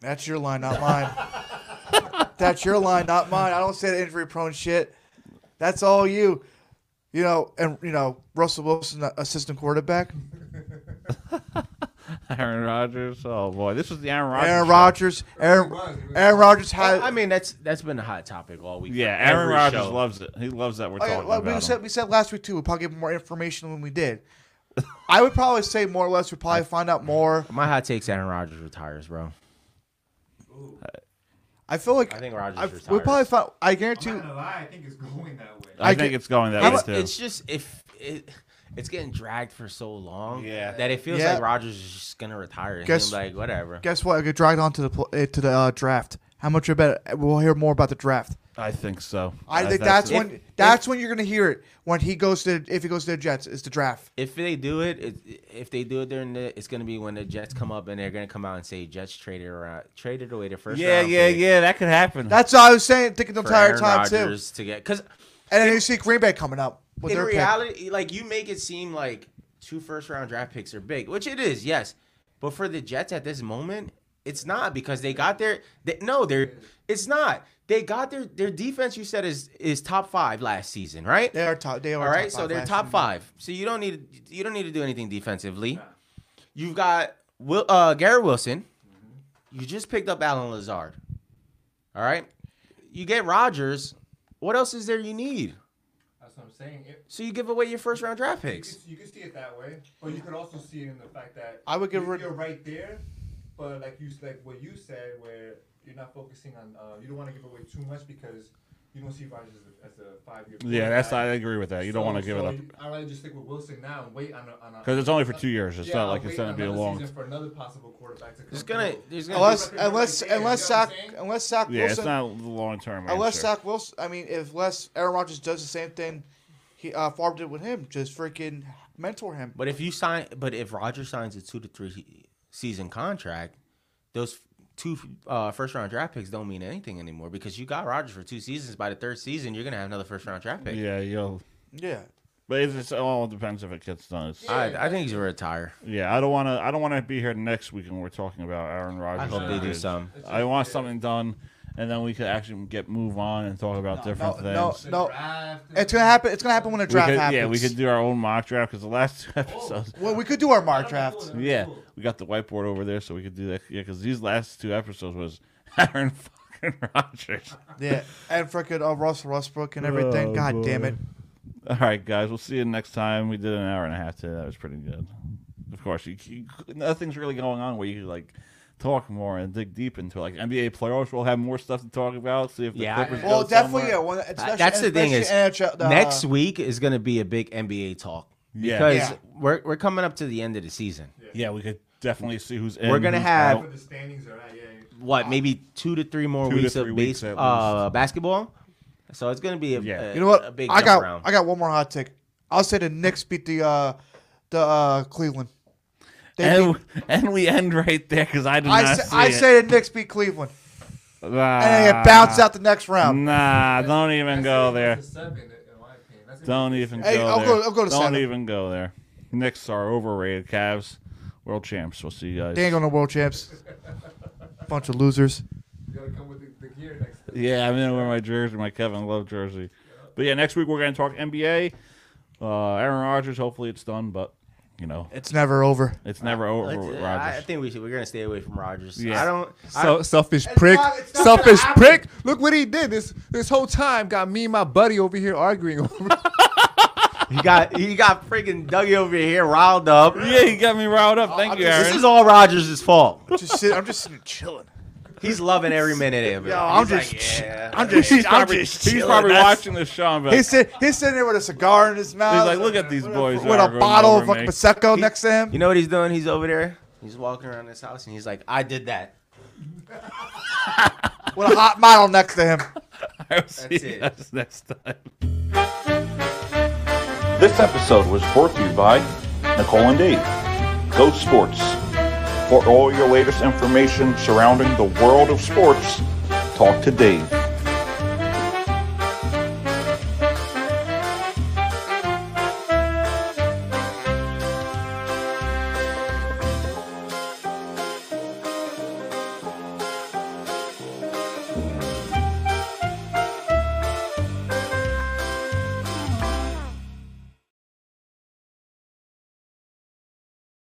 [SPEAKER 3] that's your line, not mine. that's your line, not mine. I don't say the injury-prone shit. That's all you. You know, and you know Russell Wilson, the assistant quarterback.
[SPEAKER 1] Aaron Rodgers. Oh boy, this was the Aaron Rodgers.
[SPEAKER 3] Aaron
[SPEAKER 1] show.
[SPEAKER 3] Rodgers. Aaron, Aaron Rodgers had.
[SPEAKER 4] I mean, that's that's been a hot topic all week.
[SPEAKER 1] Yeah,
[SPEAKER 4] Every
[SPEAKER 1] Aaron Rodgers
[SPEAKER 4] show.
[SPEAKER 1] loves it. He loves that we're
[SPEAKER 3] Okay,
[SPEAKER 1] talking
[SPEAKER 3] Oh, well,
[SPEAKER 1] about.
[SPEAKER 3] we
[SPEAKER 1] him.
[SPEAKER 3] said we said last week too. We'll probably give more information than we did. I would probably say more or less.
[SPEAKER 1] [LAUGHS]
[SPEAKER 3] We'd probably find out more.
[SPEAKER 4] My hot take's Aaron Rodgers retires, bro.
[SPEAKER 3] I feel like
[SPEAKER 4] I think Rodgers
[SPEAKER 3] I-
[SPEAKER 4] retires.
[SPEAKER 3] we'll probably find. I guarantee.
[SPEAKER 2] I'm not
[SPEAKER 3] you-
[SPEAKER 2] gonna lie. I think it's going that way.
[SPEAKER 1] I,
[SPEAKER 3] I
[SPEAKER 1] think
[SPEAKER 3] get-
[SPEAKER 1] it's going that
[SPEAKER 3] How
[SPEAKER 1] way
[SPEAKER 3] about-
[SPEAKER 1] too.
[SPEAKER 4] It's just if it, it's getting dragged for so long,
[SPEAKER 1] Yeah.
[SPEAKER 4] that it feels
[SPEAKER 3] Yeah.
[SPEAKER 4] like Rodgers is just gonna retire.
[SPEAKER 3] Guess-
[SPEAKER 4] Guess, like whatever.
[SPEAKER 3] Guess what? I get dragged on to the pl- eh, to the uh, draft. How much you bet? We'll hear more about the draft.
[SPEAKER 1] I think so.
[SPEAKER 3] I think that's
[SPEAKER 1] it.
[SPEAKER 3] when that's when you're gonna hear it when he goes to if he goes to the Jets is the draft.
[SPEAKER 4] if they do it, it, if they do it during the, it's gonna be when the Jets come up and they're gonna come out and say Jets traded around, traded away the first.
[SPEAKER 1] Yeah,
[SPEAKER 4] round
[SPEAKER 1] yeah,
[SPEAKER 4] pick
[SPEAKER 1] yeah. That could happen.
[SPEAKER 3] That's what I was saying, thinking the
[SPEAKER 4] for
[SPEAKER 3] entire
[SPEAKER 4] Aaron
[SPEAKER 3] time too.
[SPEAKER 4] Rodgers to get because
[SPEAKER 3] And then you see Green Bay coming up with
[SPEAKER 4] in
[SPEAKER 3] their pick.
[SPEAKER 4] reality, like you make it seem like two first round draft picks are big, which it is, yes. But for the Jets at this moment, it's not because they got their. They, no, they're. It's not. They got their their defense. You said is is top five last season, right?
[SPEAKER 3] They are top. They are
[SPEAKER 4] all right.
[SPEAKER 3] top
[SPEAKER 4] so
[SPEAKER 3] five
[SPEAKER 4] they're
[SPEAKER 3] last
[SPEAKER 4] top
[SPEAKER 3] season.
[SPEAKER 4] five. So you don't need you don't need to do anything defensively. You've got Will uh, Garrett Wilson. You just picked up Alan Lazard. All right. You get Rodgers. What else is there you need?
[SPEAKER 2] That's what I'm saying. It,
[SPEAKER 4] So you give away your first round draft
[SPEAKER 2] you,
[SPEAKER 4] picks.
[SPEAKER 2] could, you could see it that way, but you could also see it in the fact that
[SPEAKER 3] I would give
[SPEAKER 2] you,
[SPEAKER 3] rid-
[SPEAKER 2] you're right there, but like you s- like what you said, where you're not focusing on uh, you don't want to give away too much because you don't see Rodgers as a, as a five year.
[SPEAKER 1] Yeah, that's- I agree with that. You don't wanna give it up.
[SPEAKER 2] I'd rather just stick with Wilson now and wait on a on a-
[SPEAKER 1] 'Cause it's only for two years. It's
[SPEAKER 2] yeah,
[SPEAKER 1] not
[SPEAKER 2] I'll
[SPEAKER 1] like it's
[SPEAKER 2] wait
[SPEAKER 1] gonna be a
[SPEAKER 2] another
[SPEAKER 1] long-
[SPEAKER 2] season for another possible quarterback to come.
[SPEAKER 4] There's gonna
[SPEAKER 2] through.
[SPEAKER 4] there's gonna
[SPEAKER 3] Unless
[SPEAKER 4] be,
[SPEAKER 3] unless unless Zach unless Zach
[SPEAKER 1] Yeah, it's
[SPEAKER 3] Wilson
[SPEAKER 1] not long term.
[SPEAKER 3] unless Zach Wilson. I mean, if Les Aaron Rodgers does the same thing, he uh, Favre did with him, just freaking mentor him.
[SPEAKER 4] But if you sign, but if Roger signs a two to three season contract, those two uh, first round draft picks don't mean anything anymore because you got Rogers for two seasons. By the third season, you're gonna have another first round draft pick.
[SPEAKER 1] Yeah, yo.
[SPEAKER 3] Yeah.
[SPEAKER 1] But it's, it's, it all depends if it gets done. It's-
[SPEAKER 4] I, I think he's gonna retire.
[SPEAKER 1] Yeah, I don't want to. I don't want to be here next week when we're talking about Aaron Rodgers.
[SPEAKER 4] hope they do
[SPEAKER 1] trades.
[SPEAKER 4] some.
[SPEAKER 1] I want something done, and then we could actually get move on and talk about different
[SPEAKER 3] No,
[SPEAKER 1] things.
[SPEAKER 3] no, it's gonna happen. It's gonna happen when a draft
[SPEAKER 1] we could,
[SPEAKER 3] happens.
[SPEAKER 1] yeah, we could do our own mock draft because the last two [LAUGHS]
[SPEAKER 4] Oh,
[SPEAKER 1] episodes.
[SPEAKER 3] Well, we could do our mock draft.
[SPEAKER 1] Yeah, we got the whiteboard over there, so we could do that. Yeah, because these last two episodes was [LAUGHS] Aaron fucking
[SPEAKER 4] [LAUGHS]
[SPEAKER 1] Rodgers.
[SPEAKER 3] Yeah, and freaking uh, Russell Westbrook and everything.
[SPEAKER 1] Oh,
[SPEAKER 3] God damn
[SPEAKER 1] boy.
[SPEAKER 3] it.
[SPEAKER 1] All right, guys, we'll see you next time. We did an hour and a half today. That was pretty good. Of course, you, you, nothing's really going on where you could, like talk more and dig deep into it. like NBA playoffs. We'll have more stuff to talk about. See if the
[SPEAKER 4] Yeah,
[SPEAKER 1] Clippers
[SPEAKER 4] I-
[SPEAKER 1] go
[SPEAKER 3] Well,
[SPEAKER 1] somewhere.
[SPEAKER 3] definitely, yeah. One, especially,
[SPEAKER 4] That's the thing is
[SPEAKER 3] especially uh, NHL, the,
[SPEAKER 4] next week is gonna be a big NBA talk
[SPEAKER 1] Yeah.
[SPEAKER 4] because
[SPEAKER 1] Yeah.
[SPEAKER 4] we're we're coming up to the end of the season.
[SPEAKER 3] uh,
[SPEAKER 1] Yeah, we could definitely see who's in.
[SPEAKER 4] We're gonna have
[SPEAKER 2] Where the standings are at, yeah.
[SPEAKER 4] what maybe two to three more
[SPEAKER 1] Two to
[SPEAKER 4] weeks
[SPEAKER 1] three
[SPEAKER 4] of
[SPEAKER 1] weeks
[SPEAKER 4] base
[SPEAKER 1] at
[SPEAKER 4] uh, basketball. So it's gonna be a, a-
[SPEAKER 3] You know what?
[SPEAKER 4] a big
[SPEAKER 3] I
[SPEAKER 4] jump
[SPEAKER 3] got
[SPEAKER 4] around.
[SPEAKER 3] I got one more hot take. I'll say the Knicks beat the uh, the uh, Cleveland. They
[SPEAKER 1] and,
[SPEAKER 3] beat-
[SPEAKER 1] and we end right there because I did
[SPEAKER 3] I
[SPEAKER 1] not
[SPEAKER 3] say,
[SPEAKER 1] see
[SPEAKER 3] I
[SPEAKER 1] it.
[SPEAKER 3] say the Knicks beat Cleveland, and
[SPEAKER 1] Ah. Mm.
[SPEAKER 3] they get bounced out the next round.
[SPEAKER 1] Nah, don't even go there. Don't even
[SPEAKER 3] Hey,
[SPEAKER 1] go
[SPEAKER 3] I'll
[SPEAKER 1] there.
[SPEAKER 3] go- I'll go to
[SPEAKER 1] don't
[SPEAKER 3] seven.
[SPEAKER 1] even go there. Knicks are overrated. Cavs, world champs. We'll see you guys.
[SPEAKER 3] They ain't going to world
[SPEAKER 2] [LAUGHS]
[SPEAKER 3] champs. Bunch of losers.
[SPEAKER 2] You gotta come with the, the gear next.
[SPEAKER 1] Yeah, I'm gonna wear my jersey, my Kevin Love jersey. But yeah, next week we're gonna talk NBA. Uh, Aaron Rodgers. Hopefully it's done, but you know
[SPEAKER 3] It's never over.
[SPEAKER 1] it's never over
[SPEAKER 4] Let's-
[SPEAKER 1] with
[SPEAKER 4] uh, I, I
[SPEAKER 1] Rodgers.
[SPEAKER 4] think we should. We're gonna stay away from Rogers.
[SPEAKER 1] Yeah.
[SPEAKER 4] I don't. I
[SPEAKER 14] So,
[SPEAKER 4] don't-
[SPEAKER 14] selfish
[SPEAKER 4] It's
[SPEAKER 14] prick,
[SPEAKER 4] not- it's not gonna
[SPEAKER 14] selfish
[SPEAKER 4] happen.
[SPEAKER 14] prick. Look what he did. This this whole time got me and my buddy over here arguing [LAUGHS] over.
[SPEAKER 4] You got you got freaking Dougie over here riled up.
[SPEAKER 1] Yeah, he got me riled up. Thank you, Aaron.
[SPEAKER 4] This is all Rogers' fault.
[SPEAKER 3] Just sit, I'm just sitting here chilling.
[SPEAKER 4] He's loving every minute of it.
[SPEAKER 3] Yo, I'm
[SPEAKER 4] He's like,
[SPEAKER 3] just,
[SPEAKER 4] yeah.
[SPEAKER 3] I'm just,
[SPEAKER 1] he's [LAUGHS]
[SPEAKER 3] I'm
[SPEAKER 1] probably,
[SPEAKER 3] just
[SPEAKER 1] he's
[SPEAKER 3] chilling.
[SPEAKER 1] probably
[SPEAKER 3] That's-
[SPEAKER 1] watching this, Sean. But
[SPEAKER 3] He's,
[SPEAKER 1] he's
[SPEAKER 3] sit, he's sitting there with a cigar in his mouth.
[SPEAKER 1] like, look at these boys
[SPEAKER 3] with a
[SPEAKER 1] arguing
[SPEAKER 3] bottle of
[SPEAKER 1] over
[SPEAKER 3] fucking
[SPEAKER 1] me.
[SPEAKER 3] prosecco next to him.
[SPEAKER 4] You know what he's doing? He's over there. He's walking around his house and he's like, I did that.
[SPEAKER 3] with a hot model next to him.
[SPEAKER 1] I'll [LAUGHS] see
[SPEAKER 4] That's
[SPEAKER 1] you
[SPEAKER 4] it.
[SPEAKER 1] guys next time.
[SPEAKER 16] This episode was brought to you by Nicole and Dave, Go Sports. For all your latest information surrounding the world of sports, talk to Dave.